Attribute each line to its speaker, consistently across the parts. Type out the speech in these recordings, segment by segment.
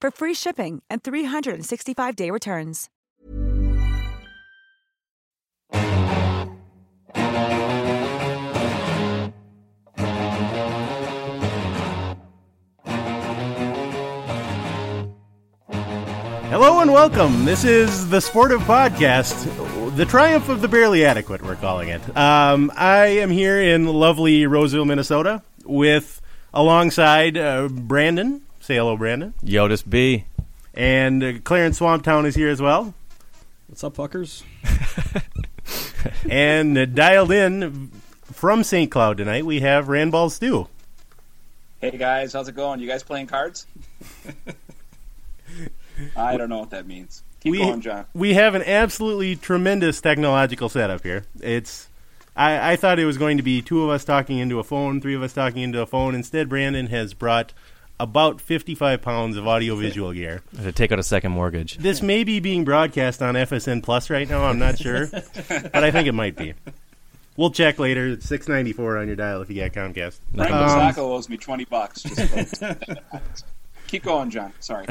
Speaker 1: for free shipping and 365-day returns.
Speaker 2: Hello and welcome. This is the Sportive Podcast, the triumph of the barely adequate, we're calling it. Um, I am here in lovely Roseville, Minnesota, with alongside uh, Brandon. Say hello, Brandon.
Speaker 3: Yodis B.
Speaker 2: And uh, Clarence Swamptown is here as well.
Speaker 4: What's up, fuckers?
Speaker 2: and uh, dialed in from St. Cloud tonight, we have Randball Stew.
Speaker 5: Hey guys, how's it going? You guys playing cards? I don't know what that means. Keep going, John.
Speaker 2: we have an absolutely tremendous technological setup here. It's I, I thought it was going to be two of us talking into a phone, three of us talking into a phone. Instead, Brandon has brought about 55 pounds of audiovisual gear.
Speaker 3: To take out a second mortgage.
Speaker 2: This may be being broadcast on FSN Plus right now. I'm not sure, but I think it might be. We'll check later. It's 6.94 on your dial if you got Comcast.
Speaker 5: Frank
Speaker 2: Um,
Speaker 5: Mazzocco owes me twenty bucks. Just Keep going, John. Sorry.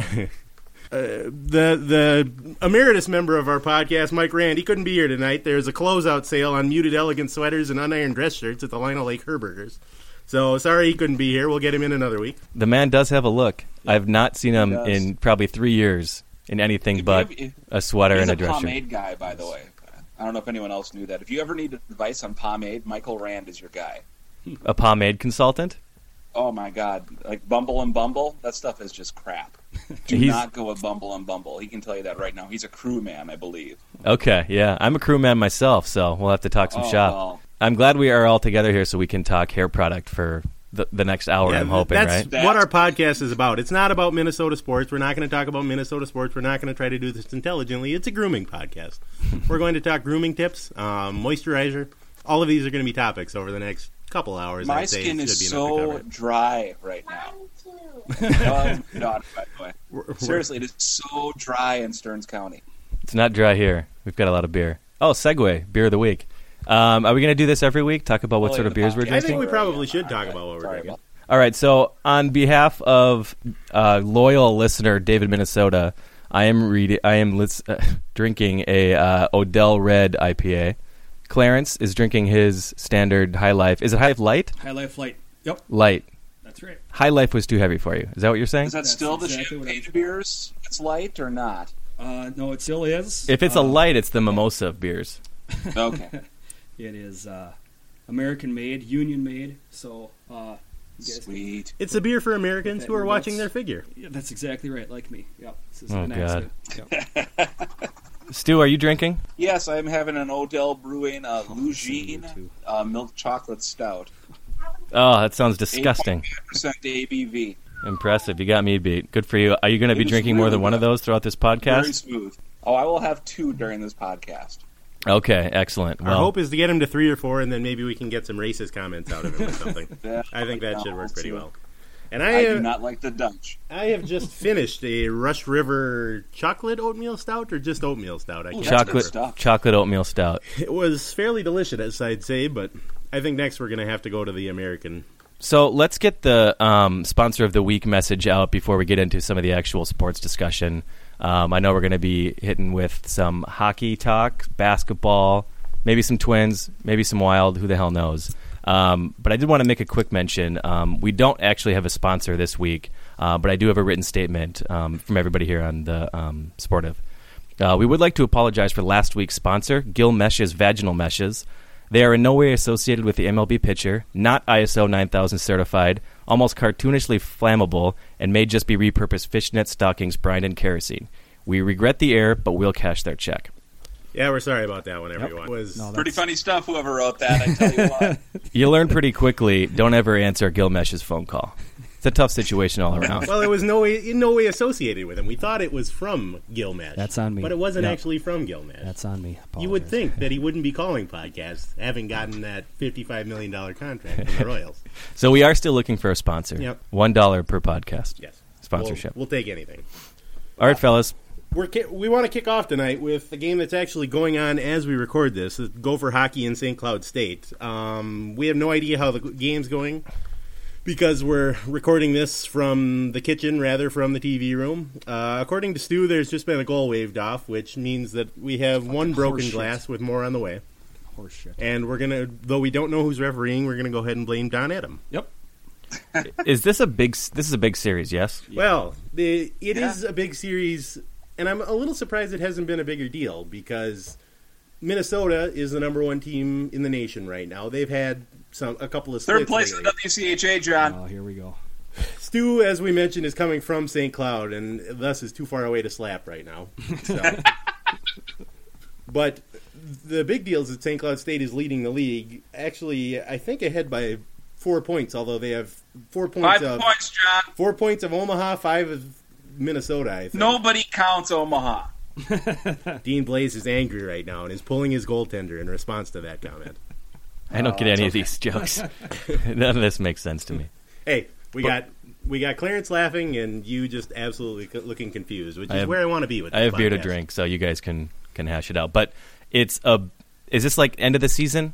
Speaker 2: the the emeritus member of our podcast, Mike Rand, he couldn't be here tonight. There's a closeout sale on muted elegant sweaters and unironed dress shirts at the Lionel Lake Herbergers. So sorry he couldn't be here. We'll get him in another week.
Speaker 3: The man does have a look. I've not seen him
Speaker 5: does.
Speaker 3: in probably three years in anything but
Speaker 5: if-
Speaker 3: a sweater
Speaker 5: He's
Speaker 3: and
Speaker 5: a
Speaker 3: a dress shirt.
Speaker 5: pomade guy, by the way. I don't know if anyone else knew that. If you ever need advice on pomade, Michael Rand is your guy.
Speaker 3: A pomade consultant?
Speaker 5: Oh my god, like Bumble and Bumble, that stuff is just crap. Do
Speaker 3: He's-
Speaker 5: not go with Bumble and Bumble. He can tell you that right now. He's a crew man, I believe.
Speaker 3: Okay, yeah. I'm a crewman myself, so we'll have to talk some
Speaker 5: Oh,
Speaker 3: shop.
Speaker 5: well.
Speaker 3: I'm glad we are all together here so we can talk hair product for the, the next hour, I'm hoping,
Speaker 2: that's
Speaker 3: right?
Speaker 5: That's-
Speaker 2: what our podcast is about. It's not about Minnesota sports. We're not going to talk about Minnesota sports. We're not going to try to do this intelligently. It's a grooming podcast. We're going to talk grooming tips, um, moisturizer. All of these are going to be topics over the next couple hours.
Speaker 5: My
Speaker 2: I'd say.
Speaker 5: skin
Speaker 2: Should
Speaker 5: is
Speaker 2: be enough to cover
Speaker 5: so
Speaker 2: it.
Speaker 5: dry right now. Um, not, by the way. Seriously, it is so dry in Stearns County.
Speaker 3: It's not dry here. We've got a lot of beer. Oh, segue, beer of the week. Um, are we going to do this every week? Talk about what
Speaker 5: Well,
Speaker 3: sort
Speaker 5: in
Speaker 3: of
Speaker 5: Oh, the
Speaker 3: beers we're
Speaker 5: podcast.
Speaker 2: I
Speaker 3: drinking?
Speaker 2: think we probably should talk
Speaker 5: All
Speaker 2: about what we're
Speaker 5: Sorry
Speaker 2: drinking.
Speaker 5: about
Speaker 3: All right. So, on behalf of uh, loyal listener David Minnesota, I am reading. I am lis- uh, drinking a uh, Odell Red IPA. Clarence is drinking his standard High Life. Is it High Life Light?
Speaker 4: High Life Flight. Yep,
Speaker 3: Light.
Speaker 4: that's right.
Speaker 3: High Life was too heavy for you. Is that what you're saying?
Speaker 5: Is that
Speaker 4: That's
Speaker 5: still the
Speaker 4: exactly what I'm
Speaker 5: champagne
Speaker 4: talking
Speaker 5: beers? It's light or not?
Speaker 4: Uh, no, it still is.
Speaker 3: if it's a
Speaker 4: Uh,
Speaker 3: light, it's the mimosa beers.
Speaker 5: Okay.
Speaker 4: it is uh, American made, Union made. So uh, you guys-
Speaker 5: Sweet.
Speaker 2: It's a beer for Americans
Speaker 4: That
Speaker 2: who are watching
Speaker 4: nuts.
Speaker 2: their figure.
Speaker 4: Yeah, that's exactly right. Like me. Yep. This is
Speaker 3: Oh,
Speaker 4: an
Speaker 3: God.
Speaker 4: accident. Yep.
Speaker 3: Stu, are you drinking?
Speaker 5: Yes, I'm having an Odell Brewing uh,
Speaker 2: Oh,
Speaker 5: Lugine uh, milk chocolate stout.
Speaker 3: Oh, that sounds disgusting.
Speaker 5: Percent ABV.
Speaker 3: Impressive. You got me beat. Good for you. Are you going to be
Speaker 5: It is
Speaker 3: drinking more
Speaker 5: really
Speaker 3: than one of
Speaker 5: good.
Speaker 3: those throughout this
Speaker 5: Very
Speaker 3: podcast?
Speaker 5: smooth. Oh, I will have two during this podcast.
Speaker 3: Okay. Excellent.
Speaker 2: Our
Speaker 3: Well,
Speaker 2: hope is to get him to three or four, and then maybe we can get some racist comments out of him or something.
Speaker 5: Yeah,
Speaker 2: I think that
Speaker 5: no,
Speaker 2: should work
Speaker 5: let's
Speaker 2: pretty
Speaker 5: see.
Speaker 2: well. And
Speaker 5: I
Speaker 2: I uh,
Speaker 5: do
Speaker 2: have,
Speaker 5: not like the Dutch.
Speaker 2: I have just finished a Rush River chocolate oatmeal stout, or just oatmeal stout. I can't
Speaker 5: that's good
Speaker 3: chocolate
Speaker 5: stuff.
Speaker 3: chocolate oatmeal stout.
Speaker 2: It was fairly delicious, I'd say, but I think next we're going to have to go to the American.
Speaker 3: So let's get the um, sponsor of the week message out before we get into some of the actual sports discussion. Um, I know we're going to be hitting with some hockey talk, basketball, maybe some twins, maybe some wild. Who the hell knows? Um, but I did want to make a quick mention. Um, we don't actually have a sponsor this week. Uh, but I do have a written statement um, from everybody here on the um, sportive. Uh, we would like to apologize for last week's sponsor, Gill Meshes Vaginal Meshes. They are in no way associated with the MLB pitcher, not ISO 9000 certified, almost cartoonishly flammable, and may just be repurposed fishnet stockings brined in kerosene. We regret the error, but we'll cash their check.
Speaker 2: Yeah, we're sorry about that one, everyone. It was
Speaker 5: It's Pretty funny stuff. Whoever wrote that, I tell you what.
Speaker 3: You learn pretty quickly. Don't ever answer Gilmesh's phone call. It's a tough situation all around.
Speaker 2: well, it was no way, in no way associated with him. We thought it was from Gilmash.
Speaker 6: That's on me.
Speaker 2: But it wasn't
Speaker 6: Yeah.
Speaker 2: actually from Gilmash.
Speaker 6: That's on me.
Speaker 2: you would
Speaker 6: Apologize.
Speaker 2: think that he wouldn't be calling podcasts, having gotten that fifty-five million dollar contract from the Royals.
Speaker 3: So we are still looking for a sponsor.
Speaker 2: Yep.
Speaker 3: One dollar per podcast.
Speaker 2: Yes,
Speaker 3: Sponsorship.
Speaker 2: We'll, we'll take anything.
Speaker 3: All right, fellas.
Speaker 2: We're ki- we want to kick off tonight with a game that's actually going on as we record this. the Gopher hockey in St. Cloud State. Um, we have no idea how the game's going because we're recording this from the kitchen rather from the TV room. Uh, according to Stu, there's just been a goal waved off, which means that we have one broken
Speaker 4: horseshit.
Speaker 2: glass with more on the way.
Speaker 4: Horseshit.
Speaker 2: And we're gonna, though we don't know who's refereeing, we're gonna go ahead and blame Don Adam.
Speaker 4: Yep.
Speaker 3: Is this a big? s- This is a big series. Yes.
Speaker 2: Well, the, it is
Speaker 5: Yeah.
Speaker 2: a big series, and I'm a little surprised it hasn't been a bigger deal because Minnesota is the number one team in the nation right now. They've had some a couple of
Speaker 5: Third
Speaker 2: splits
Speaker 5: place in the
Speaker 2: lately.
Speaker 5: WCHA, John.
Speaker 6: Oh, here we go.
Speaker 2: Stu, as we mentioned, is coming from St. Cloud, and thus is too far away to slap right now. So. but the big deal is that St. Cloud State is leading the league. Actually, I think ahead by four points, although they have four points
Speaker 5: Five
Speaker 2: of
Speaker 5: points, John.
Speaker 2: four points of Omaha, five of Minnesota. I think.
Speaker 5: Nobody counts Omaha.
Speaker 2: Dean Blaze is angry right now and is pulling his goaltender in response to that comment.
Speaker 3: I don't get any
Speaker 2: Uh,
Speaker 3: of these jokes. None of this makes sense to me.
Speaker 2: Hey, we got we got Clarence laughing and you just absolutely co- looking confused, which is
Speaker 3: I have-
Speaker 2: where I want to be with.
Speaker 3: I
Speaker 2: this
Speaker 3: have beer to
Speaker 2: podcast.
Speaker 3: drink, so you guys can can hash it out. But it's a. Is this like end of the season?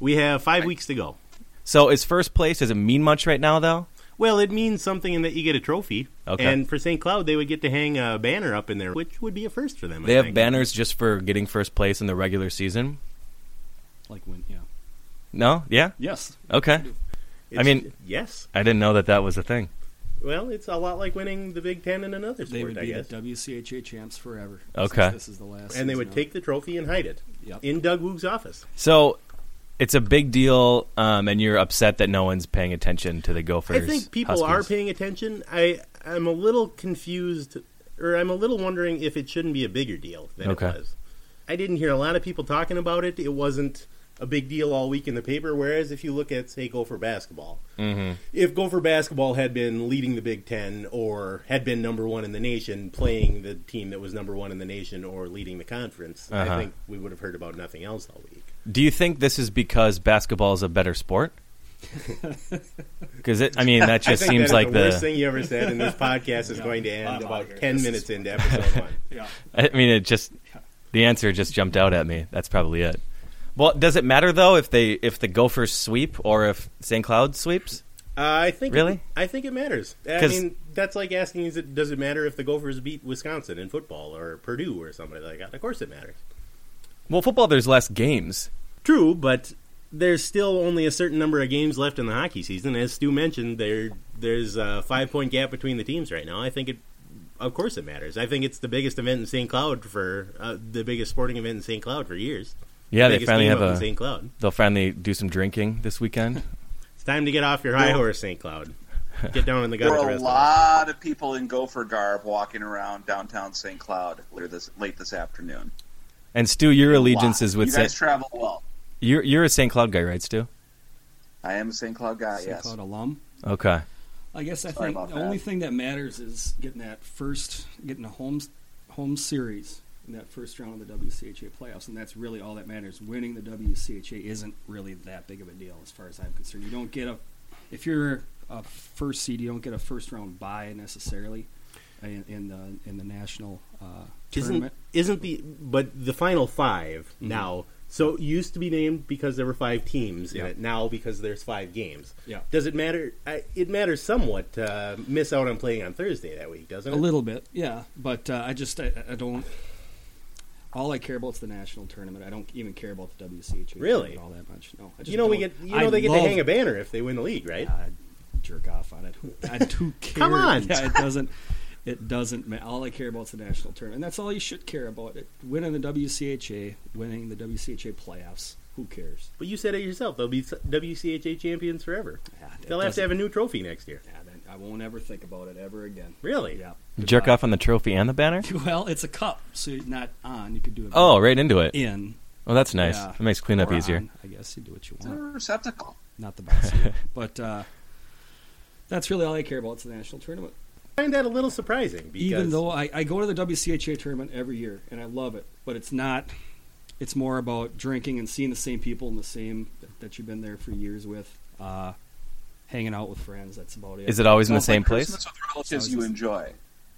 Speaker 2: We have five weeks to go.
Speaker 3: So is first place? Does it mean much right now, though?
Speaker 2: Well, it means something in that you get a trophy,
Speaker 3: Okay.
Speaker 2: and for St. Cloud they would get to hang a banner up in there, which would be a first for them. I
Speaker 3: They have
Speaker 2: think.
Speaker 3: banners just for getting first place in the regular season.
Speaker 6: Like when, yeah.
Speaker 3: No. Yeah.
Speaker 4: Yes.
Speaker 3: Okay.
Speaker 2: It's-
Speaker 3: mean-
Speaker 2: yes.
Speaker 3: I didn't know that that was a thing.
Speaker 2: Well, it's a lot like winning the Big Ten in another
Speaker 4: They
Speaker 2: sport,
Speaker 4: would
Speaker 2: I
Speaker 4: be the
Speaker 2: guess.
Speaker 4: WCHA champs forever.
Speaker 3: Okay.
Speaker 4: since This is the last.
Speaker 2: And they
Speaker 4: season
Speaker 2: would
Speaker 4: now.
Speaker 2: take the trophy and hide it
Speaker 4: Yep.
Speaker 2: in Doug Woog's office.
Speaker 3: So it's a big deal, um, and you're upset that no one's paying attention to the Gophers.
Speaker 2: I think people are
Speaker 3: Huskies.
Speaker 2: paying attention. I I'm a little confused, or I'm a little wondering if it shouldn't be a bigger deal than
Speaker 3: Okay.
Speaker 2: it was. I didn't hear a lot of people talking about it. It wasn't a big deal all week in the paper. Whereas if you look at say Gopher basketball,
Speaker 3: Mm-hmm.
Speaker 2: if Gopher basketball had been leading the Big Ten or had been number one in the nation, playing the team that was number one in the nation or leading the conference, I
Speaker 3: Uh-huh.
Speaker 2: think we would have heard about nothing else all week.
Speaker 3: Do you think this is because basketball is a better sport? Because it, I mean, that
Speaker 2: I
Speaker 3: just
Speaker 2: think
Speaker 3: seems
Speaker 2: that is
Speaker 3: like
Speaker 2: the
Speaker 3: the.
Speaker 2: worst thing you ever said, and this podcast is going to end
Speaker 4: I'm
Speaker 2: about
Speaker 4: out of here.
Speaker 2: ten
Speaker 4: This
Speaker 2: minutes into episode one.
Speaker 4: Yeah.
Speaker 3: I mean, it just the answer just jumped out at me. That's probably it. Well, does it matter though if they if the Gophers sweep or if St. Cloud sweeps?
Speaker 2: Uh, I think
Speaker 3: Really?
Speaker 2: It, I think it matters. I
Speaker 3: 'Cause-
Speaker 2: mean, that's like asking: is it, Does it matter if the Gophers beat Wisconsin in football or Purdue or somebody like that? Of course, it matters.
Speaker 3: Well, football there's less games.
Speaker 2: True, but there's still only a certain number of games left in the hockey season. As Stu mentioned, there there's a five point gap between the teams right now. I think it. Of course, it matters. I think it's the biggest event in St. Cloud for uh, the biggest sporting event in St. Cloud for years.
Speaker 3: Yeah, they
Speaker 2: Biggest
Speaker 3: finally
Speaker 2: game
Speaker 3: have
Speaker 2: up in
Speaker 3: a.
Speaker 2: St. Cloud.
Speaker 3: They'll finally do some drinking this weekend.
Speaker 2: It's time to get off your high horse, St. Cloud. Get down in the
Speaker 5: There
Speaker 2: gutter. the
Speaker 5: were a
Speaker 2: rest of us.
Speaker 5: lot of people in Gopher garb walking around downtown St. Cloud later this late this afternoon.
Speaker 3: And Stu, your allegiance
Speaker 5: Lot.
Speaker 3: is with
Speaker 5: you guys
Speaker 3: St.
Speaker 5: travel well.
Speaker 3: You're, you're a St. Cloud guy, right, Stu?
Speaker 5: I am a St. Cloud guy.
Speaker 4: St.
Speaker 5: yes.
Speaker 4: Cloud alum.
Speaker 3: Okay.
Speaker 4: I guess I
Speaker 5: Sorry
Speaker 4: think
Speaker 5: about
Speaker 4: the
Speaker 5: that.
Speaker 4: only thing that matters is getting that first, getting a home home series in that first round of the WCHA playoffs, and that's really all that matters. Winning the WCHA isn't really that big of a deal, as far as I'm concerned. You don't get a if you're a first seed, you don't get a first round bye necessarily in, in the in the national uh,
Speaker 2: Isn't
Speaker 4: tournament. Mm-hmm.
Speaker 2: isn't the but the final 5 now? So it used to be named because there were five teams in
Speaker 4: Yeah.
Speaker 2: it. Now because there's five games.
Speaker 4: Yeah.
Speaker 2: Does it matter? I, it matters somewhat to uh, miss out on playing on Thursday that week, doesn't
Speaker 4: A
Speaker 2: it?
Speaker 4: little bit, yeah. But uh, I just I, I don't. All I care about is the national tournament. I don't even care about the WCHA
Speaker 2: Really?
Speaker 4: tournament all that much. No, I just
Speaker 2: You know we
Speaker 4: don't.
Speaker 2: get you
Speaker 4: I
Speaker 2: know they get to
Speaker 4: love-
Speaker 2: hang a banner if they win the league, right?
Speaker 4: I jerk off on it. Who, I, who cares?
Speaker 2: Come on.
Speaker 4: Yeah, it doesn't. It doesn't matter. All I care about is the national tournament, and that's all you should care about. It, winning the WCHA, winning the WCHA playoffs. Who cares?
Speaker 2: But you said it yourself. They'll be WCHA champions forever.
Speaker 4: Yeah, it
Speaker 2: They'll have to
Speaker 4: Ah, doesn't-
Speaker 2: have a new trophy next year.
Speaker 4: yeah, then I won't ever think about it ever again.
Speaker 2: Really?
Speaker 4: Yeah.
Speaker 3: Jerk off on the trophy and the banner?
Speaker 4: Well, it's a cup, so you're not on. You could do it.
Speaker 3: Oh, right into it.
Speaker 4: in.
Speaker 3: Well, that's nice.
Speaker 4: Yeah.
Speaker 3: It makes cleanup
Speaker 4: Or
Speaker 3: easier.
Speaker 4: on. I guess you do what you
Speaker 5: It's a
Speaker 4: want.
Speaker 5: receptacle.
Speaker 4: Not the box, but uh, that's really all I care about. It's the national tournament.
Speaker 2: I find that a little surprising because
Speaker 4: Even though I, I go to the WCHA tournament every year and I love it, but it's not. It's more about drinking and seeing the same people and the same that, that you've been there for years with, uh, hanging out with friends. That's about it.
Speaker 3: Is it always in the
Speaker 5: Sounds like
Speaker 3: same place?
Speaker 5: Christmas with relatives you enjoy,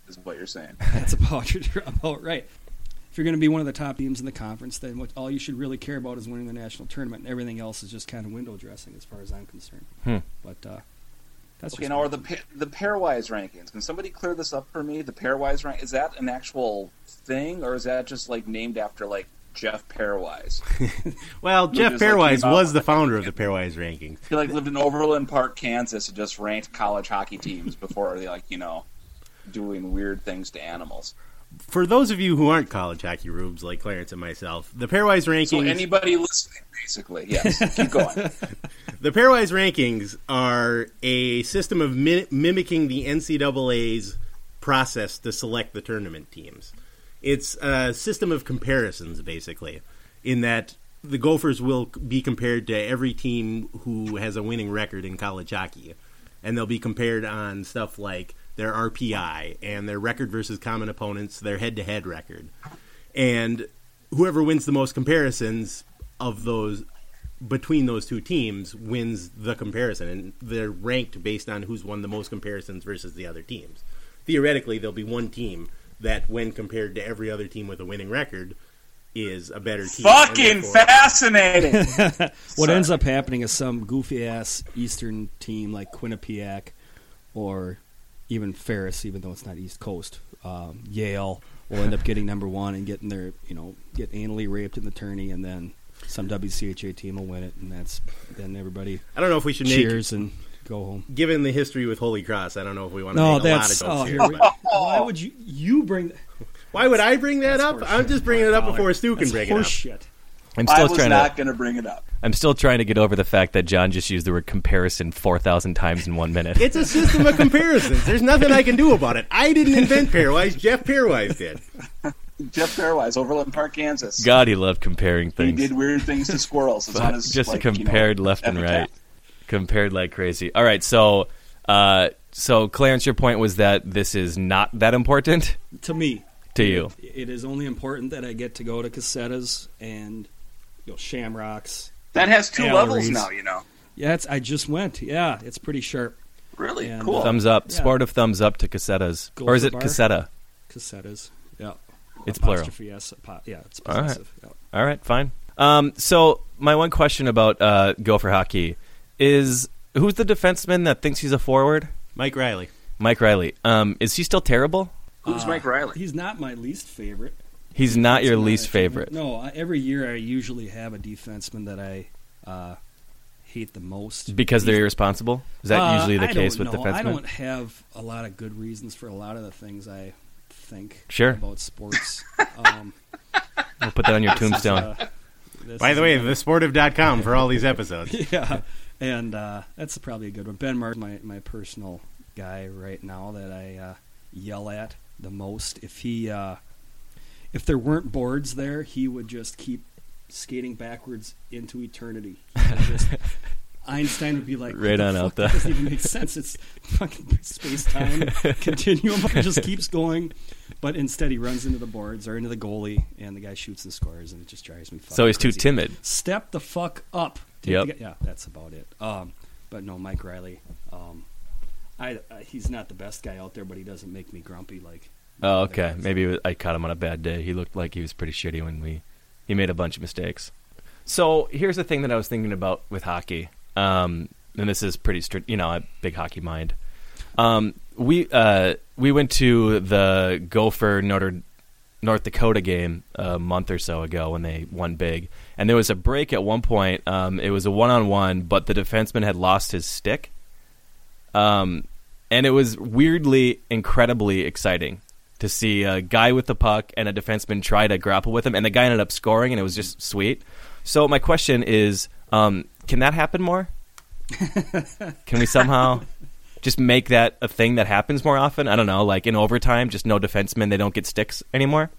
Speaker 5: is what you're saying.
Speaker 4: That's about your about right. If you're going to be one of the top teams in the conference, then what all you should really care about is winning the national tournament, and everything else is just kind of window dressing, as far as I'm concerned.
Speaker 3: Hmm.
Speaker 4: But uh, that's
Speaker 5: Okay,
Speaker 4: just
Speaker 5: now are the pa- the pairwise rankings? Can somebody clear this up for me? The pairwise rank is that an actual thing, or is that just like named after like Jeff Pairwise?
Speaker 2: well, Jeff
Speaker 5: just like
Speaker 2: Pairwise
Speaker 5: came out
Speaker 2: was
Speaker 5: with
Speaker 2: the founder of the Pairwise rankings.
Speaker 5: He like lived in Overland Park, Kansas, and just ranked college hockey teams before they like you know doing weird things to animals.
Speaker 2: For those of you who aren't college hockey rubes like Clarence and myself, the Pairwise rankings
Speaker 5: So anybody listening, basically, yes, keep going.
Speaker 2: The pairwise rankings are a system of mi- mimicking the NCAA's process to select the tournament teams. It's a system of comparisons, basically, in that the Gophers will c- be compared to every team who has a winning record in college hockey, and they'll be compared on stuff like their RPI and their record versus common opponents, their head-to-head record, and whoever wins the most comparisons of those between those two teams wins the comparison, and they're ranked based on who's won the most comparisons versus the other teams. Theoretically, there'll be one team that, when compared to every other team with a winning record, is a better team. and
Speaker 5: Fucking
Speaker 2: therefore-
Speaker 5: fascinating.
Speaker 4: what ends up happening is some goofy ass Eastern team like Quinnipiac, or even Ferris, even though it's not East Coast, um, Yale will end up getting number one and getting their you know get anally raped in the tourney, and then some WCHA team will win it, and that's then everybody
Speaker 2: I don't know if we should make,
Speaker 4: cheers and go home.
Speaker 2: given the history with Holy Cross, I don't know if we want to
Speaker 4: No,
Speaker 2: make a lot of
Speaker 4: that's
Speaker 2: jokes
Speaker 4: oh,
Speaker 2: here.
Speaker 4: here we,
Speaker 2: but-
Speaker 4: why would you you bring
Speaker 2: why would I bring that up? I'm
Speaker 4: horseshit.
Speaker 2: just bringing it up before Stu can
Speaker 4: that's
Speaker 2: bring it up.
Speaker 4: horseshit.
Speaker 3: I'm
Speaker 5: I
Speaker 3: still
Speaker 5: was
Speaker 3: trying
Speaker 5: not
Speaker 3: to.
Speaker 5: going to bring it up.
Speaker 3: I'm still trying to get over the fact that John just used the word comparison four thousand times in one minute.
Speaker 2: It's a system of comparisons. There's nothing I can do about it. I didn't invent pairwise. Jeff Pairwise did.
Speaker 5: Jeff Fairwise, Overland Park, Kansas.
Speaker 3: God, he loved comparing
Speaker 5: He
Speaker 3: things.
Speaker 5: did weird things to squirrels. It's on his,
Speaker 3: just
Speaker 5: like, you know,
Speaker 3: compared left and
Speaker 5: epitaph.
Speaker 3: right, compared like crazy. All right, so, uh, so Clarence, your point was that this is not that important
Speaker 4: To me,
Speaker 3: to you.
Speaker 4: it is only important that I get to go to Casetas and you know Shamrocks.
Speaker 5: That has two
Speaker 4: Galleries.
Speaker 5: levels now, you know.
Speaker 4: Yeah, it's, I just went. Yeah, it's pretty sharp.
Speaker 5: Really
Speaker 4: And,
Speaker 5: cool.
Speaker 3: Thumbs up,
Speaker 4: Yeah.
Speaker 3: sportive thumbs up to Casetas,
Speaker 4: Go
Speaker 3: or is
Speaker 4: for
Speaker 3: it
Speaker 4: bar.
Speaker 3: Caseta?
Speaker 4: Casetas. Yeah.
Speaker 3: It's plural.
Speaker 4: Apostrophe S. apo- yeah, it's
Speaker 3: All right.
Speaker 4: possessive. Yeah.
Speaker 3: All right, fine. Um, so my one question about uh, Gopher hockey is who's the defenseman that thinks he's a forward?
Speaker 2: Mike Riley.
Speaker 3: Mike Riley. Um, is he still terrible?
Speaker 5: Who's Mike Riley?
Speaker 4: He's not my least favorite.
Speaker 3: He's not your
Speaker 4: It's
Speaker 3: least
Speaker 4: actually-
Speaker 3: favorite.
Speaker 4: No, I, every year I usually have a defenseman that I uh, hate the most.
Speaker 3: Because they're irresponsible? Is that
Speaker 4: Uh,
Speaker 3: usually the
Speaker 4: I
Speaker 3: case
Speaker 4: don't
Speaker 3: with
Speaker 4: know. I
Speaker 3: defensemen?
Speaker 4: don't have a lot of good reasons for a lot of the things I think
Speaker 3: Sure.
Speaker 4: about sports. um,
Speaker 3: We'll put that on your tombstone.
Speaker 4: this
Speaker 2: By the
Speaker 4: is-
Speaker 2: way, thesportive.com for all these episodes.
Speaker 4: yeah, and uh, that's probably a good one. Ben Martin, my my personal guy right now that I uh, yell at the most. If he, uh, if there weren't boards there, he would just keep skating backwards into eternity. And just- Einstein would be like,
Speaker 3: Right
Speaker 4: "What
Speaker 3: on
Speaker 4: the
Speaker 3: out
Speaker 4: fuck?
Speaker 3: there."
Speaker 4: That doesn't even make sense. It's fucking space time continuum. It just keeps going, but instead he runs into the boards or into the goalie, and the guy shoots and scores, and it just drives me.
Speaker 3: so
Speaker 4: fucking
Speaker 3: he's too
Speaker 4: crazy
Speaker 3: timid.
Speaker 4: step the fuck up. Take
Speaker 3: Yep.
Speaker 4: the- yeah, that's about it. Um, but no, Mike Riley. Um, I, I he's not the best guy out there, but he doesn't make me grumpy. Like,
Speaker 3: Oh, okay. Maybe it was, I caught him on a bad day. He looked like he was pretty shitty when we. He made a bunch of mistakes. So here's the thing that I was thinking about with hockey, um, and this is pretty strict. You know, I big hockey mind. Um, we uh, we went to the Gopher Notre North Dakota game a month or so ago when they won big, and there was a break at one point. Um, it was a one on one, but the defenseman had lost his stick Um, and it was weirdly, incredibly exciting to see a guy with the puck and a defenseman try to grapple with him, and the guy ended up scoring, and it was just sweet. So my question is, um, can that happen more? can we somehow just make that a thing that happens more often? I don't know, like in overtime, just no defensemen, they don't get sticks anymore.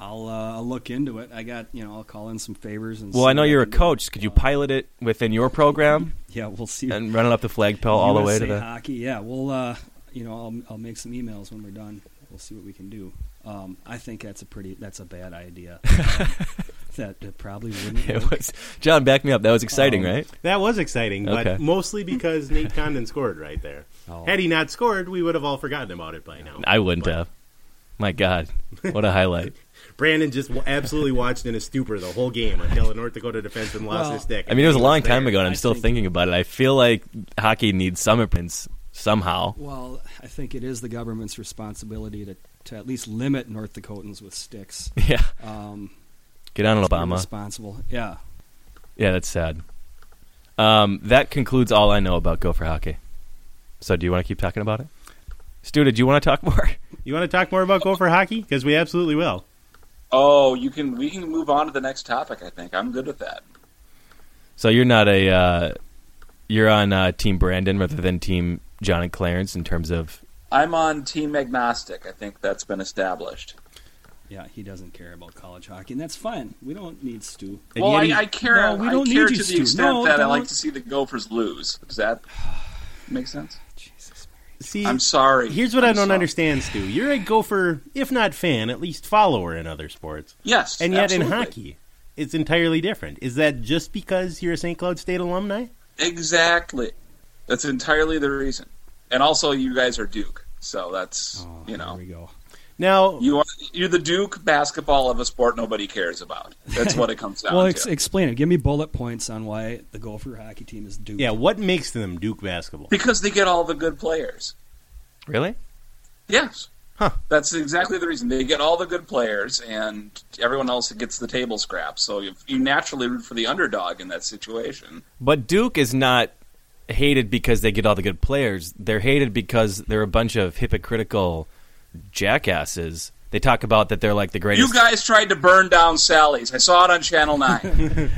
Speaker 4: I'll uh, I'll look into it. I got you know I'll call in some favors and.
Speaker 3: Well,
Speaker 4: see
Speaker 3: I know
Speaker 4: what
Speaker 3: you're a
Speaker 4: can do.
Speaker 3: coach. Could you pilot it within your program
Speaker 4: Yeah, we'll see.
Speaker 3: and run it up the flagpole all the way to
Speaker 4: USA
Speaker 3: the?
Speaker 4: hockey. Yeah, we'll uh, you know I'll I'll make some emails when we're done. We'll see what we can do. Um, I think that's a pretty that's a bad idea. Um, that it probably wouldn't.
Speaker 3: It
Speaker 4: work.
Speaker 3: was John. Back me up. That was exciting,
Speaker 4: Um,
Speaker 3: right?
Speaker 2: That was exciting, but
Speaker 3: Okay.
Speaker 2: mostly because Nate Condon scored right there.
Speaker 4: Oh.
Speaker 2: Had he not scored, we would have all forgotten about it by now.
Speaker 3: I wouldn't
Speaker 2: But
Speaker 3: have. My God, what a highlight!
Speaker 2: Brandon just wa- absolutely watched in a stupor the whole game until a North Dakota defenseman lost
Speaker 4: Well,
Speaker 2: his stick.
Speaker 3: I mean, it was a long time ago, and I'm
Speaker 4: I
Speaker 3: still
Speaker 4: think-
Speaker 3: thinking about it. I feel like hockey needs summer prints somehow.
Speaker 4: Well, I think it is the government's responsibility to to at least limit North Dakotans with sticks.
Speaker 3: Yeah,
Speaker 4: Um,
Speaker 3: get on
Speaker 4: it's pretty
Speaker 3: Obama.
Speaker 4: responsible. Yeah.
Speaker 3: Yeah, that's sad. Um, that concludes all I know about Gopher hockey. So, do you want to keep talking about it, Stu? Did you want to talk more?
Speaker 2: You want to talk more about Gopher hockey? Because we absolutely will.
Speaker 5: Oh, you can. We can move on to the next topic. I think I'm good with that.
Speaker 3: So you're not a uh, you're on uh, Team Brandon rather than Team John and Clarence in terms of
Speaker 5: I'm on team agnostic. I think that's been established.
Speaker 4: Yeah, he doesn't care about college hockey, and that's fine. We don't need Stu.
Speaker 2: And
Speaker 5: well,
Speaker 2: yet
Speaker 5: I,
Speaker 2: he-
Speaker 5: I care.
Speaker 4: No, we
Speaker 5: I
Speaker 4: don't need
Speaker 5: care to
Speaker 4: you,
Speaker 5: the
Speaker 4: Stu.
Speaker 5: extent
Speaker 4: No,
Speaker 5: that I
Speaker 4: don't.
Speaker 5: like to see the Gophers lose. Does that make sense?
Speaker 4: Jesus,
Speaker 2: See,
Speaker 5: I'm sorry.
Speaker 2: Here's what I'm I
Speaker 5: I'm
Speaker 2: do not
Speaker 5: sorry.
Speaker 2: understand, Stu. You're a Gopher, if not fan, at least follower in other sports,
Speaker 5: Yes,
Speaker 2: and yet in
Speaker 5: absolutely.
Speaker 2: hockey, it's entirely different. Is that just because you're a St. Cloud State alumni?
Speaker 5: exactly. That's entirely the reason. And also, you guys are Duke, so that's
Speaker 4: Oh,
Speaker 5: you
Speaker 4: Here
Speaker 5: know
Speaker 4: we go.
Speaker 2: Now,
Speaker 5: you are you're the Duke basketball of a sport nobody cares about. That's what it comes down
Speaker 4: Well,
Speaker 5: to.
Speaker 4: ex- explain it. Give me bullet points on why the Gopher hockey team is Duke.
Speaker 2: yeah, what makes them Duke basketball?
Speaker 5: because they get all the good players.
Speaker 3: really
Speaker 5: Yes.
Speaker 3: Huh.
Speaker 5: That's exactly the reason. They get all the good players, and everyone else gets the table scraps. So you, you naturally root for the underdog in that situation.
Speaker 3: But Duke is not hated because they get all the good players. They're hated because they're a bunch of hypocritical jackasses. They talk about that they're like the greatest.
Speaker 5: You guys tried to burn down Sally's. I saw it on Channel 9.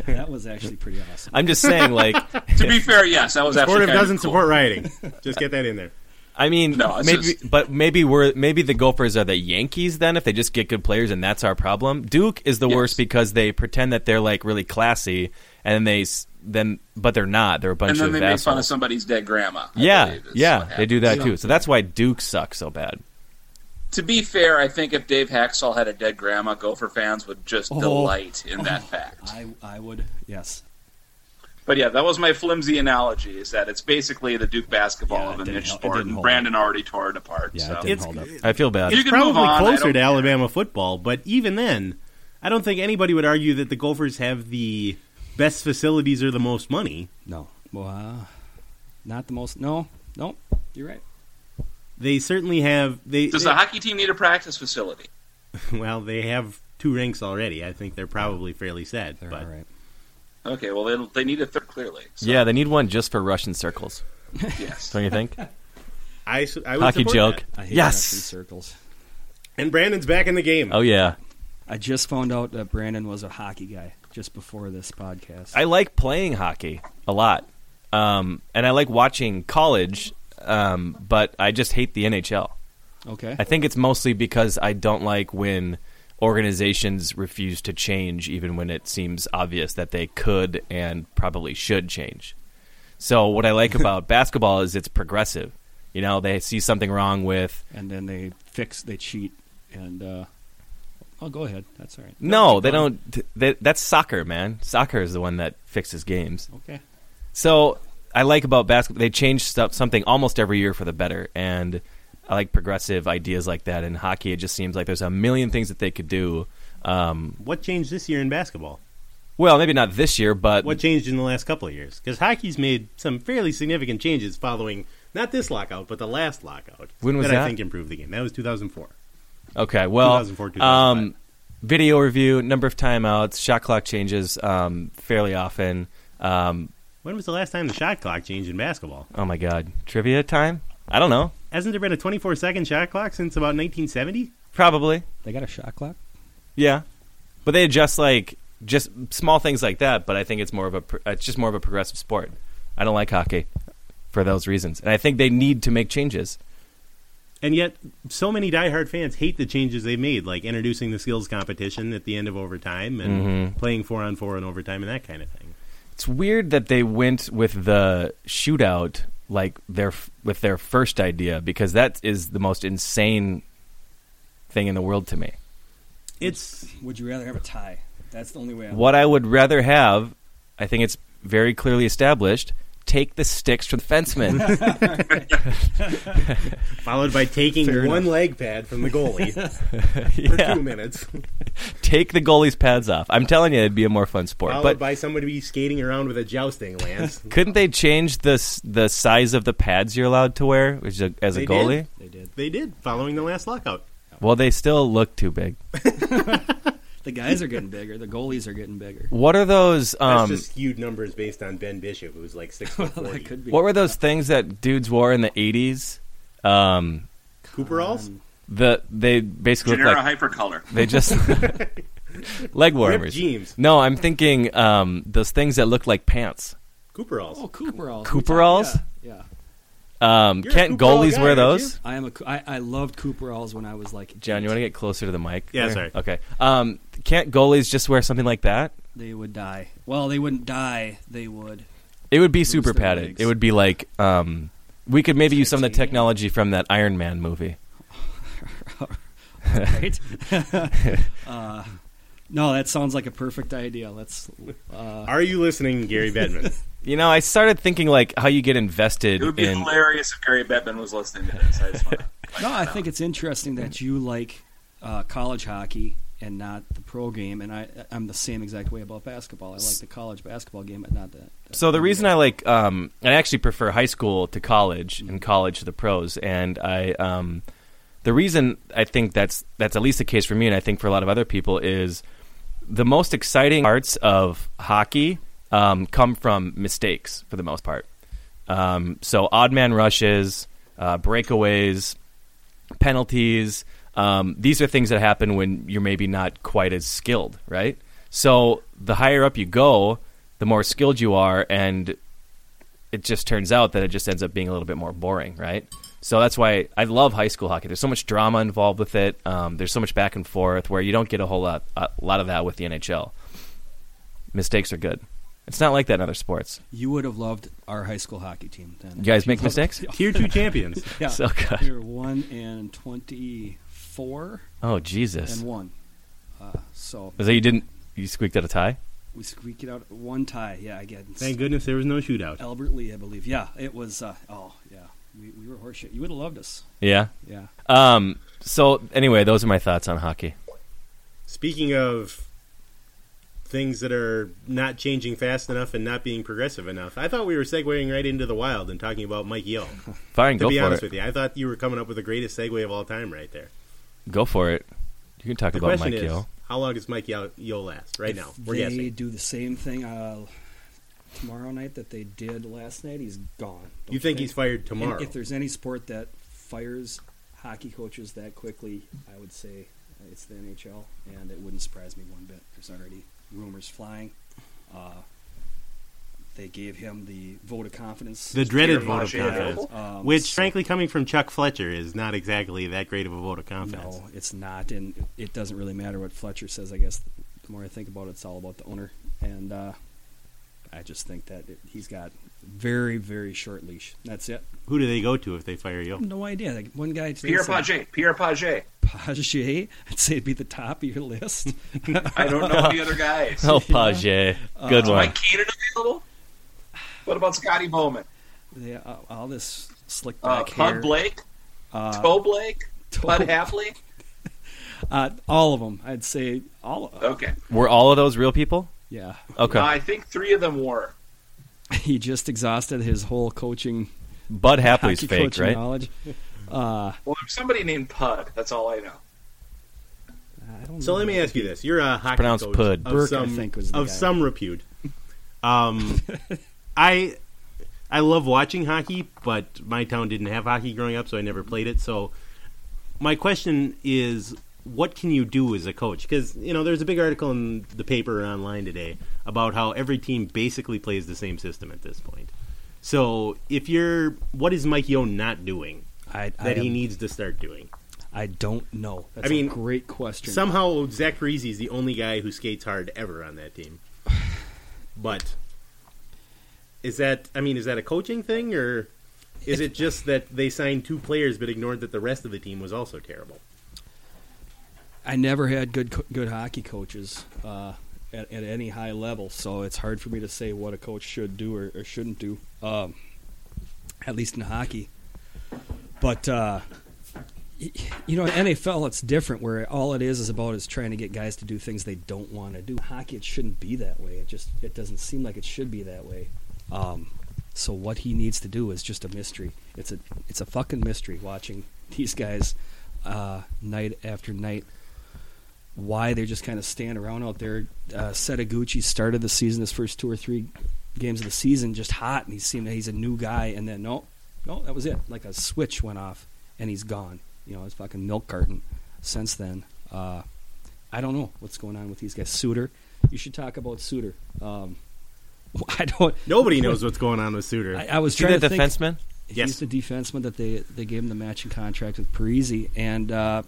Speaker 4: that was actually pretty awesome.
Speaker 3: I'm just saying, like,
Speaker 5: to be fair, yes, that was actually
Speaker 2: Supportive
Speaker 5: kind
Speaker 2: doesn't
Speaker 5: of cool.
Speaker 2: support rioting. Just get that in there.
Speaker 3: I mean,
Speaker 5: No, it's
Speaker 3: maybe,
Speaker 5: just-
Speaker 3: but maybe we're maybe the Gophers are the Yankees then if they just get good players and that's our problem. Duke is the
Speaker 5: Yes.
Speaker 3: worst because they pretend that they're like really classy and then they s- then but they're not. They're a bunch
Speaker 5: And then
Speaker 3: of
Speaker 5: they make
Speaker 3: assholes.
Speaker 5: fun of somebody's dead grandma. I
Speaker 3: yeah,
Speaker 5: believe is what
Speaker 3: yeah, they
Speaker 5: happened.
Speaker 3: do that
Speaker 4: Yeah.
Speaker 3: too. So that's why Duke sucks so bad.
Speaker 5: To be fair, I think if Dave Haxall had a dead grandma, Gopher fans would just
Speaker 4: Oh.
Speaker 5: delight in that fact.
Speaker 4: I I would yes.
Speaker 5: But yeah, that was my flimsy analogy. Is that it's basically the Duke basketball
Speaker 4: Yeah, it
Speaker 5: of a
Speaker 4: didn't
Speaker 5: niche
Speaker 4: hel- it
Speaker 5: sport,
Speaker 4: didn't
Speaker 5: and
Speaker 4: hold
Speaker 5: Brandon already tore it apart.
Speaker 4: Yeah,
Speaker 5: so.
Speaker 4: it didn't
Speaker 2: It's-
Speaker 4: hold up.
Speaker 3: I feel bad.
Speaker 5: You can move
Speaker 2: Probably
Speaker 5: on, I
Speaker 2: closer
Speaker 5: don't
Speaker 2: to
Speaker 5: care.
Speaker 2: Alabama football, but even then, I don't think anybody would argue that the Gophers have the best facilities or the most money.
Speaker 4: No, well, uh, not the most. No, no, you're right.
Speaker 2: They certainly have they,
Speaker 5: Does
Speaker 2: they-
Speaker 5: the hockey team need a practice facility?
Speaker 2: well, they have two rinks already. I think they're probably fairly set,
Speaker 4: They're
Speaker 2: but
Speaker 4: all right.
Speaker 5: Okay, well they, they need a third clearly. So,
Speaker 3: Yeah, they need one just for Russian circles.
Speaker 5: Yes.
Speaker 3: Don't you think?
Speaker 2: I, s- I would
Speaker 3: Hockey
Speaker 2: support
Speaker 3: joke.
Speaker 2: that.
Speaker 4: I hate
Speaker 3: Yes.
Speaker 4: Russian circles.
Speaker 2: And Brandon's back in the game.
Speaker 3: Oh yeah,
Speaker 4: I just found out that Brandon was a hockey guy just before this podcast.
Speaker 3: I like playing hockey a lot, um, and I like watching college, um, but I just hate the NHL.
Speaker 4: okay.
Speaker 3: I think it's mostly because I don't like when organizations refuse to change, even when it seems obvious that they could and probably should change. So what I like about basketball is it's progressive. You know, they see something wrong with
Speaker 4: and then they fix, they cheat, and uh, oh, go ahead. That's all right.
Speaker 3: no, they
Speaker 4: keep going.
Speaker 3: don't. th- They, that's soccer, man. Soccer is the one that fixes games.
Speaker 4: Okay.
Speaker 3: So I like about basketball. They change stuff something almost every year for the better, and I like progressive ideas like that. In hockey, it just seems like there's a million things that they could do. Um,
Speaker 2: What changed this year in basketball?
Speaker 3: well, maybe not this year, but
Speaker 2: What changed in the last couple of years? Because hockey's made some fairly significant changes following not this lockout, but the last lockout.
Speaker 3: When was
Speaker 2: I
Speaker 3: that?
Speaker 2: think improved the game. That was 2004.
Speaker 3: okay. Well,
Speaker 2: 2004, 2005.
Speaker 3: um, video review, number of timeouts, shot clock changes um, fairly often. Um,
Speaker 2: When was the last time the shot clock changed in basketball?
Speaker 3: Oh my god, trivia time? I don't know.
Speaker 2: Hasn't there been a 24 second shot clock since about 1970?
Speaker 3: Probably.
Speaker 6: They got a shot clock.
Speaker 3: Yeah, but they adjust like just small things like that. But I think it's more of a pro- it's just more of a progressive sport. I don't like hockey for those reasons, and I think they need to make changes.
Speaker 2: And yet, so many diehard fans hate the changes they made, like introducing the skills competition at the end of overtime and
Speaker 3: Mm-hmm.
Speaker 2: playing four on four in overtime and that kind of thing.
Speaker 3: It's weird that they went with the shootout like their with their first idea because that is the most insane thing in the world to me.
Speaker 2: It's
Speaker 4: Would you rather have a tie? That's the only way. I
Speaker 3: What I would rather have, I think it's very clearly established. Take the sticks from the fenceman.
Speaker 2: followed by taking one leg pad from the goalie for
Speaker 3: Yeah.
Speaker 2: two minutes,
Speaker 3: Take the goalie's pads off. I'm telling you, it'd be a more fun sport.
Speaker 2: followed
Speaker 3: but
Speaker 2: by somebody skating around with a jousting lance.
Speaker 3: Couldn't they change the s- the size of the pads you're allowed to wear, which is a, as
Speaker 2: They
Speaker 3: a
Speaker 2: did.
Speaker 3: goalie?
Speaker 6: They did.
Speaker 2: they did, following the last lockout.
Speaker 3: Well, they still look too big.
Speaker 4: The guys are getting bigger. The goalies are getting bigger.
Speaker 3: What are those?
Speaker 2: That's
Speaker 3: Um,
Speaker 2: just skewed numbers based on Ben Bishop, who's like six foot
Speaker 4: Well, that
Speaker 2: forty.
Speaker 4: could be.
Speaker 3: what were those things that dudes wore in the '80s? Um,
Speaker 2: Cooperalls,
Speaker 3: the they basically look
Speaker 5: Genera
Speaker 3: like
Speaker 5: hypercolor.
Speaker 3: they just
Speaker 2: ripped
Speaker 3: leg warmers.
Speaker 2: jeans,
Speaker 3: No, I'm thinking um, those things that look like pants.
Speaker 2: Cooperalls.
Speaker 6: Oh, Cooperalls.
Speaker 3: Cooperalls?
Speaker 6: Yeah. yeah.
Speaker 3: Um,
Speaker 2: You're a
Speaker 3: can't
Speaker 2: Cooperall
Speaker 3: goalies
Speaker 2: guy,
Speaker 3: wear
Speaker 2: aren't
Speaker 3: those?
Speaker 4: I am a. Coo- I, I loved Cooperalls when I was like.
Speaker 3: John, you want to get closer to the mic?
Speaker 2: Yeah,
Speaker 3: there?
Speaker 2: sorry.
Speaker 3: Okay. Um, can't goalies just wear something like that?
Speaker 4: They would die. Well, they wouldn't die. They would.
Speaker 3: It would be super
Speaker 4: their
Speaker 3: padded.
Speaker 4: legs.
Speaker 3: It would be like um, we could maybe use some of the technology from that Iron Man movie.
Speaker 4: Right. uh, no, that sounds like a perfect idea. Let's. Uh,
Speaker 2: Are you listening, Gary Bedman?
Speaker 3: You know, I started thinking like how you get invested
Speaker 5: It would be
Speaker 3: in.
Speaker 5: hilarious if Gary Bettman was listening to this. I just wanna,
Speaker 4: no, I think it's interesting that you like uh, college hockey and not the pro game, and I I'm the same exact way about basketball. I like the college basketball game, but not the. the
Speaker 3: So the reason I like, um, I actually prefer high school to college and college to the pros, and I, um, the reason I think that's that's at least the case for me, and I think for a lot of other people is the most exciting parts of hockey um, come from mistakes for the most part. Um, so odd man rushes, uh, breakaways, penalties. Um, these are things that happen when you're maybe not quite as skilled, right? So the higher up you go, the more skilled you are, and it just turns out that it just ends up being a little bit more boring, right? So that's why I love high school hockey. There's so much drama involved with it. Um, there's so much back and forth where you don't get a whole lot, a lot of that with the NHL. Mistakes are good. It's not like that in other sports.
Speaker 4: you would have loved our high school hockey team. Then
Speaker 3: You guys make mistakes?
Speaker 2: Tier two champions.
Speaker 4: Yeah.
Speaker 3: So good.
Speaker 4: We were one and twenty-four
Speaker 3: Oh Jesus!
Speaker 4: and one. Uh, so
Speaker 3: So you didn't? You squeaked out a tie?
Speaker 4: we squeaked it out one tie. Yeah, again.
Speaker 2: Thank goodness there was no shootout.
Speaker 4: Albert Lee, I believe. Yeah, it was. Uh, oh, yeah. We, we were horseshit. You would have loved us.
Speaker 3: Yeah.
Speaker 4: Yeah.
Speaker 3: Um. So anyway, those are my thoughts on hockey.
Speaker 2: Speaking of things that are not changing fast enough and not being progressive enough, I thought we were segueing right into the wild and talking about Mike Yo.
Speaker 3: Fine,
Speaker 2: To
Speaker 3: go
Speaker 2: be
Speaker 3: for
Speaker 2: honest
Speaker 3: it.
Speaker 2: with you, I thought you were coming up with the greatest segue of all time right there.
Speaker 3: Go for it. You can talk
Speaker 2: The
Speaker 3: about
Speaker 2: question is,
Speaker 3: Mike Yo.
Speaker 2: how long does Mike Yo, Yo last? Right now, we're
Speaker 4: they
Speaker 2: guessing.
Speaker 4: do the same thing uh, tomorrow night that they did last night. He's gone. Don't
Speaker 2: You think he's fired
Speaker 4: And
Speaker 2: tomorrow?
Speaker 4: If there's any sport that fires hockey coaches that quickly, I would say it's the NHL, and it wouldn't surprise me one bit. There's already rumors flying. Uh, they gave him the vote of confidence.
Speaker 2: the dreaded
Speaker 5: Pierre
Speaker 2: vote of
Speaker 5: Maché
Speaker 2: confidence,
Speaker 5: available?
Speaker 4: Um,
Speaker 2: which,
Speaker 4: so-
Speaker 2: frankly, coming from Chuck Fletcher, is not exactly that great of a vote of confidence.
Speaker 4: No, it's not, and it doesn't really matter what Fletcher says. I guess the more I think about it, it's all about the owner, and uh, I just think that it, he's got very, very short leash. That's it.
Speaker 2: Who do they go to if they fire Yo?
Speaker 4: No idea. Like one guy, today
Speaker 5: Pierre
Speaker 4: said
Speaker 5: Paget. Pierre Paget.
Speaker 4: Paget. I'd say it'd be the top of your list.
Speaker 5: I don't know any other guys.
Speaker 3: Oh, Paget.
Speaker 2: Uh,
Speaker 3: Good one.
Speaker 5: Mike Keenan available? What about Scotty Bowman?
Speaker 4: they, uh, all this slick
Speaker 5: Uh,
Speaker 4: back hair,
Speaker 5: Bud Blake? Toe Blake?
Speaker 4: Toe-
Speaker 5: Bud Hapley?
Speaker 4: uh, all of them. I'd say all. Of,
Speaker 5: Okay.
Speaker 3: Were all of those real people?
Speaker 4: Yeah,
Speaker 3: Okay.
Speaker 5: Uh, I think three of them were.
Speaker 4: he just exhausted his whole coaching,
Speaker 3: Bud Hapley's
Speaker 4: hockey
Speaker 3: fake,
Speaker 4: coaching
Speaker 3: right?
Speaker 4: knowledge. Uh,
Speaker 5: Well, there's somebody named Pud. That's all I know.
Speaker 4: I don't
Speaker 2: So
Speaker 4: know.
Speaker 2: let me ask you this: You're a hockey
Speaker 3: pronounced
Speaker 2: coach
Speaker 3: Pud.
Speaker 2: of
Speaker 4: Burke, I
Speaker 2: some
Speaker 4: think, was the
Speaker 2: of
Speaker 4: guy.
Speaker 2: some repute. Um, I I love watching hockey, but my town didn't have hockey growing up, so I never played it. So my question is, what can you do as a coach? Because you know, there's a big article in the paper or online today about how every team basically plays the same system at this point. So if you're, what is Mike Yo not doing
Speaker 4: I, I,
Speaker 2: that he
Speaker 4: am-
Speaker 2: needs to start doing?
Speaker 4: I don't know. That's
Speaker 2: mean,
Speaker 4: a great question.
Speaker 2: Somehow Zach Parise is the only guy who skates hard ever on that team. But is that I mean, is that a coaching thing or is it just that they signed two players but ignored that the rest of the team was also terrible?
Speaker 4: I never had good co- good hockey coaches uh, at, at any high level, so it's hard for me to say what a coach should do or, or shouldn't do. Um, at least in hockey, but uh, y- you know, in NFL it's different, where all it is is about is trying to get guys to do things they don't want to do. Hockey, it shouldn't be that way. It just it doesn't seem like it should be that way. Um, so what he needs to do is just a mystery. It's a it's a fucking mystery watching these guys uh, night after night why they just kind of stand around out there. Uh, Setaguchi started the season, his first two or three games of the season, just hot, and he seemed that he's a new guy. And then no, no, that was it. Like a switch went off, and he's gone. You know, his fucking milk carton. Since then, uh, I don't know what's going on with these guys. Suter, you should talk about Suter. Um, I don't.
Speaker 2: Nobody knows what's going on with Suter.
Speaker 4: I, I was
Speaker 3: See
Speaker 4: trying
Speaker 3: the
Speaker 4: to think.
Speaker 3: defenseman?
Speaker 2: Yes.
Speaker 4: He's the defenseman that they they gave him the matching contract with Parisi, and uh,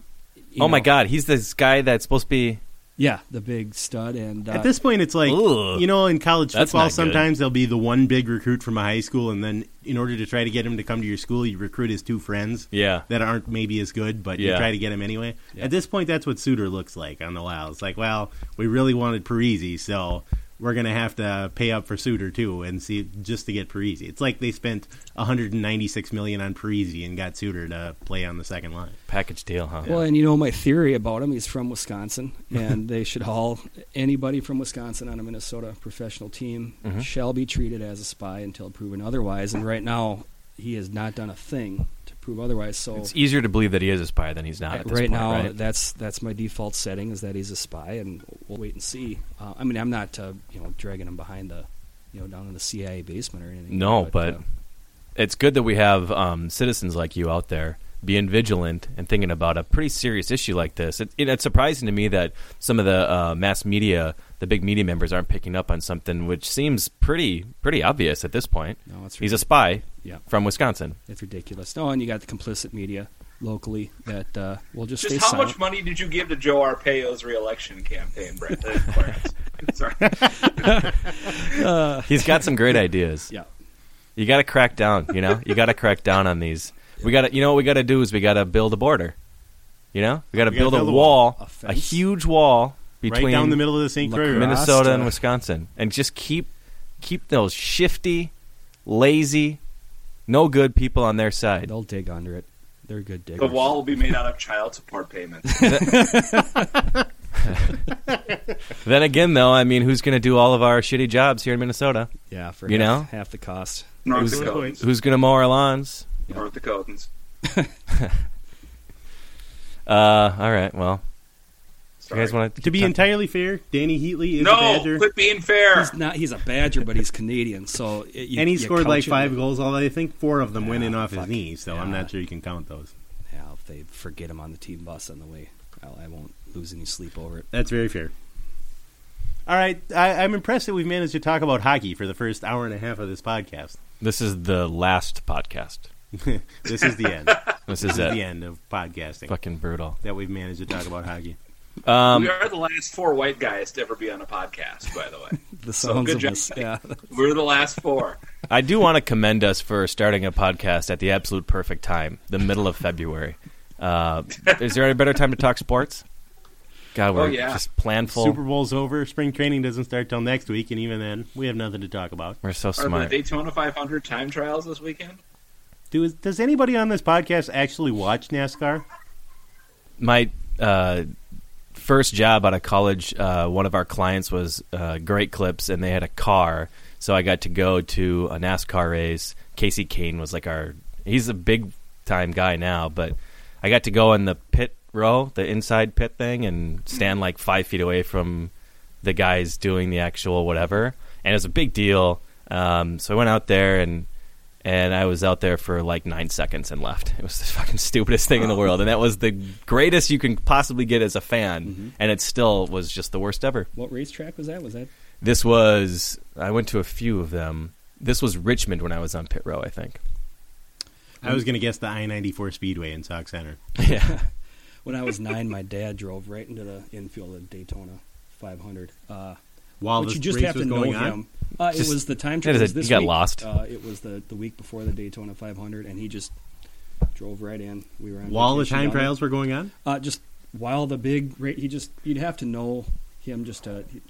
Speaker 4: you
Speaker 3: Oh my
Speaker 4: know,
Speaker 3: God, he's this guy that's supposed to be.
Speaker 4: yeah, the big stud. And uh,
Speaker 2: At this point, it's like
Speaker 3: Ugh.
Speaker 2: you know, in college
Speaker 3: That's
Speaker 2: football,
Speaker 3: not good.
Speaker 2: sometimes there'll be the one big recruit from a high school, and then in order to try to get him to come to your school, you recruit his two friends
Speaker 3: Yeah.
Speaker 2: that aren't maybe as good, but you
Speaker 3: Yeah.
Speaker 2: try to get him anyway. At this point, that's what Suter looks like on the Wild. It's like, well, we really wanted Parisi, so we're gonna have to pay up for Suter too, and see just to get Parisi. It's like they spent 196 million on Parisi and got Suter to play on the second line.
Speaker 3: Package deal, huh?
Speaker 4: Well, and you know my theory about him. He's from Wisconsin, and they should haul anybody from Wisconsin on a Minnesota professional team
Speaker 3: Mm-hmm.
Speaker 4: shall be treated as a spy until proven otherwise. And right now, he has not done a thing to prove otherwise. So
Speaker 3: It's easier to believe that he is a spy than he's not at
Speaker 4: right
Speaker 3: this point,
Speaker 4: now,
Speaker 3: right?
Speaker 4: that's that's my default setting is that he's a spy, and we'll wait and see. Uh, I mean, I'm not uh, you know dragging him behind the you know down in the CIA basement or anything.
Speaker 3: No, but
Speaker 4: uh,
Speaker 3: it's good that we have um, citizens like you out there being vigilant and thinking about a pretty serious issue like this. It, it, it's surprising to me that some of the uh, mass media, the big media members, aren't picking up on something which seems pretty pretty obvious at this point.
Speaker 4: No, it's
Speaker 3: He's a spy
Speaker 4: Yeah.
Speaker 3: from Wisconsin.
Speaker 4: it's ridiculous. No, and you got the complicit media locally that uh, will just,
Speaker 5: Just
Speaker 4: stay
Speaker 5: how
Speaker 4: silent.
Speaker 5: much money did you give to Joe Arpaio's reelection campaign, Brett? That's Clarence. Sorry.
Speaker 3: He's got some great ideas.
Speaker 4: yeah.
Speaker 3: You got to crack down. You know, you got to crack down on these. We got to. You know what we got to do is we got to build a border. You know, we got to
Speaker 2: We gotta
Speaker 3: build a
Speaker 2: build a
Speaker 3: wall,
Speaker 4: wall.
Speaker 3: a,
Speaker 4: A fence.
Speaker 3: huge wall between
Speaker 2: right down the middle of the St. Croix. River.
Speaker 4: Lacrosse.
Speaker 3: Minnesota and
Speaker 4: Asta.
Speaker 3: Wisconsin, and just keep keep those shifty, lazy, no good people on their side.
Speaker 4: They'll dig under it. They're good diggers.
Speaker 5: The wall will be made out of child support payments.
Speaker 3: Then again, though, I mean, who's going to do all of our shitty jobs here in Minnesota?
Speaker 4: Yeah, for
Speaker 3: You
Speaker 4: half,
Speaker 3: know?
Speaker 4: half the cost.
Speaker 5: North
Speaker 3: Who's-
Speaker 5: Dakotans.
Speaker 3: Who's going to mow our lawns?
Speaker 5: North Dakotans.
Speaker 3: Uh, all right, well,
Speaker 5: Sorry.
Speaker 3: you guys want
Speaker 2: To be entirely fair, Danny Heatley is a
Speaker 5: no,
Speaker 2: Badger.
Speaker 5: quit being fair.
Speaker 4: He's not. He's a Badger, but he's Canadian. So it, you,
Speaker 2: and he
Speaker 4: you
Speaker 2: scored
Speaker 4: couch
Speaker 2: like
Speaker 4: it-
Speaker 2: five goals, although I think four of them went in off his
Speaker 4: fuck.
Speaker 2: knees, so I'm
Speaker 4: Yeah.
Speaker 2: not sure you can count those.
Speaker 4: Yeah, if they forget him on the team bus on the way, I, I won't lose any sleep over it.
Speaker 2: That's very fair. All right, I, I'm impressed that we've managed to talk about hockey for the first hour and a half of this podcast.
Speaker 3: This is the last podcast.
Speaker 2: This is the end. this
Speaker 3: This is
Speaker 2: is the
Speaker 3: it.
Speaker 2: end of podcasting
Speaker 3: Fucking brutal.
Speaker 2: that we've managed to talk about hockey.
Speaker 3: Um,
Speaker 5: we are the last four white guys to ever be on a podcast, by the way.
Speaker 4: The
Speaker 5: So,
Speaker 4: sounds
Speaker 5: good
Speaker 4: of
Speaker 5: job.
Speaker 4: this. Yeah.
Speaker 5: We're the last four.
Speaker 3: I do want to commend us for starting a podcast at the absolute perfect time, the middle of February. Uh, is there a better time to talk sports? God, we're
Speaker 5: Oh, yeah.
Speaker 3: just planful.
Speaker 2: Super Bowl's over. Spring training doesn't start till next week, and even then, we have nothing to talk about.
Speaker 3: We're so
Speaker 5: Are the
Speaker 3: smart.
Speaker 5: Daytona 500 time trials this weekend?
Speaker 2: Do, does anybody on this podcast actually watch NASCAR?
Speaker 3: My uh, first job out of college, uh, one of our clients was uh, Great Clips, and they had a car, so I got to go to a NASCAR race. Casey Kane was like our. He's a big time guy now, but I got to go in the pit row, the inside pit thing, and stand like five feet away from the guys doing the actual whatever. And it was a big deal. Um, so I went out there and and I was out there for like nine seconds and left. It was the fucking stupidest thing in the world, and that was the greatest you can possibly get as a fan,
Speaker 2: Mm-hmm.
Speaker 3: and it still was just the worst ever.
Speaker 4: What racetrack was that? Was that
Speaker 3: This was I went to a few of them. This was Richmond when I was on pit row, I think.
Speaker 2: I was going to guess the I 94 Speedway in Sauk Center.
Speaker 3: yeah,
Speaker 4: when I was nine? My dad drove right into the infield of Daytona 500. Uh,
Speaker 2: While
Speaker 4: but
Speaker 2: this
Speaker 4: you just
Speaker 2: race
Speaker 4: have
Speaker 2: was
Speaker 4: to know
Speaker 2: going on.
Speaker 4: him. Uh, it
Speaker 3: Just-
Speaker 4: was the time
Speaker 3: it
Speaker 4: trial.
Speaker 3: is a-
Speaker 4: It was this
Speaker 3: you got
Speaker 4: week.
Speaker 3: lost.
Speaker 4: Uh, it was the, the week before the Daytona 500, and he just drove right in. We were on
Speaker 2: While the
Speaker 4: vacation
Speaker 2: time
Speaker 4: down there.
Speaker 2: trials were going on,
Speaker 4: Uh, just while the big rate, he just you'd have to know him just to. he-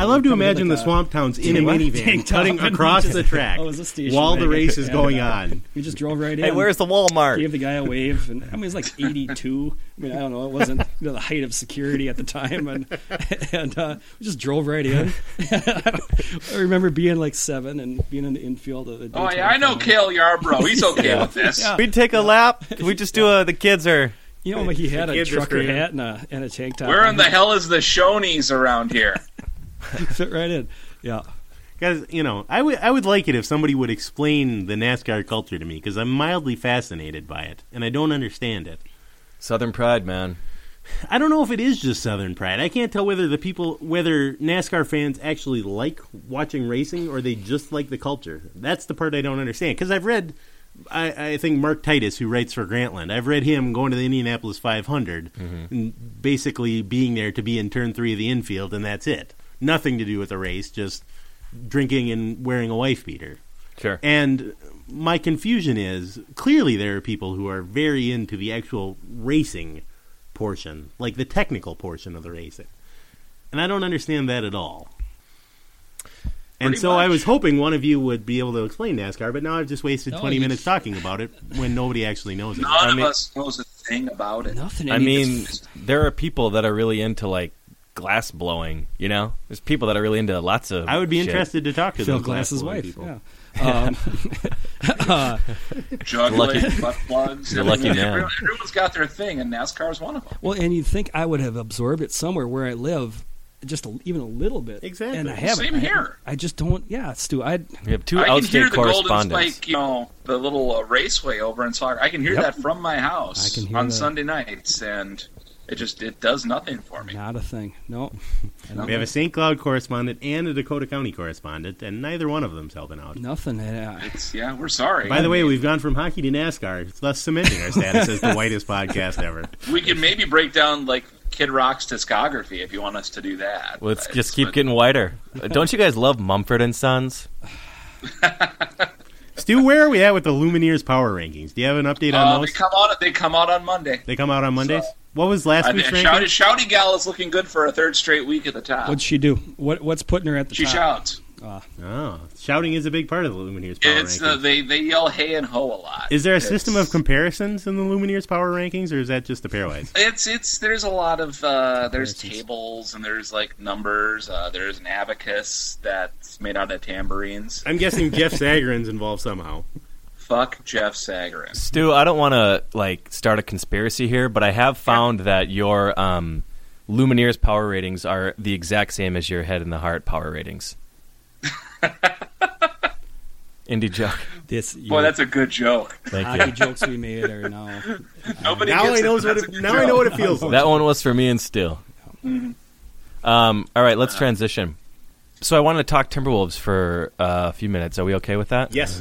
Speaker 2: I love to
Speaker 4: Coming with,
Speaker 2: imagine the
Speaker 4: uh,
Speaker 2: Swamp Towns in a
Speaker 4: tank-
Speaker 2: minivan
Speaker 4: tank top
Speaker 2: cutting
Speaker 4: and
Speaker 2: across
Speaker 4: just-
Speaker 2: the track
Speaker 4: Oh, is this the issue?
Speaker 2: while the
Speaker 4: Right.
Speaker 2: race is
Speaker 4: Yeah.
Speaker 2: going on.
Speaker 4: He just drove right in.
Speaker 3: Hey, where's the Walmart?
Speaker 4: Gave the guy a wave, and I mean, he's like 82. I mean, I don't know. It wasn't you know, the height of security at the time, and and uh, we just drove right in. I remember being like seven and being in the infield. Of the
Speaker 5: Oh,
Speaker 4: Daytona
Speaker 5: yeah, I know
Speaker 4: 500.
Speaker 5: Kale Yarbrough. He's okay with this.
Speaker 4: Yeah.
Speaker 3: We'd take a lap. We just do a. The kids are.
Speaker 4: You know, he had a
Speaker 2: kids are
Speaker 4: trucker
Speaker 2: screaming.
Speaker 4: hat and a, and a tank top.
Speaker 5: Where in the hell is the Shoney's around here?
Speaker 4: fit right in? Yeah,
Speaker 2: Because you know, I would I would like it if somebody would explain the NASCAR culture to me because I'm mildly fascinated by it and I don't understand it.
Speaker 3: Southern pride, man.
Speaker 2: I don't know if it is just Southern pride. I can't tell whether the people whether NASCAR fans actually like watching racing or they just like the culture. That's the part I don't understand because I've read. I, I think Mark Titus, who writes for Grantland, I've read him going to the Indianapolis 500 and basically being there to be in turn three of the infield, and that's it. Nothing to do with the race, just drinking and wearing a wife beater.
Speaker 3: Sure.
Speaker 2: And my confusion is clearly there are people who are very into the actual racing portion, like the technical portion of the racing. And I don't understand that at all. And
Speaker 5: Pretty
Speaker 2: so I
Speaker 5: much.
Speaker 2: was hoping one of you would be able to explain NASCAR, but now I've just wasted
Speaker 4: No,
Speaker 2: 20
Speaker 4: you-
Speaker 2: minutes talking about it when nobody actually knows it.
Speaker 5: None
Speaker 3: I mean-
Speaker 5: of us knows a thing about it.
Speaker 4: nothing.
Speaker 3: I mean, there are people that are really into like glass blowing. You know, there's people that are really into lots of.
Speaker 2: I would be
Speaker 3: shit.
Speaker 2: interested to talk to
Speaker 4: Phil
Speaker 2: those
Speaker 4: Glass's
Speaker 2: Glass-blowing people.
Speaker 4: wife. Yeah. Um, uh,
Speaker 5: Juggling,
Speaker 3: Lucky-
Speaker 5: butt plugs.
Speaker 3: You're lucky
Speaker 5: everything.
Speaker 3: man.
Speaker 5: Everyone, everyone's got their thing, and NASCAR's one of them.
Speaker 4: well, and you'd think I would have absorbed it somewhere where I live, just a, even a little bit.
Speaker 2: Exactly.
Speaker 4: And I haven't.
Speaker 5: Same
Speaker 4: I-
Speaker 5: here.
Speaker 4: I just don't. Yeah, Stu. I
Speaker 3: We have two
Speaker 5: I can hear
Speaker 3: outstate
Speaker 5: the Golden
Speaker 3: correspondents.
Speaker 5: Spike, you know, the little uh, raceway over in Sauk. I can hear
Speaker 4: Yep.
Speaker 5: that from my
Speaker 4: I
Speaker 5: house
Speaker 4: can hear
Speaker 5: on
Speaker 4: that.
Speaker 5: Sunday nights, and it just it does nothing for me.
Speaker 4: not a thing. No. I don't-
Speaker 2: We have a St. Cloud correspondent and a Dakota County correspondent, and neither one of them's helping out.
Speaker 4: Nothing. Uh,
Speaker 5: It's yeah, we're sorry.
Speaker 2: By the way, we've gone from hockey to NASCAR, thus cementing our status as the whitest podcast ever.
Speaker 5: we can maybe break down like Kid Rock's discography if you want us to do that.
Speaker 3: Let's
Speaker 5: But-
Speaker 3: just keep
Speaker 5: but-
Speaker 3: getting whiter. Uh, Don't you guys love Mumford and Sons?
Speaker 2: Stu, where are we at with the Lumineers power rankings? Do you have an update on
Speaker 5: Uh, they
Speaker 2: those?
Speaker 5: come out. They come out on Monday.
Speaker 2: they come out on Mondays.
Speaker 5: So-
Speaker 2: what was last
Speaker 5: I
Speaker 2: week's
Speaker 5: think
Speaker 2: ranking?
Speaker 5: Shouty, Shouty Gal is looking good for a third straight week at the top.
Speaker 4: what'd she do? What What's putting her at the
Speaker 5: she
Speaker 4: top?
Speaker 5: shouts.
Speaker 2: oh, shouting is a big part of the Lumineers power
Speaker 5: It's the,
Speaker 2: rankings.
Speaker 5: they they yell hey and ho a lot.
Speaker 2: is there a
Speaker 5: It's-
Speaker 2: system of comparisons in the Lumineers power rankings, or is that just the pairwise?
Speaker 5: It's it's there's a lot of uh, there's tables and there's like numbers. Uh, there's an abacus that's made out of tambourines.
Speaker 2: I'm guessing Jeff Sagarin's involved somehow.
Speaker 5: Fuck Jeff Sagarin.
Speaker 3: Stu, I don't want to like start a conspiracy here, but I have found that your um, Lumineers power ratings are the exact same as your head and the heart power ratings. Indie joke.
Speaker 4: This.
Speaker 5: Boy,
Speaker 4: your
Speaker 5: that's a good joke.
Speaker 3: Thank
Speaker 4: hockey
Speaker 3: you.
Speaker 4: jokes we made are now.
Speaker 5: Nobody
Speaker 2: Now
Speaker 5: gets
Speaker 2: I
Speaker 5: it,
Speaker 2: knows
Speaker 5: but
Speaker 2: what
Speaker 5: that's
Speaker 2: it,
Speaker 5: a good
Speaker 2: now I know
Speaker 5: joke.
Speaker 2: what it feels like.
Speaker 3: That one was for me and Stu. Um, all right, let's transition. So I wanted to talk Timberwolves for uh, a few minutes. Are we okay with that?
Speaker 2: Yes,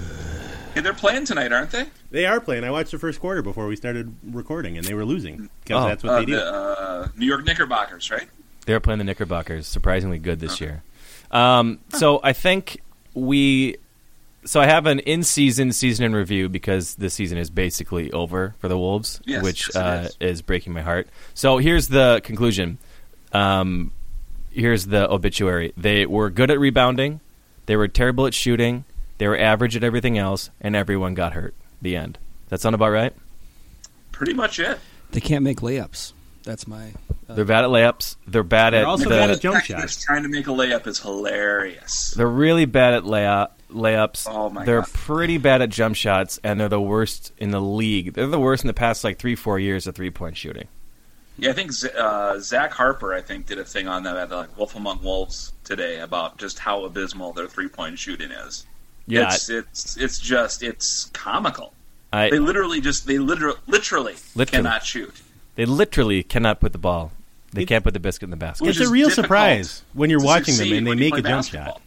Speaker 5: Hey, they're playing tonight, aren't they?
Speaker 2: they are playing. I watched the first quarter before we started recording, and they were losing because
Speaker 3: Oh.
Speaker 2: that's what
Speaker 5: Uh,
Speaker 2: they do.
Speaker 5: the uh, New York Knickerbockers, right?
Speaker 3: They're playing the Knickerbockers, surprisingly good this year. Um, so I think we. So I have an in-season season in review because the season is basically over for the Wolves,
Speaker 5: Yes,
Speaker 3: which
Speaker 5: yes, it
Speaker 3: uh,
Speaker 5: is.
Speaker 3: is breaking my heart. So here's the conclusion. Um, here's the obituary. They were good at rebounding. They were terrible at shooting. They were average at everything else, and everyone got hurt. The end. That sound about right?
Speaker 5: Pretty much it.
Speaker 4: They can't make layups. That's my.
Speaker 3: They're bad at layups. They're bad
Speaker 2: They're
Speaker 3: at
Speaker 2: also
Speaker 3: the-
Speaker 2: bad at jump
Speaker 5: Texas
Speaker 2: shots.
Speaker 5: Trying to make a layup is hilarious.
Speaker 3: They're really bad at layup, layups.
Speaker 5: Oh, my
Speaker 3: they're
Speaker 5: God.
Speaker 3: pretty bad at jump shots, and they're the worst in the league. They're the worst in the past like three, four years of three point shooting.
Speaker 5: Yeah, I think Z- uh, Zach Harper, I think, did a thing on that, like Wolf Among Wolves today about just how abysmal their three point shooting is.
Speaker 3: Yeah,
Speaker 5: it's it's, it's just it's comical.
Speaker 3: I,
Speaker 5: they literally just they literally literally,
Speaker 3: Literally.
Speaker 5: cannot shoot.
Speaker 3: they literally cannot put the ball. They can't put the biscuit in the basket.
Speaker 5: Which
Speaker 2: It's a
Speaker 5: is
Speaker 2: real
Speaker 5: difficult
Speaker 2: surprise when you're
Speaker 5: to
Speaker 2: watching them
Speaker 5: succeed
Speaker 2: and they
Speaker 5: when you
Speaker 2: make
Speaker 5: play
Speaker 2: a jump
Speaker 5: basketball.
Speaker 2: shot.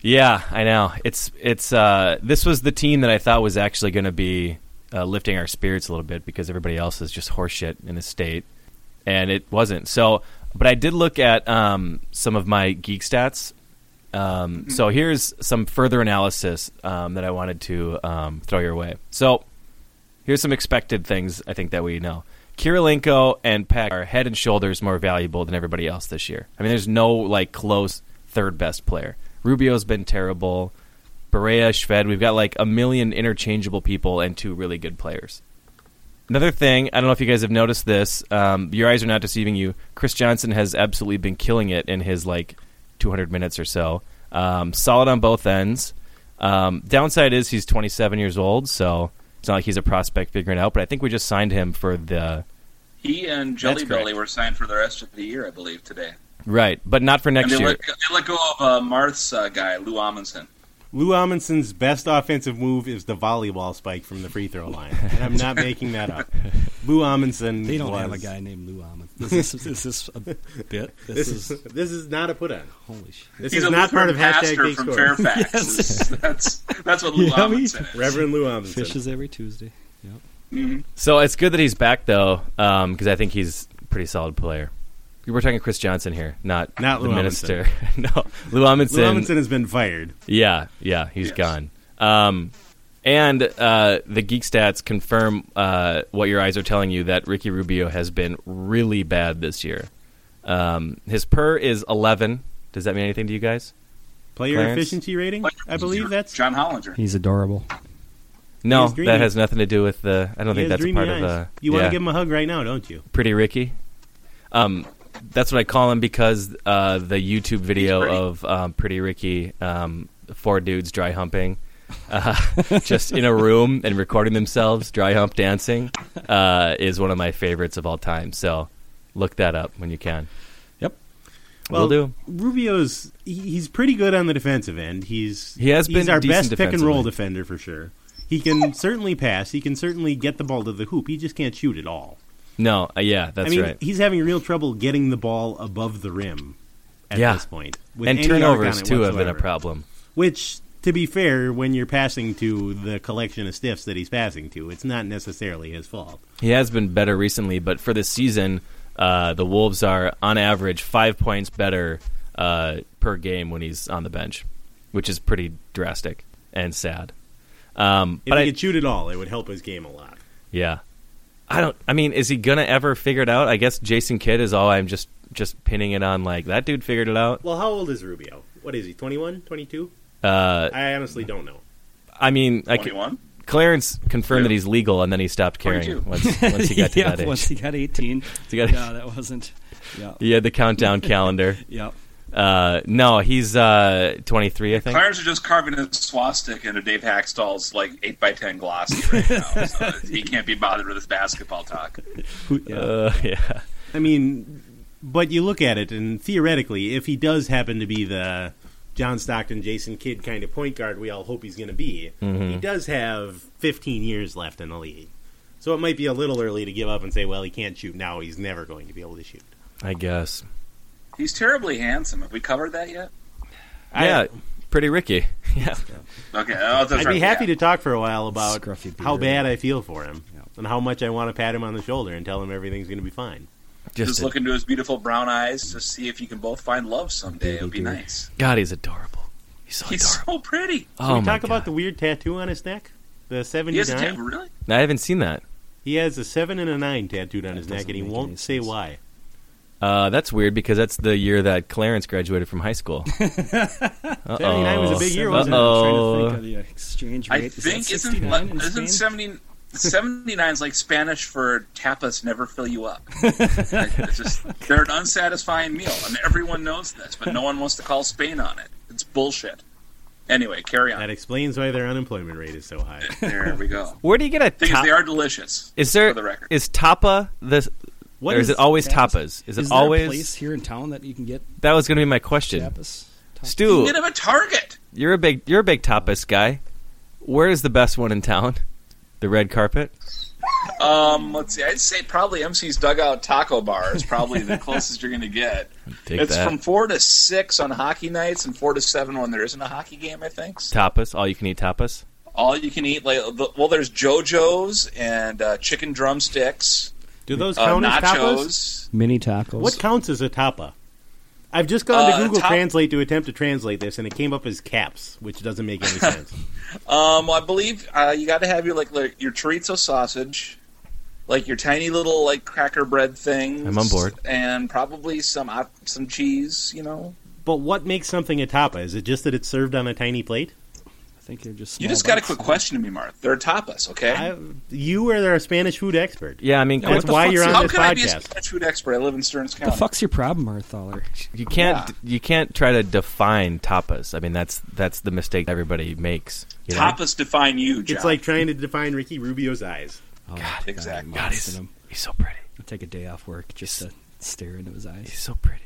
Speaker 3: Yeah, I know. It's it's uh this was the team that I thought was actually going to be uh, lifting our spirits a little bit because everybody else is just horseshit in the state, and it wasn't. So, but I did look at um, some of my geek stats. Um, so here's some further analysis um, that I wanted to um, throw your way. So here's some expected things I think that we know. Kirilenko and Peck are head and shoulders more valuable than everybody else this year. I mean, there's no like close third best player. Rubio's been terrible. Berea, Shved, we've got like a million interchangeable people and two really good players. Another thing, I don't know if you guys have noticed this. Um, your eyes are not deceiving you. Chris Johnson has absolutely been killing it in his like 200 minutes or so. Um, solid on both ends. Um, downside is he's 27 years old, so it's not like he's a prospect figuring it out. But I think we just signed him for the
Speaker 5: He and Jelly
Speaker 3: That's
Speaker 5: Belly
Speaker 3: correct.
Speaker 5: were signed for the rest of the year, I believe, today.
Speaker 3: right, but not for
Speaker 5: And
Speaker 3: next
Speaker 5: they
Speaker 3: year.
Speaker 5: let, they let go of uh, Marth's uh, guy, Lou Amundsen.
Speaker 2: Lou Amundsen's best offensive move is the volleyball spike from the free throw line. And I'm not making that up. Lou Amundsen.
Speaker 6: They don't
Speaker 2: was,
Speaker 6: have a guy named Lou Almond. Is this, is this a bit? This,
Speaker 2: This is
Speaker 6: is,
Speaker 2: this is not a put on.
Speaker 6: holy shit.
Speaker 2: This
Speaker 5: He's
Speaker 2: is
Speaker 5: a
Speaker 2: not part of
Speaker 5: Lutheran
Speaker 2: hashtag
Speaker 5: pastor
Speaker 2: Big
Speaker 5: from
Speaker 2: Score.
Speaker 5: Fairfax.
Speaker 6: Yes.
Speaker 5: that's that's what Lou
Speaker 6: Yeah, I mean-
Speaker 5: Amundsen is.
Speaker 2: Reverend Lou Amundsen.
Speaker 6: Fishes every Tuesday. Yep.
Speaker 3: So it's good that he's back though, because I think he's a pretty solid player. We're talking Chris Johnson here, not
Speaker 2: Not
Speaker 3: the
Speaker 2: Lou
Speaker 3: minister. no, Lou Amundsen.
Speaker 2: Lou Amundsen has been fired.
Speaker 3: Yeah, yeah, he's
Speaker 5: Yes.
Speaker 3: gone. Um, and uh, the geek stats confirm uh, what your eyes are telling you that Ricky Rubio has been really bad this year. Um, his per is 11. Does that mean anything to you guys?
Speaker 2: Player
Speaker 3: Clarence?
Speaker 2: efficiency rating? I believe that's
Speaker 5: John Hollinger.
Speaker 6: He's adorable.
Speaker 3: No,
Speaker 2: He's dreamy.
Speaker 3: that has nothing to do with the. I don't
Speaker 2: he
Speaker 3: think
Speaker 2: has
Speaker 3: that's a
Speaker 2: dreamy
Speaker 3: part
Speaker 2: eyes.
Speaker 3: of the.
Speaker 2: You want
Speaker 3: yeah.
Speaker 2: to give him a hug right now, don't you?
Speaker 3: Pretty Ricky. Um, that's what I call him because uh, the YouTube video
Speaker 5: pretty.
Speaker 3: of um, Pretty Ricky, um, four dudes dry humping, uh, just in a room and recording themselves dry hump dancing, uh, is one of my favorites of all time. So look that up when you can.
Speaker 6: Yep.
Speaker 3: Will do.
Speaker 2: Rubio's he- he's pretty good on the defensive end. He's
Speaker 3: He has
Speaker 2: he's
Speaker 3: been
Speaker 2: our
Speaker 3: decent
Speaker 2: best pick and roll
Speaker 3: defensively.
Speaker 2: defender for sure. He can certainly pass. He can certainly get the ball to the hoop. He just can't shoot at all.
Speaker 3: No, uh, yeah, that's
Speaker 2: I mean,
Speaker 3: right.
Speaker 2: he's having real trouble getting the ball above the rim at
Speaker 3: Yeah.
Speaker 2: this point. with
Speaker 3: And
Speaker 2: any arc on
Speaker 3: turnovers
Speaker 2: it
Speaker 3: too have been a
Speaker 2: whatsoever.
Speaker 3: problem.
Speaker 2: Which, to be fair, when you're passing to the collection of stiffs that he's passing to, it's not necessarily his fault.
Speaker 3: He has been better recently, but for this season, uh, the Wolves are on average five points better uh, per game when he's on the bench, which is pretty drastic and sad. Um,
Speaker 2: If
Speaker 3: but
Speaker 2: he
Speaker 3: I,
Speaker 2: could shoot at all, it would help his game a lot.
Speaker 3: yeah, I don't. I mean, is he gonna ever figure it out? I guess Jason Kidd is all I'm just just pinning it on. Like that dude figured it out.
Speaker 2: Well, how old is Rubio? What is he? 21, 22?
Speaker 3: Uh,
Speaker 2: I honestly don't know.
Speaker 3: I mean, I c-
Speaker 5: 21.
Speaker 3: Clarence confirmed that he's legal, and then he stopped caring
Speaker 5: 22.
Speaker 3: once, once he got to
Speaker 6: yeah,
Speaker 3: that age.
Speaker 6: once he got 18.
Speaker 3: He got-
Speaker 6: yeah, that wasn't. Yeah.
Speaker 3: He had the countdown calendar.
Speaker 6: Yeah.
Speaker 3: Uh, no, he's uh, 23, I think.
Speaker 5: Clarence is just carving a swastika into Dave Hackstall's like eight by ten glossy right now. so he can't be bothered with his basketball talk.
Speaker 6: Who- yeah.
Speaker 3: Uh, yeah.
Speaker 2: I mean, but you look at it, and theoretically, if he does happen to be the John Stockton, Jason Kidd kind of point guard we all hope he's going to be,
Speaker 3: Mm-hmm.
Speaker 2: he does have 15 years left in the league. So it might be a little early to give up and say, well, he can't shoot now. He's never going to be able to shoot.
Speaker 3: I guess.
Speaker 5: He's terribly handsome. Have we covered that yet?
Speaker 3: yeah, pretty Ricky. Yeah,
Speaker 5: Okay, oh, that's
Speaker 2: I'd be
Speaker 5: right,
Speaker 2: happy
Speaker 5: yeah.
Speaker 2: to talk for a while about
Speaker 6: Scruffy
Speaker 2: how
Speaker 6: beard.
Speaker 2: bad I feel for him and how much I want to pat him on the shoulder and tell him everything's going to be fine.
Speaker 3: just
Speaker 5: Just
Speaker 3: a-
Speaker 5: look into his beautiful brown eyes to see if you can both find love someday. It would be nice.
Speaker 3: God, he's adorable. He's so
Speaker 5: He's
Speaker 3: adorable.
Speaker 5: so pretty.
Speaker 2: Can
Speaker 3: oh
Speaker 2: we
Speaker 3: my
Speaker 2: talk about the
Speaker 3: God.
Speaker 2: weird tattoo on his neck? The
Speaker 5: He has a
Speaker 2: 79?
Speaker 5: ta- really.
Speaker 3: I haven't seen that.
Speaker 2: He has a seven and a nine tattooed on his neck,
Speaker 6: doesn't
Speaker 2: and he
Speaker 6: make
Speaker 2: won't
Speaker 6: any
Speaker 2: say
Speaker 6: sense.
Speaker 2: why.
Speaker 3: Uh, that's weird because that's the year that Clarence graduated from high school.
Speaker 2: Seventy-nine was a big year, wasn't it?
Speaker 3: Uh-oh.
Speaker 6: I'm trying to think of the exchange rate.
Speaker 5: I
Speaker 6: Is that
Speaker 5: think isn't
Speaker 6: 69
Speaker 5: le-
Speaker 6: in
Speaker 5: isn't
Speaker 6: Spain?
Speaker 5: 70, 79 is like Spanish for tapas never fill you up. it's just they're an unsatisfying meal, and everyone knows this, but no one wants to call Spain on it. It's bullshit. Anyway, carry
Speaker 2: That
Speaker 5: on.
Speaker 2: explains why their unemployment rate is so high.
Speaker 5: There we go.
Speaker 3: Where do you get a
Speaker 5: Thing is, they
Speaker 3: ta-
Speaker 5: are delicious.
Speaker 3: Is there
Speaker 5: for the record?
Speaker 3: is tapa the
Speaker 4: What
Speaker 3: or is it always tapas? Is it
Speaker 4: there
Speaker 3: always-
Speaker 4: a place here in town that you can get
Speaker 3: That was going to be my question.
Speaker 4: tapas? Tapas?
Speaker 3: Stu,
Speaker 5: You get him a target.
Speaker 3: you're a big you're a big tapas guy. Where is the best one in town? The red carpet.
Speaker 5: Um, let's see. I'd say probably MC's Dugout Taco Bar is probably the closest you're going to get.
Speaker 3: Take
Speaker 5: it's
Speaker 3: that.
Speaker 5: from four to six on hockey nights and four to seven when there isn't a hockey game. I think
Speaker 3: tapas, all you can eat tapas.
Speaker 5: all you can eat. Like the- well, there's JoJo's and uh, chicken drumsticks,
Speaker 2: Do those
Speaker 5: uh,
Speaker 2: count as tapas?
Speaker 5: nachos.
Speaker 4: mini tacos.
Speaker 2: What counts as a tapa? I've just gone
Speaker 5: Uh,
Speaker 2: to Google
Speaker 5: tap-
Speaker 2: Translate to attempt to translate this, and it came up as caps, which doesn't make any sense.
Speaker 5: Um, I believe uh, you got to have your like, like, your chorizo sausage, like your tiny little like cracker bread things.
Speaker 3: I'm on board.
Speaker 5: and probably some op- some cheese. You know,
Speaker 2: but what makes something a tapa? Is it just that it's served on a tiny plate?
Speaker 4: I think they're just.
Speaker 5: you
Speaker 4: small
Speaker 5: just got a
Speaker 4: bites.
Speaker 5: quick question to me, Mark. They're tapas, okay?
Speaker 2: I, you are our Spanish food expert.
Speaker 3: Yeah, I mean,
Speaker 4: Yeah,
Speaker 3: what
Speaker 2: That's
Speaker 3: the
Speaker 2: why
Speaker 3: fuck-
Speaker 2: you're
Speaker 5: How
Speaker 2: on this
Speaker 5: can I be a
Speaker 2: podcast.
Speaker 5: Spanish food expert? I live in Stearns
Speaker 4: The
Speaker 5: County.
Speaker 4: fuck's your problem, Marthaler?
Speaker 3: you can't
Speaker 5: Yeah.
Speaker 3: you can't try to define tapas. I mean, that's that's the mistake everybody makes. you know?
Speaker 5: Tapas define you, John.
Speaker 2: It's like trying to define Ricky Rubio's eyes.
Speaker 4: Oh, God,
Speaker 5: exactly.
Speaker 4: God, he's-
Speaker 3: He's so pretty.
Speaker 4: I take a day off work just to stare into his eyes.
Speaker 3: He's so pretty.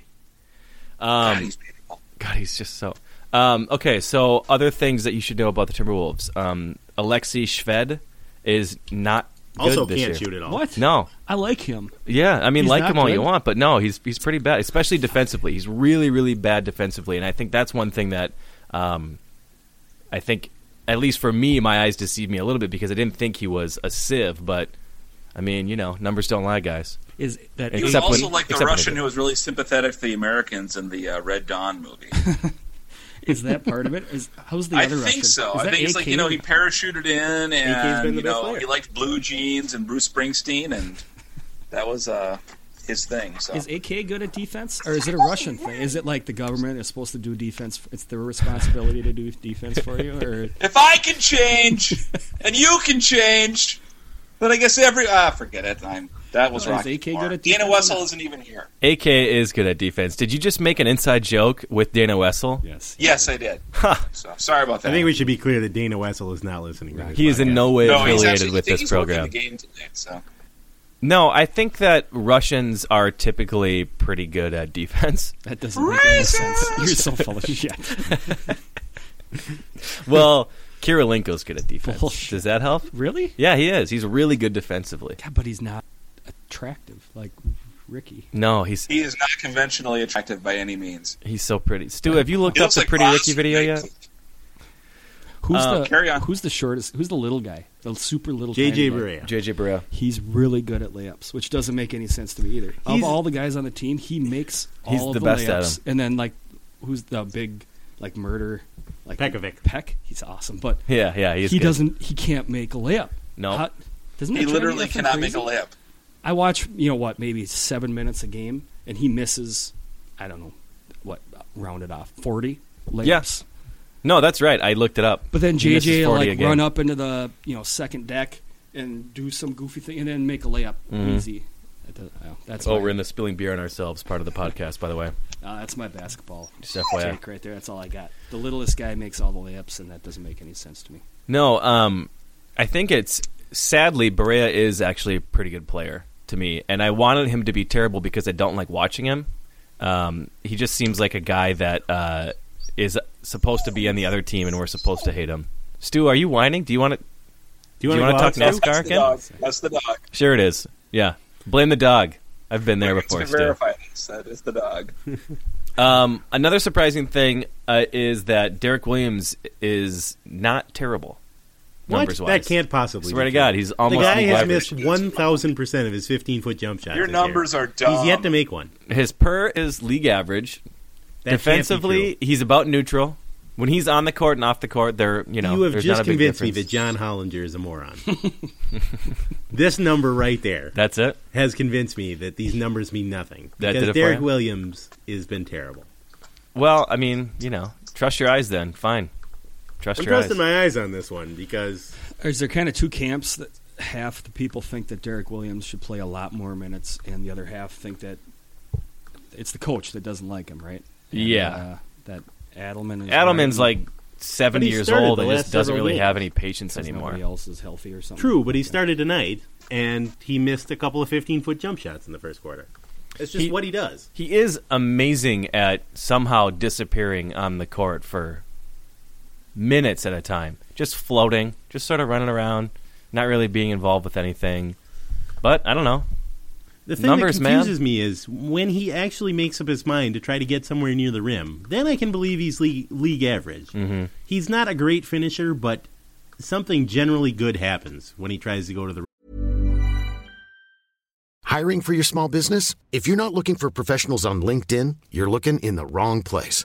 Speaker 5: God,
Speaker 3: Um,
Speaker 5: he's beautiful.
Speaker 3: God, he's just so. Um, okay, so other things that you should know about the Timberwolves. Um, Alexi Shved is not good
Speaker 2: Also,
Speaker 3: this
Speaker 2: can't
Speaker 3: year.
Speaker 2: shoot at all.
Speaker 4: What?
Speaker 3: No,
Speaker 4: I like him.
Speaker 3: yeah, I mean,
Speaker 4: He's
Speaker 3: like
Speaker 4: not
Speaker 3: him all you
Speaker 4: good?
Speaker 3: want, but no, he's he's pretty bad, especially defensively. He's really, really bad defensively, and I think that's one thing that um, I think, at least for me, my eyes deceived me a little bit because I didn't think he was a sieve, but I mean, you know, numbers don't lie, guys.
Speaker 4: Is that
Speaker 5: He was
Speaker 3: Except
Speaker 5: also
Speaker 3: when-
Speaker 5: like the
Speaker 3: except when
Speaker 5: Russian
Speaker 3: they did.
Speaker 5: who was really sympathetic to the Americans in the uh, Red Dawn movie.
Speaker 4: is that part of it? Is how's the
Speaker 5: I
Speaker 4: other
Speaker 5: think
Speaker 4: Russian?
Speaker 5: so.
Speaker 4: Is
Speaker 5: I
Speaker 4: that
Speaker 5: think it's like you
Speaker 4: AK?
Speaker 5: know he parachuted in
Speaker 2: AK's been
Speaker 5: and
Speaker 2: the
Speaker 5: you
Speaker 2: best
Speaker 5: know
Speaker 2: player.
Speaker 5: he liked blue jeans and Bruce Springsteen and that was uh, his thing. So
Speaker 4: Is AK good at defense, or is it a Russian thing? Is it like the government is supposed to do defense? It's their responsibility to do defense for you, or
Speaker 5: if I can change and you can change, then I guess every ah forget it. I'm that was
Speaker 4: Is
Speaker 5: Rocky.
Speaker 4: AK good
Speaker 5: Moore.
Speaker 4: at
Speaker 5: Dana
Speaker 4: defense?
Speaker 5: Wessel isn't even here.
Speaker 3: AK is good at defense. Did you just make an inside joke with Dana Wessel?
Speaker 4: yes,
Speaker 5: Yes, I did. So sorry about that.
Speaker 2: I think we should be clear that Dana Wessel is not listening. to this
Speaker 3: He is in
Speaker 2: podcast.
Speaker 3: no way
Speaker 5: no, he's
Speaker 3: affiliated
Speaker 5: actually, I
Speaker 3: with
Speaker 5: think
Speaker 3: this
Speaker 5: he's working
Speaker 3: program.
Speaker 5: The game today, so.
Speaker 3: No, I think that Russians are typically pretty good at defense.
Speaker 4: that doesn't make any sense.
Speaker 5: Racist!
Speaker 4: You're so full of shit.
Speaker 3: Well, Kirilenko's good at defense.
Speaker 4: Bullshit.
Speaker 3: Does that help?
Speaker 4: Really?
Speaker 3: Yeah, he is. He's really good defensively.
Speaker 4: God, but he's not attractive like Ricky.
Speaker 3: No, he's
Speaker 5: He is not conventionally attractive by any means.
Speaker 3: he's so pretty. Stu, have you looked
Speaker 5: He
Speaker 3: up
Speaker 5: looks
Speaker 3: the
Speaker 5: like
Speaker 3: Pretty
Speaker 5: Boss
Speaker 3: Ricky video yet?
Speaker 4: Who's
Speaker 3: Uh,
Speaker 4: the
Speaker 5: carry on.
Speaker 4: Who's the shortest? Who's the little guy? The super little tiny
Speaker 2: JJ
Speaker 4: guy.
Speaker 2: Barea.
Speaker 3: JJ Barea.
Speaker 4: He's really good at layups, which doesn't make any sense to me either.
Speaker 2: He's-
Speaker 4: of all the guys on the team, he makes all
Speaker 3: He's
Speaker 4: of
Speaker 3: the
Speaker 4: the,
Speaker 3: best at
Speaker 4: layups.
Speaker 3: them.
Speaker 4: And then like, who's the big like murder? Like
Speaker 2: Pekovic.
Speaker 4: Peck. He's awesome, but
Speaker 3: Yeah, yeah, he's
Speaker 4: he
Speaker 3: good.
Speaker 4: doesn't. He can't make a layup.
Speaker 3: No.
Speaker 4: doesn't
Speaker 5: He
Speaker 4: that drive you
Speaker 5: literally
Speaker 4: effing
Speaker 5: cannot
Speaker 4: crazy?
Speaker 5: make a layup.
Speaker 4: I watch, you know what, maybe seven minutes a game, and he misses. I don't know what rounded off forty layups.
Speaker 3: Yes. No, that's right. I looked it up.
Speaker 4: But then
Speaker 3: He misses
Speaker 4: JJ
Speaker 3: 40
Speaker 4: like
Speaker 3: a game.
Speaker 4: run up into the you know second deck and do some goofy thing, and then make a layup easy. That does- oh, That's
Speaker 3: Mm-hmm. Oh,
Speaker 4: my,
Speaker 3: we're in the spilling beer on ourselves part of the podcast, by the way.
Speaker 4: uh, that's my basketball
Speaker 3: Just FYI.
Speaker 4: take right there. That's all I got. The littlest guy makes all the layups, and that doesn't make any sense to me.
Speaker 3: No, um, I think it's sadly Barea is actually a pretty good player to me, and I wanted him to be terrible because I don't like watching him. Um, he just seems like a guy that uh, is supposed to be on the other team, and we're supposed to hate him. Stu, are you whining? Do you want to?
Speaker 2: Do
Speaker 3: Do you
Speaker 2: wanna
Speaker 3: wanna
Speaker 2: go
Speaker 3: talk
Speaker 2: out,
Speaker 3: next?
Speaker 2: Stu?
Speaker 5: That's the
Speaker 3: Garkin?
Speaker 5: dog. That's the dog.
Speaker 3: Sure, it is. Yeah, blame the dog. I've been there before,
Speaker 5: to
Speaker 3: Stu.
Speaker 5: verify this. That is the dog.
Speaker 3: Um, another surprising thing uh, is that Derek Williams is not terrible.
Speaker 2: What?
Speaker 3: Numbers
Speaker 2: That
Speaker 3: wise.
Speaker 2: can't possibly.
Speaker 3: Swear
Speaker 2: be
Speaker 3: to God,
Speaker 2: true.
Speaker 3: he's almost
Speaker 2: The guy
Speaker 3: Steve
Speaker 2: has
Speaker 3: Ivey.
Speaker 2: missed one thousand percent of his fifteen foot jump shots.
Speaker 5: Your
Speaker 2: this year.
Speaker 5: numbers are dumb.
Speaker 2: He's yet to make one.
Speaker 3: His per is league average.
Speaker 2: That can't be
Speaker 3: Defensively,
Speaker 2: true.
Speaker 3: he's about neutral. When he's on the court and off the court, they're you know
Speaker 2: you have
Speaker 3: there's
Speaker 2: just
Speaker 3: not a big
Speaker 2: convinced me
Speaker 3: difference.
Speaker 2: that John Hollinger is a moron. this number right there
Speaker 3: That's it.
Speaker 2: has convinced me that these numbers mean nothing
Speaker 3: That did
Speaker 2: because
Speaker 3: it for
Speaker 2: Derek
Speaker 3: you?
Speaker 2: Williams has been terrible.
Speaker 3: Well, I mean, you know, trust your eyes. Then fine, trust
Speaker 2: I'm
Speaker 3: your eyes.
Speaker 2: trusting my eyes on this one because
Speaker 4: Is there kind of two camps that half the people think that Derek Williams should play a lot more minutes, and the other half think that it's the coach that doesn't like him, right? And,
Speaker 3: Yeah.
Speaker 4: uh, that Adelman. Is
Speaker 3: Adelman's like
Speaker 4: right.
Speaker 3: seventy
Speaker 2: But he
Speaker 3: years
Speaker 2: started
Speaker 3: old
Speaker 2: the
Speaker 3: and
Speaker 2: last
Speaker 3: just doesn't
Speaker 2: several
Speaker 3: really
Speaker 2: games.
Speaker 3: have any patience
Speaker 4: Nobody
Speaker 3: anymore.
Speaker 4: else is healthy or something.
Speaker 2: True, but he started tonight, and he missed a couple of 15 foot jump shots in the first quarter. It's just
Speaker 3: He-
Speaker 2: what he does.
Speaker 3: He is amazing at somehow disappearing on the court for minutes at a time, just floating, just sort of running around, not really being involved with anything. But I don't know.
Speaker 2: The thing
Speaker 3: Numbers,
Speaker 2: that
Speaker 3: man.
Speaker 2: confuses me is when he actually makes up his mind to try to get somewhere near the rim, then I can believe he's league, league average.
Speaker 3: Mm.
Speaker 2: Mm-hmm. He's not a great finisher, but something generally good happens when he tries to go to the
Speaker 7: Hiring for your small business? If you're not looking for professionals on LinkedIn, you're looking in the wrong place.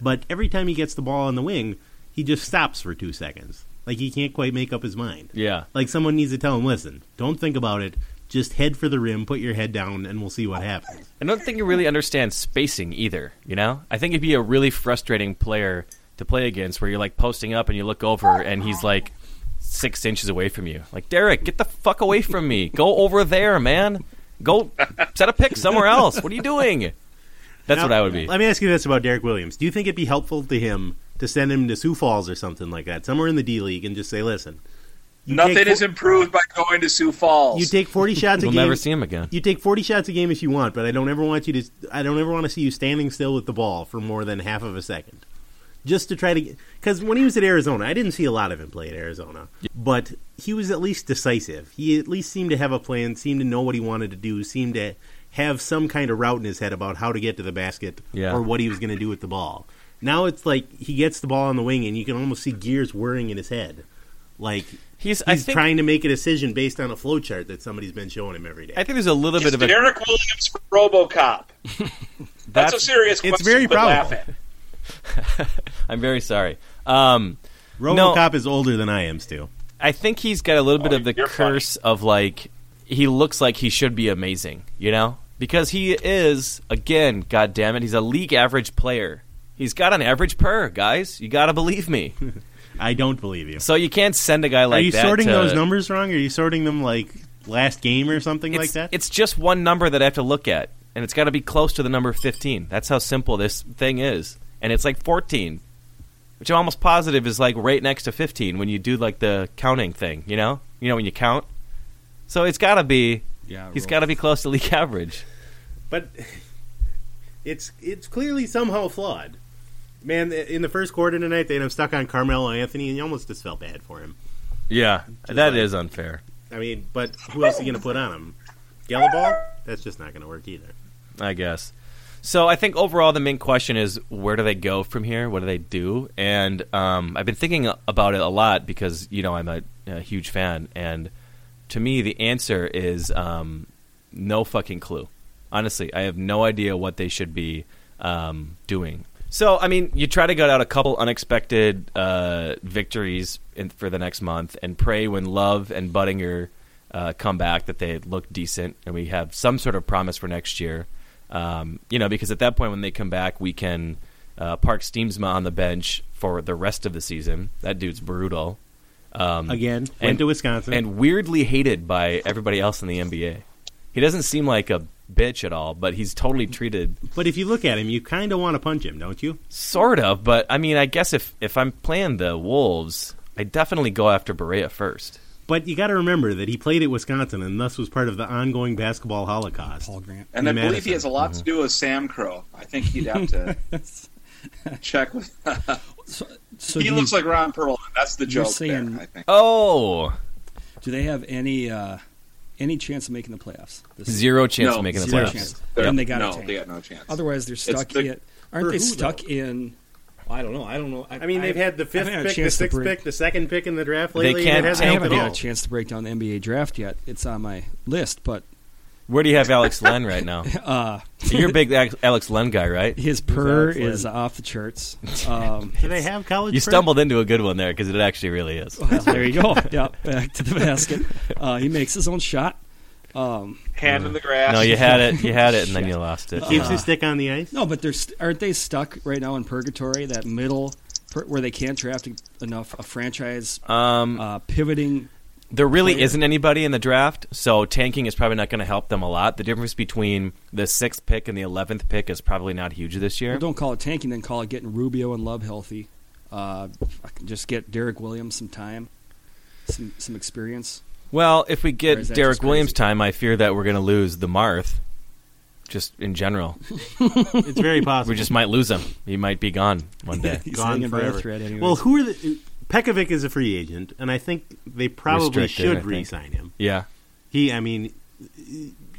Speaker 2: But every time he gets the ball on the wing, he just stops for two seconds. Like he can't quite make up his mind.
Speaker 3: Yeah.
Speaker 2: Like someone needs to tell him, listen, don't think about it. Just head for the rim, put your head down, and we'll see what happens.
Speaker 3: I don't think he really understands spacing either. You know, I think he'd be a really frustrating player to play against, where you're like posting up and you look over and he's like six inches away from you. Like Derek, get the fuck away from me. Go over there, man. Go set a pick somewhere else. What are you doing? That's what
Speaker 2: Now,
Speaker 3: I would be.
Speaker 2: Let me ask you this about Derek Williams. Do you think it'd be helpful to him to send him to Sioux Falls or something like that, somewhere in the D League, and just say, listen, you
Speaker 5: Nothing
Speaker 2: take
Speaker 5: is
Speaker 2: fo-
Speaker 5: improved by going to Sioux Falls.
Speaker 2: You take forty shots a
Speaker 3: We'll
Speaker 2: game.
Speaker 3: never see him again.
Speaker 2: You take forty shots a game if you want, but I don't ever want you to. I don't ever want to see you standing still with the ball for more than half of a second, just to try to. Because when he was at Arizona, I didn't see a lot of him play at Arizona, but he was at least decisive. He at least seemed to have a plan, seemed to know what he wanted to do, seemed to have some kind of route in his head about how to get to the basket
Speaker 3: Yeah.
Speaker 2: or what he was going to do with the ball. Now it's like he gets the ball on the wing, and you can almost see gears whirring in his head. Like
Speaker 3: He's- I
Speaker 2: he's
Speaker 3: think-
Speaker 2: trying to make a decision based on a flow chart that somebody's been showing him every day.
Speaker 3: I think there's a little
Speaker 5: Is
Speaker 3: bit of a
Speaker 5: Derek Williams RoboCop. That's, a serious question.
Speaker 2: it's very
Speaker 5: but laugh
Speaker 2: probable.
Speaker 5: at.
Speaker 3: I'm very sorry. Um,
Speaker 2: RoboCop is older than I am, Stu.
Speaker 3: I think he's got a little bit
Speaker 5: Oh,
Speaker 3: of the
Speaker 5: you're funny.
Speaker 3: curse of like he looks like he should be amazing, you know? Because he is again, god damn it, he's a league average player. He's got an average per, guys. You got to believe me.
Speaker 2: I don't believe you.
Speaker 3: so you can't send a guy like
Speaker 2: Are you
Speaker 3: that uh,
Speaker 2: sorting
Speaker 3: to-
Speaker 2: those numbers wrong? Are you sorting them like last game or something
Speaker 3: It's,
Speaker 2: like that?
Speaker 3: it's just one number that I have to look at, and it's got to be close to the number 15. That's how simple this thing is. And it's like 14, which I'm almost positive is like right next to 15 when you do like the counting thing, you know? You know when you count. So it's got to be
Speaker 4: Yeah,
Speaker 3: He's
Speaker 4: roll.
Speaker 3: got to be close to league average.
Speaker 2: but it's it's clearly somehow flawed. Man, th- in the first quarter tonight, they had him stuck on Carmelo Anthony, and you almost just felt bad for him.
Speaker 3: Yeah, that is
Speaker 2: like-
Speaker 3: unfair.
Speaker 2: I mean, but who else are you going to put on him? Yellow ball? That's just not going to work either.
Speaker 3: I guess. So I think overall the main question is where do they go from here? What do they do? And um, I've been thinking about it a lot because you know I'm a, a huge fan, and to me the answer is um, no fucking clue. Honestly, I have no idea what they should be um, doing. So I mean, you try to gut out a couple unexpected uh, victories in, for the next month, and pray when Love and Buttinger uh, come back that they look decent, and we have some sort of promise for next year um, you know, because at that point when they come back, we can uh, park Steemsma on the bench for the rest of the season. That dude's brutal. Um,
Speaker 2: Again, went
Speaker 3: and-
Speaker 2: to Wisconsin.
Speaker 3: and weirdly hated by everybody else in the NBA. He doesn't seem like a bitch at all, but he's totally treated
Speaker 2: but if you look at him, you kind of want to punch him, don't you?
Speaker 3: sort of. But I mean, I guess if if I'm playing the Wolves, I definitely go after Berea first.
Speaker 2: But you got to remember that he played at Wisconsin and thus was part of the ongoing basketball holocaust.
Speaker 4: Paul Grant.
Speaker 5: And I believe
Speaker 2: Madison.
Speaker 5: he has a lot to do with Sam Crow. I think he'd have to. Check with.
Speaker 4: So, so
Speaker 5: he
Speaker 4: do,
Speaker 5: looks like Ron Perlman. That's the
Speaker 4: You're
Speaker 5: joke.
Speaker 4: saying-
Speaker 5: there, I think.
Speaker 3: Oh,
Speaker 4: do they have any uh, any chance of making the playoffs? This
Speaker 3: zero chance
Speaker 5: No,
Speaker 3: of making the
Speaker 4: zero
Speaker 3: playoffs.
Speaker 4: chance.
Speaker 5: They're-
Speaker 4: And they got a
Speaker 5: no,
Speaker 4: tank.
Speaker 5: they got no chance.
Speaker 4: Otherwise, they're stuck
Speaker 5: the-
Speaker 4: in. Aren't
Speaker 6: For
Speaker 4: they
Speaker 6: who,
Speaker 4: stuck in? I don't know. I don't know.
Speaker 2: I mean, they've had the fifth
Speaker 4: haven't had a
Speaker 2: pick, the
Speaker 4: chance to
Speaker 2: sixth
Speaker 4: break-
Speaker 2: pick, the second pick in the draft
Speaker 3: They
Speaker 2: lately.
Speaker 3: can't
Speaker 2: it hasn't
Speaker 4: I
Speaker 2: helped
Speaker 4: haven't
Speaker 2: at
Speaker 4: had
Speaker 2: all.
Speaker 4: a chance to break down the NBA draft yet. It's on my list, but
Speaker 3: Where do you have Alex Len right now?
Speaker 4: uh,
Speaker 3: You're a big Alex- Alex Len guy, right?
Speaker 4: his purr
Speaker 2: Alex Len?
Speaker 4: is off the charts. Um,
Speaker 2: Do they have college?
Speaker 3: You
Speaker 2: prep?
Speaker 3: stumbled into a good one there because it actually really is.
Speaker 4: well, there you go. Yep, back to the basket. Uh, he makes his own shot. Um,
Speaker 5: Hand in the grass.
Speaker 3: No, you had it, you had it, and then you lost it.
Speaker 2: Keeps his stick on the ice.
Speaker 4: no, but they're st- aren't they stuck right now in purgatory? That middle per- where they can't draft enough a franchise
Speaker 3: Um,
Speaker 4: uh, pivoting.
Speaker 3: there really
Speaker 4: player.
Speaker 3: isn't anybody in the draft, so tanking is probably not going to help them a lot. The difference between the sixth pick and the eleventh pick is probably not huge this year.
Speaker 4: Well, don't call it tanking, then call it getting Rubio and Love healthy. Uh, fucking just get Derek Williams some time, some some experience.
Speaker 3: Well, if we
Speaker 4: Or
Speaker 3: get
Speaker 4: is that
Speaker 3: Derek
Speaker 4: just crazy?
Speaker 3: Williams time, I fear that we're going to lose the Marth. Just in general,
Speaker 2: It's very possible.
Speaker 3: we just might lose him. He might be gone one day.
Speaker 4: He's
Speaker 2: gone
Speaker 4: hanging by a
Speaker 2: forever.
Speaker 4: thread anyways.
Speaker 2: well, who are the? Pekovic is a free agent, and I think they probably
Speaker 3: Restricted, I
Speaker 2: should
Speaker 3: think.
Speaker 2: re-sign him.
Speaker 3: yeah,
Speaker 2: He, I mean,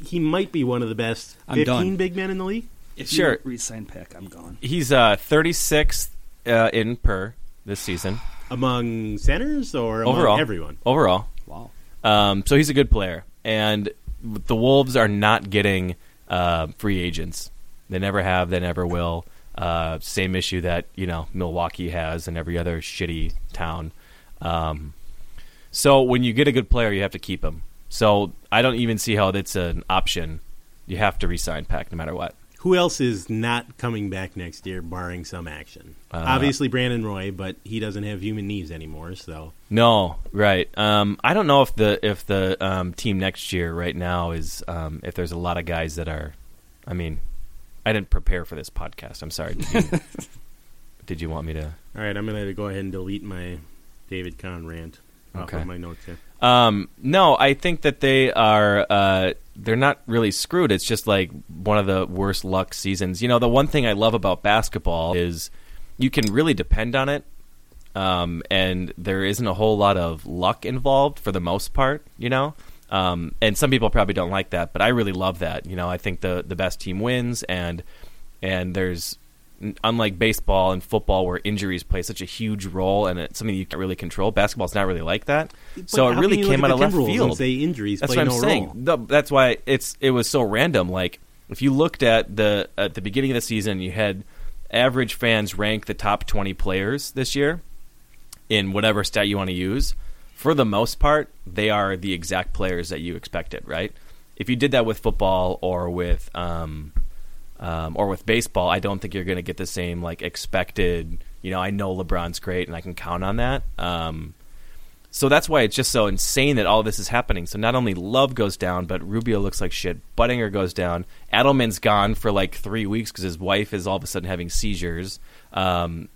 Speaker 2: he might be one of the best
Speaker 4: I'm
Speaker 2: 15
Speaker 4: done.
Speaker 2: big men in the league.
Speaker 4: If
Speaker 3: Sure.
Speaker 4: you don't re-sign Peck, I'm gone.
Speaker 3: he's uh, 36th uh, in per this season
Speaker 2: among centers or among
Speaker 3: overall.
Speaker 2: everyone.
Speaker 3: overall.
Speaker 4: Wow.
Speaker 3: Um, so he's a good player, and the Wolves are not getting uh, free agents. They never have. They never will. Uh, same issue that you know Milwaukee has and every other shitty town. Um, so when you get a good player, you have to keep him. So I don't even see how that's an option. You have to resign Pack no matter what.
Speaker 2: Who else is not coming back next year, barring some action?
Speaker 3: Uh,
Speaker 2: Obviously, Brandon Roy, but he doesn't have human knees anymore. So
Speaker 3: No, right. Um, I don't know if the if the um, team next year right now is um, if there's a lot of guys that are. I mean, I didn't prepare for this podcast. I'm sorry. Did you, did you want me to?
Speaker 2: All right, I'm going to go ahead and delete my David Kahn rant off
Speaker 3: Okay.
Speaker 2: of my notes here.
Speaker 3: Um, no, I think that they are. Uh, they're not really screwed. It's just like one of the worst luck seasons. You know, the one thing I love about basketball is you can really depend on it, um, and there isn't a whole lot of luck involved for the most part. You know. Um, and some people probably don't like that, but I really love that. You know, I think the the best team wins, and and there's unlike baseball and football where injuries play such a huge role and it's something you can't really control basketball's not really like that so
Speaker 2: But
Speaker 3: it
Speaker 2: how
Speaker 3: really
Speaker 2: can you
Speaker 3: came
Speaker 2: look
Speaker 3: out
Speaker 2: at
Speaker 3: of
Speaker 2: the Timberwolves
Speaker 3: left
Speaker 2: and
Speaker 3: field
Speaker 2: say injuries
Speaker 3: that's
Speaker 2: play
Speaker 3: what i'm
Speaker 2: no
Speaker 3: saying
Speaker 2: role.
Speaker 3: Th- that's why it's it was so random like if you looked at the at the beginning of the season you had average fans rank the top 20 players this year in whatever stat you want to use, for the most part, they are the exact players that you expected, right? If you did that with football or with um, um, or with baseball, I don't think you're going to get the same like expected. You know, I know LeBron's great, and I can count on that. Um, so that's why it's just so insane that all this is happening. So not only Love goes down, but Rubio looks like shit. Buttinger goes down. Adelman's gone for like three weeks because his wife is all of a sudden having seizures. Um,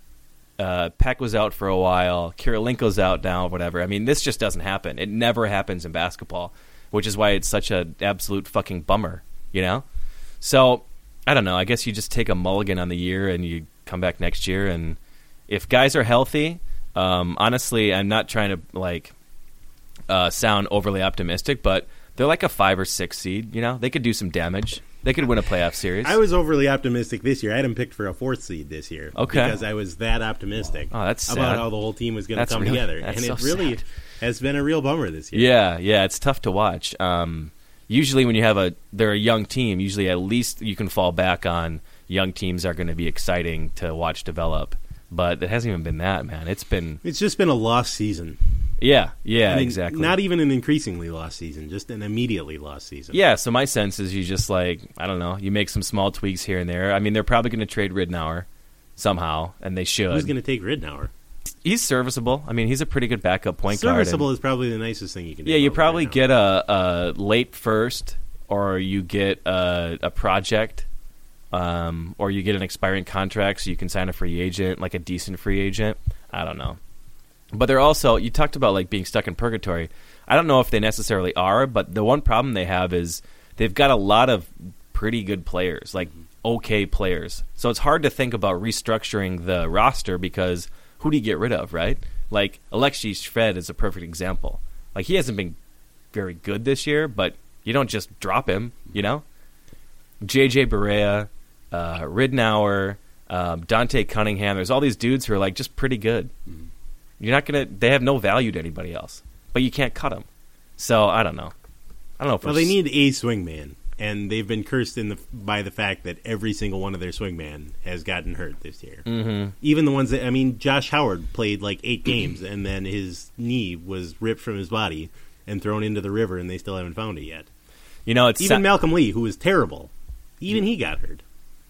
Speaker 3: uh, Peck was out for a while. Kirilenko's out now. Whatever. I mean, this just doesn't happen. It never happens in basketball, which is why it's such an absolute fucking bummer. You know. So I don't know. I guess you just take a mulligan on the year and you come back next year. And if guys are healthy, um, honestly, I'm not trying to like uh, sound overly optimistic, but they're like a five or six seed. You know, they could do some damage. They could win a playoff series.
Speaker 2: I was overly optimistic this year. I had him picked for a fourth seed this year.
Speaker 3: Okay.
Speaker 2: Because I was that optimistic
Speaker 3: Oh, that's sad.
Speaker 2: about how the whole team was going to
Speaker 3: That's
Speaker 2: come
Speaker 3: really-
Speaker 2: together.
Speaker 3: that's
Speaker 2: and it
Speaker 3: so
Speaker 2: really
Speaker 3: sad.
Speaker 2: has been a real bummer this year.
Speaker 3: Yeah, yeah, it's tough to watch. Um, usually, when you have a they're a young team, usually at least you can fall back on young teams are going to be exciting to watch develop. But it hasn't even been that, man. It's been
Speaker 2: It's just been a lost season.
Speaker 3: yeah, yeah,
Speaker 2: I mean,
Speaker 3: exactly.
Speaker 2: Not e-, even an increasingly lost season, just an immediately lost season.
Speaker 3: yeah, so my sense is you just like I don't know, you make some small tweaks here and there. I mean, they're probably going to trade Ridnour somehow, and they should.
Speaker 2: Who's going to take Ridnour?
Speaker 3: he's serviceable. I mean, he's a pretty good backup point guard. and-
Speaker 2: Serviceable is probably the nicest thing you can do.
Speaker 3: Yeah, you
Speaker 2: about
Speaker 3: probably
Speaker 2: Ridnour.
Speaker 3: get a, a late first, or you get a, a project, um, or you get an expiring contract, so you can sign a free agent, like a decent free agent. I don't know, but they're also you talked about like being stuck in purgatory. I don't know if they necessarily are, but the one problem they have is they've got a lot of pretty good players, like okay players. So it's hard to think about restructuring the roster because who do you get rid of, right? Like Alexei Shved is a perfect example. Like he hasn't been very good this year, but you don't just drop him, you know? JJ Barea, uh, Ridnour, um, Dante Cunningham. There's all these dudes who are like just pretty good. You're not gonna. They have no value to anybody else, but you can't cut them. So I don't know. I don't know. If
Speaker 2: Well,
Speaker 3: we're
Speaker 2: they
Speaker 3: s-
Speaker 2: need a swingman, and they've been cursed in the by the fact that every single one of their swingman has gotten hurt this year. Mm-hmm. Even the ones that I mean, Josh Howard played like eight games, and then his knee was ripped from his body and thrown into the river, and they still haven't found it yet.
Speaker 3: You know, it's
Speaker 2: Even
Speaker 3: sa-
Speaker 2: Malcolm Lee, who was terrible, even he got hurt.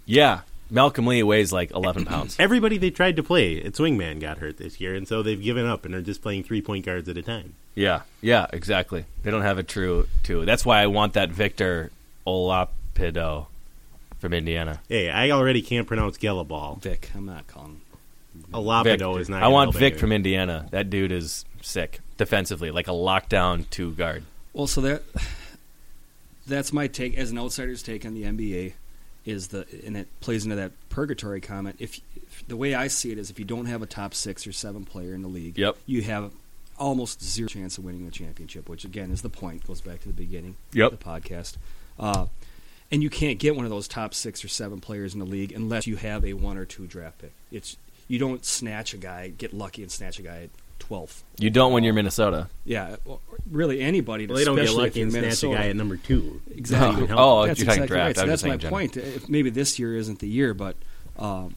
Speaker 3: yeah. Malcolm Lee weighs like 11 pounds.
Speaker 2: Everybody they tried to play at swingman got hurt this year, and so they've given up and are just playing three point guards at a time.
Speaker 3: Yeah, yeah, exactly. They don't have a true two. That's why I want that Victor Olapido from Indiana.
Speaker 2: Hey, I already can't pronounce Gellaball.
Speaker 6: Vic.
Speaker 4: I'm not calling.
Speaker 3: Vic.
Speaker 2: Alapido is not.
Speaker 3: I want
Speaker 2: Gallaball.
Speaker 3: Vic from Indiana. That dude is sick defensively, like a lockdown two guard.
Speaker 4: Well, so that that's my take as an outsider's take on the NBA is the and it plays into that purgatory comment. If, if the way I see it is, if you don't have a top six or seven player in the league,
Speaker 3: Yep.
Speaker 4: you have almost zero chance of winning the championship. Which again is the point. Goes back to the beginning.
Speaker 3: Yep.
Speaker 4: of The podcast. Uh, and you can't get one of those top six or seven players in the league unless you have a one or two draft pick. It's you don't snatch a guy, get lucky, and snatch a guy at twelfth.
Speaker 3: You don't when you're Minnesota.
Speaker 4: Yeah, well, really anybody.
Speaker 2: Well, they don't get
Speaker 4: especially if
Speaker 2: lucky
Speaker 4: you're
Speaker 2: and snatch a
Speaker 4: Minnesota.
Speaker 2: guy at number two.
Speaker 4: Exactly.
Speaker 2: No.
Speaker 3: Oh,
Speaker 4: That's
Speaker 3: you're talking
Speaker 4: exactly
Speaker 3: draft.
Speaker 4: Right. So
Speaker 3: I was
Speaker 4: that's
Speaker 3: just
Speaker 4: my
Speaker 3: saying general.
Speaker 4: point. If maybe this year isn't the year, but um,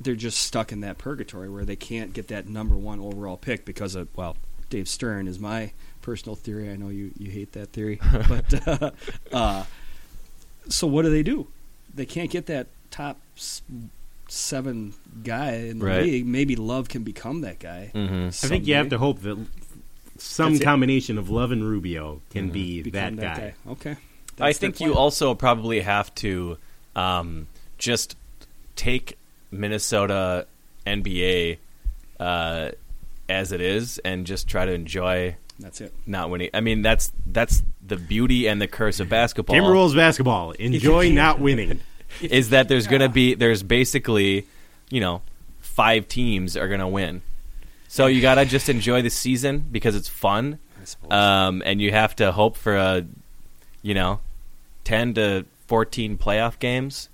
Speaker 4: they're just stuck in that purgatory where they can't get that number one overall pick because of well, Dave Stern is my personal theory. I know you you hate that theory, but uh, uh, so what do they do? They can't get that top s- seven guy in the
Speaker 3: Right.
Speaker 4: league. Maybe Love can become that guy.
Speaker 2: I think you have to hope that some
Speaker 4: That's it.
Speaker 2: combination of Love and Rubio can be that,
Speaker 4: become
Speaker 2: guy.
Speaker 4: Okay.
Speaker 3: I
Speaker 4: That's their
Speaker 3: think you
Speaker 4: plan.
Speaker 3: also probably have to um, just take Minnesota NBA uh, as it is and just try to enjoy
Speaker 4: That's it.
Speaker 3: not winning. I mean, that's that's the beauty and the curse of basketball.
Speaker 2: Tim rules basketball. Enjoy not winning.
Speaker 3: is that there's going to be there's basically you know five teams are going to win so you gotta just enjoy the season because it's fun
Speaker 4: suppose.
Speaker 3: um, and you have to hope for a you know 10 to 14 playoff games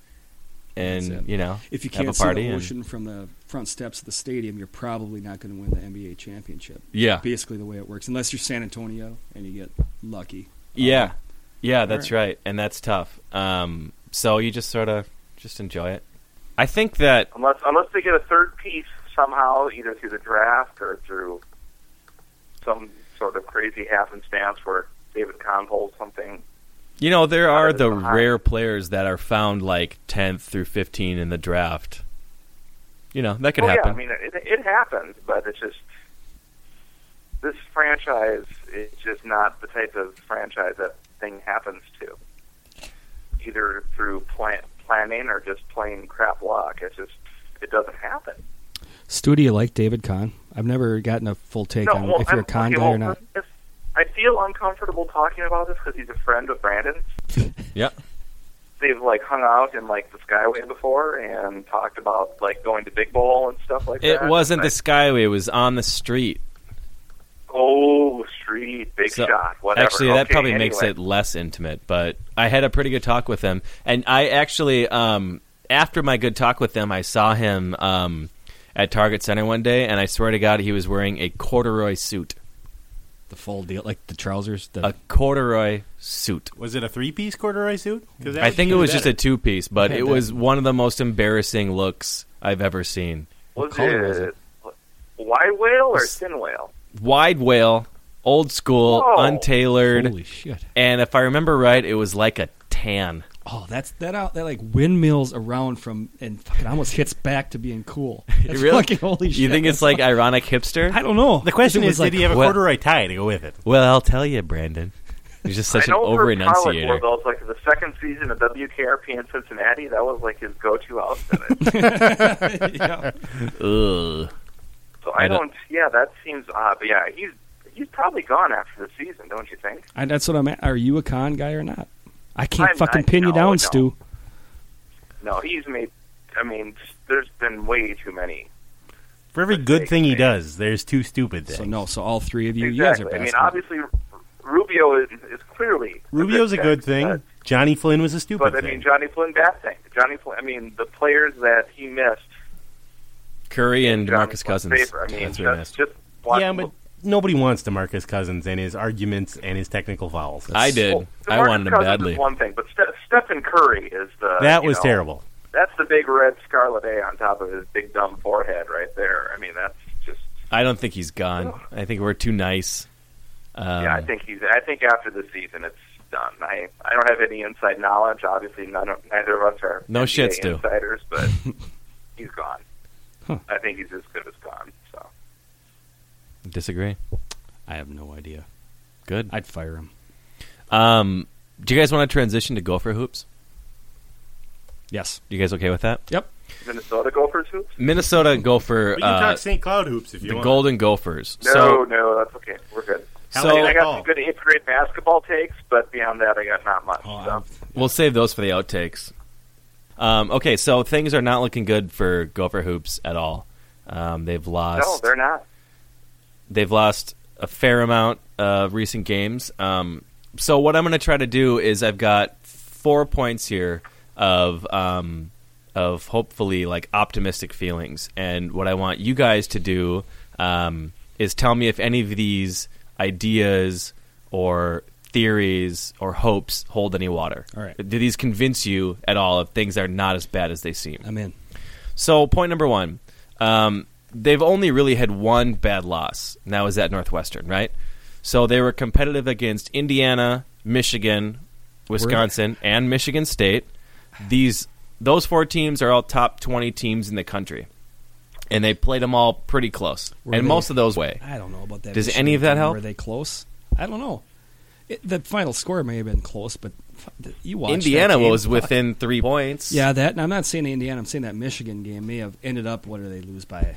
Speaker 4: That's
Speaker 3: and
Speaker 4: it.
Speaker 3: you know
Speaker 4: if you
Speaker 3: have
Speaker 4: can't
Speaker 3: a party
Speaker 4: see the
Speaker 3: and-
Speaker 4: ocean from the front steps of the stadium, you're probably not going to win the NBA championship.
Speaker 3: Yeah.
Speaker 4: basically the way it works, unless you're San Antonio and you get lucky.
Speaker 3: yeah yeah that's right. and that's tough um, so you just sort of just enjoy it i think that
Speaker 8: unless unless they get a third piece somehow, either through the draft or through some sort of crazy happenstance where David Kahn holds something.
Speaker 3: You know, there are
Speaker 8: Others
Speaker 3: the
Speaker 8: behind.
Speaker 3: rare players that are found like 10th through 15 in the draft. You know, that could
Speaker 8: well,
Speaker 3: happen.
Speaker 8: Oh, yeah, I mean it, it happens, but it's just this franchise is just not the type of franchise that thing happens to, either through plan, planning or just plain crap luck. It's just it doesn't happen.
Speaker 4: Studio like David Kahn. I've never gotten a full take on
Speaker 8: well,
Speaker 4: if you're
Speaker 8: I'm-
Speaker 4: a Kahn
Speaker 8: okay,
Speaker 4: guy
Speaker 8: well,
Speaker 4: or not.
Speaker 8: if- I feel uncomfortable talking about this because he's a friend of Brandon's.
Speaker 3: yeah.
Speaker 8: they've like hung out in like the Skyway before and talked about like going to Big Bowl and stuff like
Speaker 3: It
Speaker 8: that.
Speaker 3: wasn't the
Speaker 8: And
Speaker 3: Skyway, it was on the street.
Speaker 8: I- oh street big
Speaker 3: So-
Speaker 8: shot. Whatever.
Speaker 3: Actually, that
Speaker 8: Okay,
Speaker 3: probably makes
Speaker 8: anyway.
Speaker 3: it less intimate, but I had a pretty good talk with him. And I actually, um, after my good talk with him, I saw him um, at Target Center one day, and I swear to God, he was wearing a corduroy suit.
Speaker 6: The full deal, like the trousers.
Speaker 4: Uh,
Speaker 6: The,
Speaker 3: A corduroy suit.
Speaker 2: Was it a three piece corduroy suit? 'Cause that
Speaker 3: I
Speaker 2: would
Speaker 3: think
Speaker 2: be
Speaker 3: it was
Speaker 2: better.
Speaker 3: just a two piece, but
Speaker 6: Okay,
Speaker 3: it
Speaker 6: that-
Speaker 3: was one of the most embarrassing looks I've ever seen.
Speaker 8: Was
Speaker 6: color was
Speaker 8: it wide whale or thin whale?
Speaker 3: Wide whale, old school,
Speaker 8: Whoa.
Speaker 3: untailored,
Speaker 6: holy shit!
Speaker 3: and if I remember right, it was like a tan.
Speaker 4: Oh, that's that out. That like windmills around from and fucking almost hits back to being cool. That's
Speaker 3: Really?
Speaker 4: fucking holy shit.
Speaker 3: You think it's
Speaker 4: That's
Speaker 3: like
Speaker 4: fu-
Speaker 3: ironic hipster?
Speaker 4: I don't know.
Speaker 2: The question
Speaker 4: It
Speaker 2: is,
Speaker 4: was like,
Speaker 2: did he have a
Speaker 3: what-
Speaker 2: corduroy tie to go with it?
Speaker 3: Well, I'll tell you, Brandon. He's just such
Speaker 8: I
Speaker 3: an
Speaker 8: know
Speaker 3: over
Speaker 8: for college
Speaker 3: enunciator.
Speaker 8: world, like the second season of WKRP in Cincinnati, that was like his go-to outfit.
Speaker 3: Ugh.
Speaker 8: So I,
Speaker 3: I don't-
Speaker 8: don't. Yeah, that seems odd. But yeah, he's he's probably gone after the season, don't you think?
Speaker 4: I, that's what I'm. At. Are you a Kahn guy or not?
Speaker 9: I can't
Speaker 8: I'm
Speaker 9: fucking
Speaker 8: not-
Speaker 9: pin you
Speaker 8: no,
Speaker 9: down,
Speaker 8: no.
Speaker 9: Stu.
Speaker 8: No, he's made. I mean, there's been way too many.
Speaker 2: For every good thing he does, there's two stupid things.
Speaker 10: So no, so all three of you, you
Speaker 8: Exactly.
Speaker 10: guys are
Speaker 8: I mean,
Speaker 10: bastards.
Speaker 8: obviously, Rubio is, is clearly
Speaker 2: Rubio's a good
Speaker 8: uh,
Speaker 2: thing. Johnny Flynn was a stupid
Speaker 8: but I mean,
Speaker 2: thing.
Speaker 8: Johnny Flynn, bad thing. Johnny Flynn. I mean, the players that he missed.
Speaker 3: Curry and
Speaker 8: Johnny
Speaker 3: Marcus
Speaker 8: Flynn's
Speaker 3: Cousins.
Speaker 8: favor. I mean,
Speaker 3: That's
Speaker 8: that's,
Speaker 3: very nice.
Speaker 8: just watch
Speaker 2: yeah, but nobody wants Demarcus Cousins and his arguments and his technical fouls.
Speaker 3: I did.
Speaker 8: Well,
Speaker 3: I
Speaker 8: DeMarcus
Speaker 3: wanted him
Speaker 8: oh, Cousins is
Speaker 3: badly.
Speaker 8: one thing, but Ste- Stephen Curry is the
Speaker 2: That
Speaker 8: you
Speaker 2: was
Speaker 8: know,
Speaker 2: terrible.
Speaker 8: That's the big red scarlet A on top of his big dumb forehead right there. I mean, that's just
Speaker 3: I don't think he's gone. I think we're too nice. Um,
Speaker 8: Oh. yeah. I think he's. I think after the season, it's done. I I don't have any inside knowledge. Obviously, none of, neither of us are
Speaker 3: No
Speaker 8: NBA
Speaker 3: shit, Stu.
Speaker 8: insiders, but he's gone. I think he's as good as gone. So
Speaker 3: disagree.
Speaker 4: I have no idea.
Speaker 3: Good.
Speaker 4: I'd fire him.
Speaker 3: Um, do you guys want to transition to Gopher hoops?
Speaker 4: Yes.
Speaker 3: You guys okay with that?
Speaker 4: Yep.
Speaker 8: Minnesota Gophers hoops?
Speaker 3: Minnesota Gopher,
Speaker 2: We can
Speaker 3: uh,
Speaker 2: talk St. Cloud hoops if you
Speaker 3: the
Speaker 2: want.
Speaker 3: Golden Gophers.
Speaker 8: No,
Speaker 3: so
Speaker 8: no, that's okay. We're good.
Speaker 3: So-
Speaker 8: I, mean, I got
Speaker 2: Oh.
Speaker 8: some good eighth grade basketball takes, but beyond that, I got not much.
Speaker 4: Oh,
Speaker 8: so.
Speaker 3: We'll save those for the outtakes. Um, okay, so things are not looking good for Gopher Hoops at all. Um, they've
Speaker 8: No,
Speaker 3: lost.
Speaker 8: they're not.
Speaker 3: they've lost a fair amount of recent games. Um, so what I'm going to try to do is I've got four points here of um, of hopefully like optimistic feelings, and what I want you guys to do um, is tell me if any of these ideas or theories or hopes hold any water.
Speaker 4: All right.
Speaker 3: Do these convince you at all if things are not as bad as they seem?
Speaker 4: I'm in.
Speaker 3: So point number one, um, they've only really had one bad loss, and that was at Northwestern, right? So they were competitive against Indiana, Michigan, Wisconsin, and Michigan State. These those four teams are all top twenty teams in the country, and they played them all pretty close,
Speaker 4: Were
Speaker 3: and
Speaker 4: they-
Speaker 3: most of those way.
Speaker 4: I don't know about that.
Speaker 3: Does
Speaker 4: Michigan
Speaker 3: any of that
Speaker 4: game.
Speaker 3: help?
Speaker 4: Were they close? I don't know. It, the final score may have been close, but f- th- you watched that
Speaker 3: Indiana
Speaker 4: game.
Speaker 3: was
Speaker 4: Fuck.
Speaker 3: within three points.
Speaker 4: Yeah, that. And I'm not saying Indiana. I'm saying that Michigan game may have ended up. What did they lose by?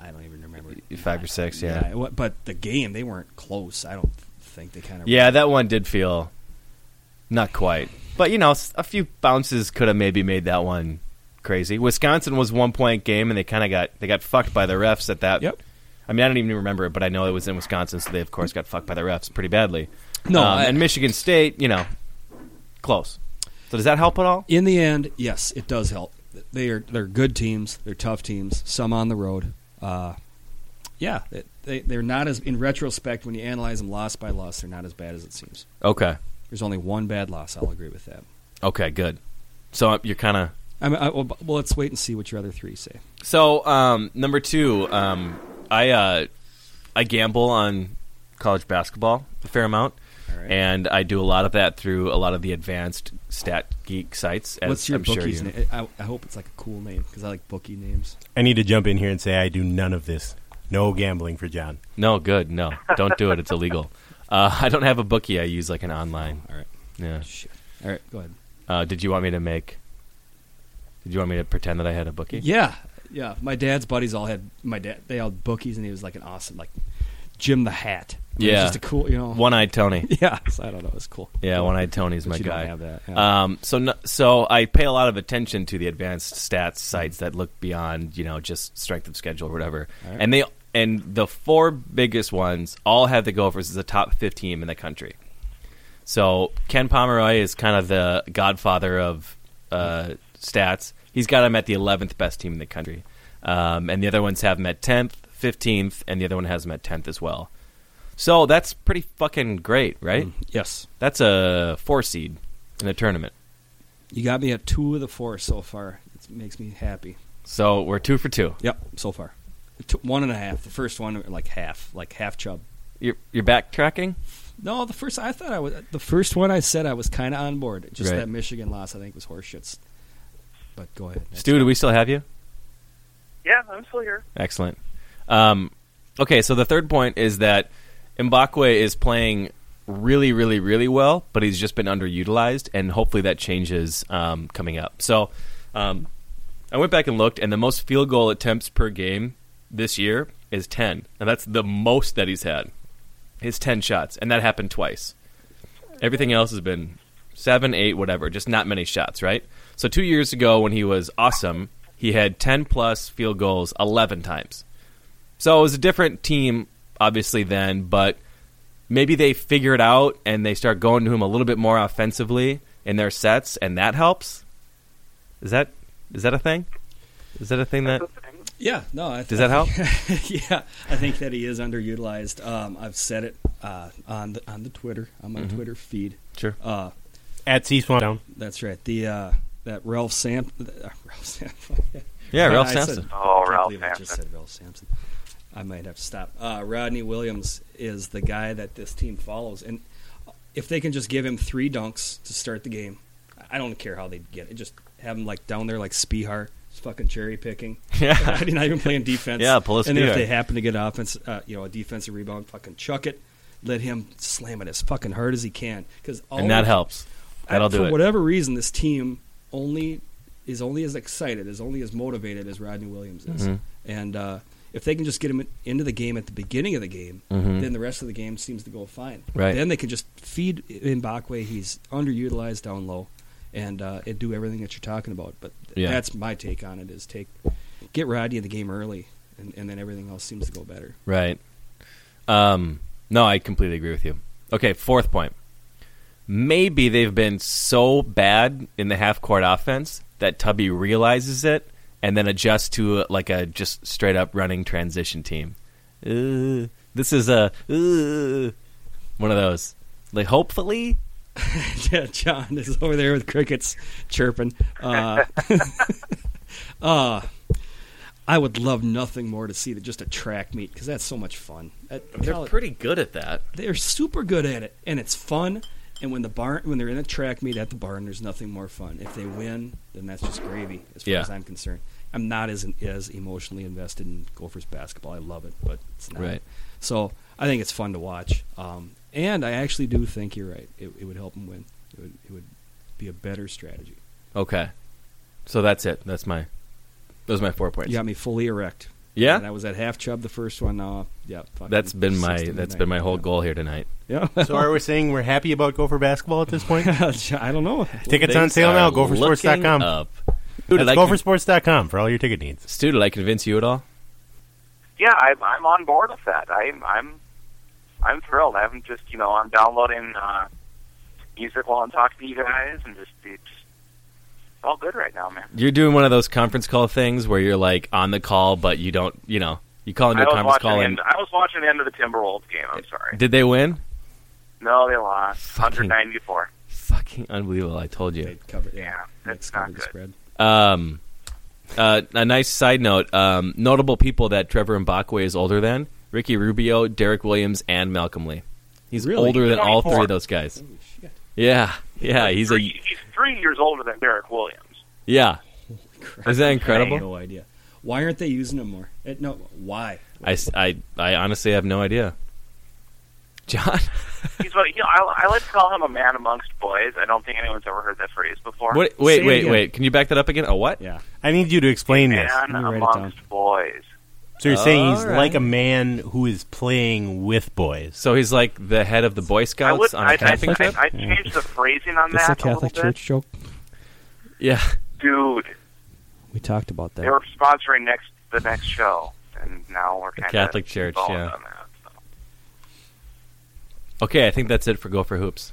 Speaker 4: I don't even remember.
Speaker 3: five or six.
Speaker 4: Yeah.
Speaker 3: Yeah,
Speaker 4: it wa- but the game they weren't close. I don't think they kind of.
Speaker 3: yeah, that one did feel not quite, but you know, s- a few bounces could have maybe made that one crazy. Wisconsin was one point game, and they kind of got they got fucked by the refs at that.
Speaker 4: Yep.
Speaker 3: I mean, I don't even remember it, but I know it was in Wisconsin, so they of course got fucked by the refs pretty badly.
Speaker 4: No,
Speaker 3: Um,
Speaker 4: I-
Speaker 3: and Michigan State, you know, close. So does that help at all?
Speaker 4: In the end, yes, it does help. They are they're good teams. They're tough teams. Some on the road. Uh, yeah, it, they they're not as in retrospect when you analyze them loss by loss. They're not as bad as it seems.
Speaker 3: Okay.
Speaker 4: There's only one bad loss. I'll agree with that.
Speaker 3: Okay. Good. So uh, you're kind of
Speaker 4: I mean, I, well, b- well, let's wait and see what your other three say.
Speaker 3: So um, number two, um, I uh, I gamble on college basketball a fair amount,
Speaker 4: right.
Speaker 3: and I do a lot of that through a lot of the advanced stat geek sites. As
Speaker 4: What's your
Speaker 3: I'm sure
Speaker 4: bookie's
Speaker 3: you-
Speaker 4: name? I, I hope it's like a cool name because I like bookie names.
Speaker 2: I need to jump in here and say I do none of this. No gambling for John.
Speaker 3: No, good. No, don't do it. It's illegal. Uh, I don't have a bookie. I use like an online.
Speaker 4: All right,
Speaker 3: Yeah.
Speaker 4: shit. All right, go ahead.
Speaker 3: Uh, did you want me to make? Did you want me to pretend that I had a bookie?
Speaker 4: Yeah, yeah. My dad's buddies all had my dad. They all had bookies, and he was like an awesome like Jim the Hat. He was
Speaker 3: Yeah.
Speaker 4: just a cool, you know.
Speaker 3: One-eyed Tony.
Speaker 4: Yeah, so I don't know. It's cool.
Speaker 3: Yeah, one-eyed Tony's
Speaker 4: But
Speaker 3: my
Speaker 4: you
Speaker 3: guy.
Speaker 4: Don't have that. yeah.
Speaker 3: Um, so no, so I pay a lot of attention to the advanced stats sites that look beyond you know just strength of schedule or whatever,
Speaker 4: right.
Speaker 3: and they and the four biggest ones all have the Gophers as a top fifteen team in the country. So Ken Pomeroy is kind of the godfather of uh, stats. He's got him at the eleventh best team in the country, um, and the other ones have him at tenth, fifteenth, and the other one has him at tenth as well. So that's pretty fucking great, right?
Speaker 4: Mm-hmm. yes,
Speaker 3: That's a four seed in the tournament.
Speaker 4: you got me at two of the four so far. It makes me happy.
Speaker 3: So we're two for two.
Speaker 4: Yep, so far, Two, one and a half. The first one, like half, like half chub.
Speaker 3: You're, you're backtracking.
Speaker 4: No, the first I thought I was the first one I said I was kind of on board. Just
Speaker 3: Right.
Speaker 4: that Michigan loss, I think, was horseshits. But go ahead, That's-
Speaker 3: Stu, do we still have you?
Speaker 8: Yeah, I'm still here.
Speaker 3: Excellent. Um, okay, so the third point is that Mbakwe is playing really, really, really well, but he's just been underutilized, and hopefully that changes um, coming up. So um, I went back and looked, and the most field goal attempts per game this year is 10, and that's the most that he's had. His 10 shots, and that happened twice. Everything else has been seven, eight, whatever, just not many shots, right? So two years ago when he was awesome, he had 10 plus field goals 11 times. So it was a different team, obviously, then, but maybe they figure it out and they start going to him a little bit more offensively in their sets, and that helps. Is that is that a thing? Is that a thing that
Speaker 4: Yeah, no. I th-
Speaker 3: Does that help?
Speaker 4: yeah, I think that he is underutilized. Um, I've said it uh, on the on the Twitter on my Twitter feed.
Speaker 3: sure?
Speaker 4: Uh,
Speaker 2: At C Swan Down.
Speaker 4: that's right. The uh, that Ralph Sam uh, Ralph Sam.
Speaker 3: Yeah, Ralph
Speaker 4: I
Speaker 3: Sampson.
Speaker 4: said-
Speaker 8: Oh,
Speaker 4: I can't
Speaker 8: Ralph
Speaker 4: believe I just
Speaker 8: Sampson.
Speaker 4: said Ralph Sampson. I might have to stop. Uh, Rodney Williams is the guy that this team follows, and if they can just give him three dunks to start the game, I don't care how they get it. Just have him like down there like Spihar, just fucking cherry picking.
Speaker 3: Yeah.
Speaker 4: not even playing defense.
Speaker 3: Yeah, pull a
Speaker 4: And then
Speaker 3: Spihar.
Speaker 4: if they happen to get an offense, uh, you know, a defensive rebound, fucking chuck it. Let him slam it as fucking hard as he can, because
Speaker 3: and that helps. That'll
Speaker 4: I-
Speaker 3: do
Speaker 4: for
Speaker 3: it.
Speaker 4: whatever reason, this team only is only as excited, is only as motivated as Rodney Williams is.
Speaker 3: Mm-hmm.
Speaker 4: And uh, if they can just get him in- into the game at the beginning of the game, then the rest of the game seems to go fine.
Speaker 3: Mm-hmm. Right.
Speaker 4: Then they can just feed in Bakwe. He's underutilized down low, and uh, and do everything that you're talking about. But th-
Speaker 3: Yeah.
Speaker 4: that's my take on it: is take get Rodney in the game early, and, and then everything else seems to go better.
Speaker 3: Right. Um, no, I completely agree with you. Okay, fourth point. Maybe they've been so bad in the half court offense that Tubby realizes it and then adjusts to uh, like a just straight up running transition team. Uh, this is a uh, one of those. Like hopefully,
Speaker 4: yeah, John is over there with crickets chirping. Uh, uh, I would love nothing more to see than just a track meet because that's so much fun. That-
Speaker 3: they're
Speaker 4: hell,
Speaker 3: pretty good at that.
Speaker 4: they're super good at it, and it's fun. And when the barn, when they're in a track meet at the barn, there's nothing more fun. If they win, then that's just gravy, as far
Speaker 3: Yeah.
Speaker 4: as I'm concerned. I'm not as as emotionally invested in Gophers basketball. I love it, but it's not.
Speaker 3: Right.
Speaker 4: So I think it's fun to watch. Um, and I actually do think you're right. It, it would help them win. It would, it would be a better strategy.
Speaker 3: Okay, so that's it. That's my those are my four points.
Speaker 4: You got me fully erect.
Speaker 3: Yeah?
Speaker 4: And I was at half chub the first one. Now, yeah. fucking
Speaker 3: that's been my
Speaker 4: 16
Speaker 3: that's
Speaker 4: tonight.
Speaker 3: been my whole
Speaker 4: Yeah.
Speaker 3: goal here tonight.
Speaker 4: Yeah.
Speaker 2: So are we saying we're happy about Gopher basketball at this point?
Speaker 4: I don't know.
Speaker 2: Tickets on sale
Speaker 3: Are
Speaker 2: now.
Speaker 3: looking
Speaker 2: Gophersports.com.
Speaker 3: up.
Speaker 2: Dude, it's
Speaker 3: I like-
Speaker 2: gophersports.com for all your ticket needs.
Speaker 3: Stu, did I convince you at all?
Speaker 8: yeah, I'm, I'm on board with that. I'm I'm I'm thrilled. I'm just you know I'm downloading uh, music while I'm talking to you guys, and just it's all good right now, man.
Speaker 3: You're doing one of those conference call things where you're like on the call, but you don't, you know, you call into
Speaker 8: I
Speaker 3: a
Speaker 8: was
Speaker 3: conference
Speaker 8: watching
Speaker 3: call
Speaker 8: the
Speaker 3: and
Speaker 8: end, I was watching the end of the Timberwolves game. I'm sorry.
Speaker 3: did they win?
Speaker 8: No, they lost.
Speaker 3: Fucking-
Speaker 8: 194.
Speaker 3: Fucking unbelievable! I told you.
Speaker 4: They cover, yeah.
Speaker 8: Yeah,
Speaker 4: Knicks
Speaker 8: that's
Speaker 4: covered
Speaker 8: not
Speaker 4: the
Speaker 8: good.
Speaker 4: spread.
Speaker 3: Um, uh, a nice side note: um, notable people that Trevor Mbakwe is older than Ricky Rubio, Derek Williams, and Malcolm Lee. He's
Speaker 4: Really?
Speaker 3: older than all three
Speaker 8: 24.
Speaker 3: of those guys.
Speaker 4: Holy shit.
Speaker 3: Yeah, yeah, he's a
Speaker 8: three, he's three years older than Derek Williams.
Speaker 3: yeah. Is that
Speaker 4: I have
Speaker 3: incredible?
Speaker 4: no idea. Why aren't they using him more? Eh, no, why?
Speaker 3: I, s- I- I honestly have no idea. John,
Speaker 8: He's what you know, I, I like to call him a man amongst boys. I don't think anyone's ever heard that phrase before.
Speaker 3: what, wait,
Speaker 4: it
Speaker 3: wait,
Speaker 4: again.
Speaker 3: wait. Can you back that up again? A what?
Speaker 4: Yeah.
Speaker 2: I need you to explain this.
Speaker 8: Man
Speaker 4: Let me write it
Speaker 8: amongst boys.
Speaker 2: So you're saying he's
Speaker 3: Alright.
Speaker 2: like a man who is playing with boys.
Speaker 3: So he's like the head of the Boy
Speaker 8: I
Speaker 3: Scouts
Speaker 8: would.
Speaker 3: on a
Speaker 8: I, I
Speaker 3: camping
Speaker 8: think I,
Speaker 3: trip.
Speaker 8: I changed the phrasing on
Speaker 4: That's
Speaker 8: that
Speaker 4: a
Speaker 8: a little
Speaker 4: Catholic
Speaker 8: bit.
Speaker 4: Church joke.
Speaker 3: yeah,
Speaker 8: Dude,
Speaker 4: We talked about
Speaker 8: they
Speaker 4: that.
Speaker 8: were sponsoring next the next show, and now we're kind
Speaker 3: Catholic
Speaker 8: of
Speaker 3: Church, yeah.
Speaker 8: On that, so.
Speaker 3: Okay, I think that's it for Go for Hoops.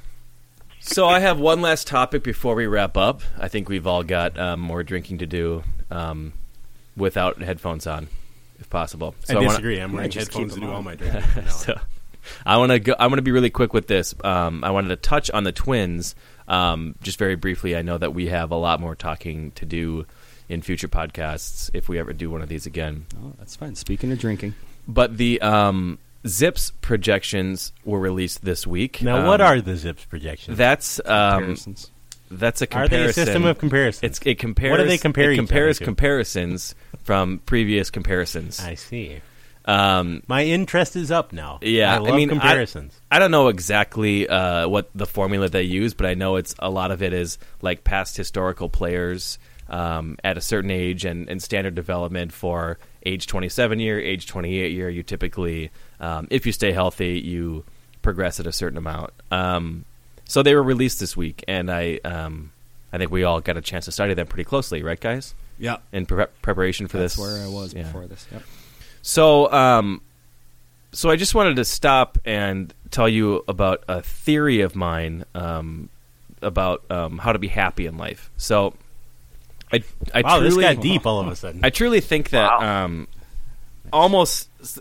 Speaker 3: So I have one last topic before we wrap up. I think we've all got um, more drinking to do um, without headphones on, if possible. So
Speaker 2: I
Speaker 3: wanna-
Speaker 2: disagree. I'm wearing
Speaker 4: just
Speaker 2: headphones to
Speaker 4: keep them
Speaker 2: do
Speaker 4: on.
Speaker 2: all my drinking. from now on.
Speaker 3: so I want to go. I want to be really quick with this. Um, I wanted to touch on the twins um, just very briefly. I know that we have a lot more talking to do in future podcasts if we ever do one of these again.
Speaker 4: Oh, that's fine. Speaking of drinking,
Speaker 3: But the um, Zips projections were released this week.
Speaker 2: Now,
Speaker 3: Um,
Speaker 2: what are the Zips projections?
Speaker 3: that's um,
Speaker 4: comparisons.
Speaker 3: that's a
Speaker 2: are they
Speaker 3: comparison.
Speaker 2: a system of comparison?
Speaker 3: It's it compares.
Speaker 2: What do they compare
Speaker 3: It
Speaker 2: each other
Speaker 3: compares
Speaker 2: to?
Speaker 3: comparisons from previous comparisons.
Speaker 2: I see.
Speaker 3: Um,
Speaker 2: My interest is up now.
Speaker 3: yeah,
Speaker 2: I love
Speaker 3: mean I-
Speaker 2: comparisons.
Speaker 3: I, don't know exactly uh, what the formula they use, but I know it's a lot of it is like past historical players um, at a certain age and, and standard development for age 27 year, age 28 year. You typically, um, if you stay healthy, you progress at a certain amount. Um, So they were released this week, and I, um, I think we all got a chance to study them pretty closely, right, guys?
Speaker 6: Yeah.
Speaker 3: In pre- preparation for
Speaker 6: That's
Speaker 3: this,
Speaker 6: where I was
Speaker 3: Yeah.
Speaker 6: before this. Yep.
Speaker 3: So, um, so I just wanted to stop and tell you about a theory of mine um, about um, how to be happy in life. So, I, I
Speaker 2: Wow, this
Speaker 3: truly,
Speaker 2: got deep all of a sudden.
Speaker 3: I truly think that
Speaker 8: Wow.
Speaker 3: um, almost s-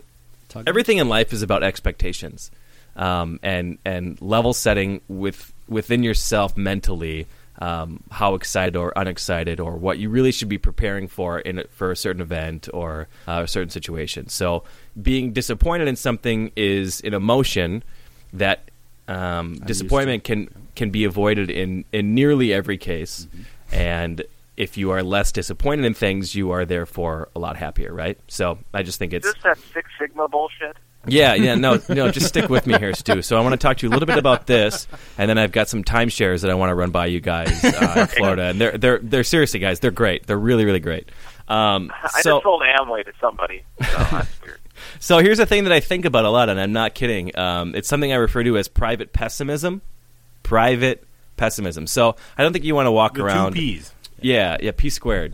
Speaker 6: Tug-
Speaker 3: everything in life is about expectations um, and and level setting with within yourself mentally um, how excited or unexcited or what you really should be preparing for in a, for a certain event or uh, a certain situation. So being disappointed in something is an emotion that um, disappointment can can be avoided in in nearly every case, and if you are less disappointed in things, you are therefore a lot happier, right? So I just think it's
Speaker 8: Is this that Six Sigma bullshit?
Speaker 3: yeah, yeah, no, no, just stick with me here, Stu. So I want to talk to you a little bit about this, and then I've got some timeshares that I want to run by you guys uh, in Florida, and they're they're they're seriously, guys, they're great, they're really really great. Um,
Speaker 8: I
Speaker 3: so
Speaker 8: just sold Amway to somebody. So that's weird.
Speaker 3: so here's the thing that I think about a lot, and I'm not kidding. Um, it's something I refer to as private pessimism, private pessimism. So I don't think you want to walk
Speaker 2: the
Speaker 3: around.
Speaker 2: two P's.
Speaker 3: Yeah, yeah, p squared.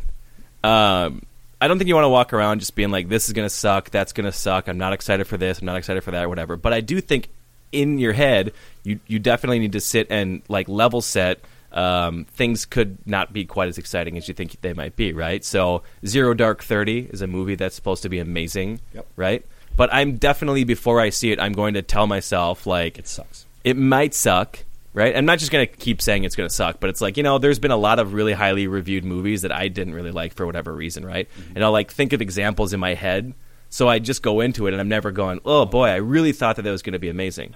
Speaker 3: Um, I don't think you want to walk around just being like, "This is gonna suck. That's gonna suck. I'm not excited for this. I'm not excited for that, or whatever." But I do think in your head, you you definitely need to sit and like level set. Um, things could not be quite as exciting as you think they might be, right? So, Zero Dark Thirty is a movie that's supposed to be amazing,
Speaker 6: Yep.
Speaker 3: right? But I'm definitely before I see it, I'm going to tell myself like
Speaker 6: It sucks.
Speaker 3: it might suck, right? I'm not just going to keep saying it's going to suck, but it's like, you know, there's been a lot of really highly reviewed movies that I didn't really like for whatever reason, right? And I'll like think of examples in my head. So I just go into it and I'm never going, oh boy, I really thought that that was going to be amazing.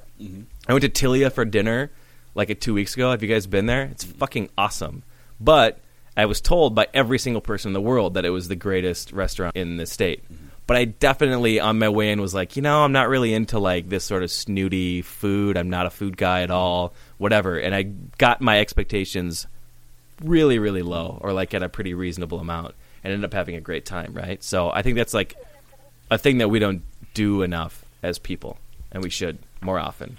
Speaker 3: I went to Tilia for dinner like uh, two weeks ago. Have you guys been there? It's fucking awesome. But I was told by every single person in the world that it was the greatest restaurant in the state. But I definitely on my way in was like, you know, I'm not really into like this sort of snooty food. I'm not a food guy at all, whatever. And I got my expectations really, really low or like at a pretty reasonable amount and ended up having a great time, right? So I think that's like a thing that we don't do enough as people and we should more often.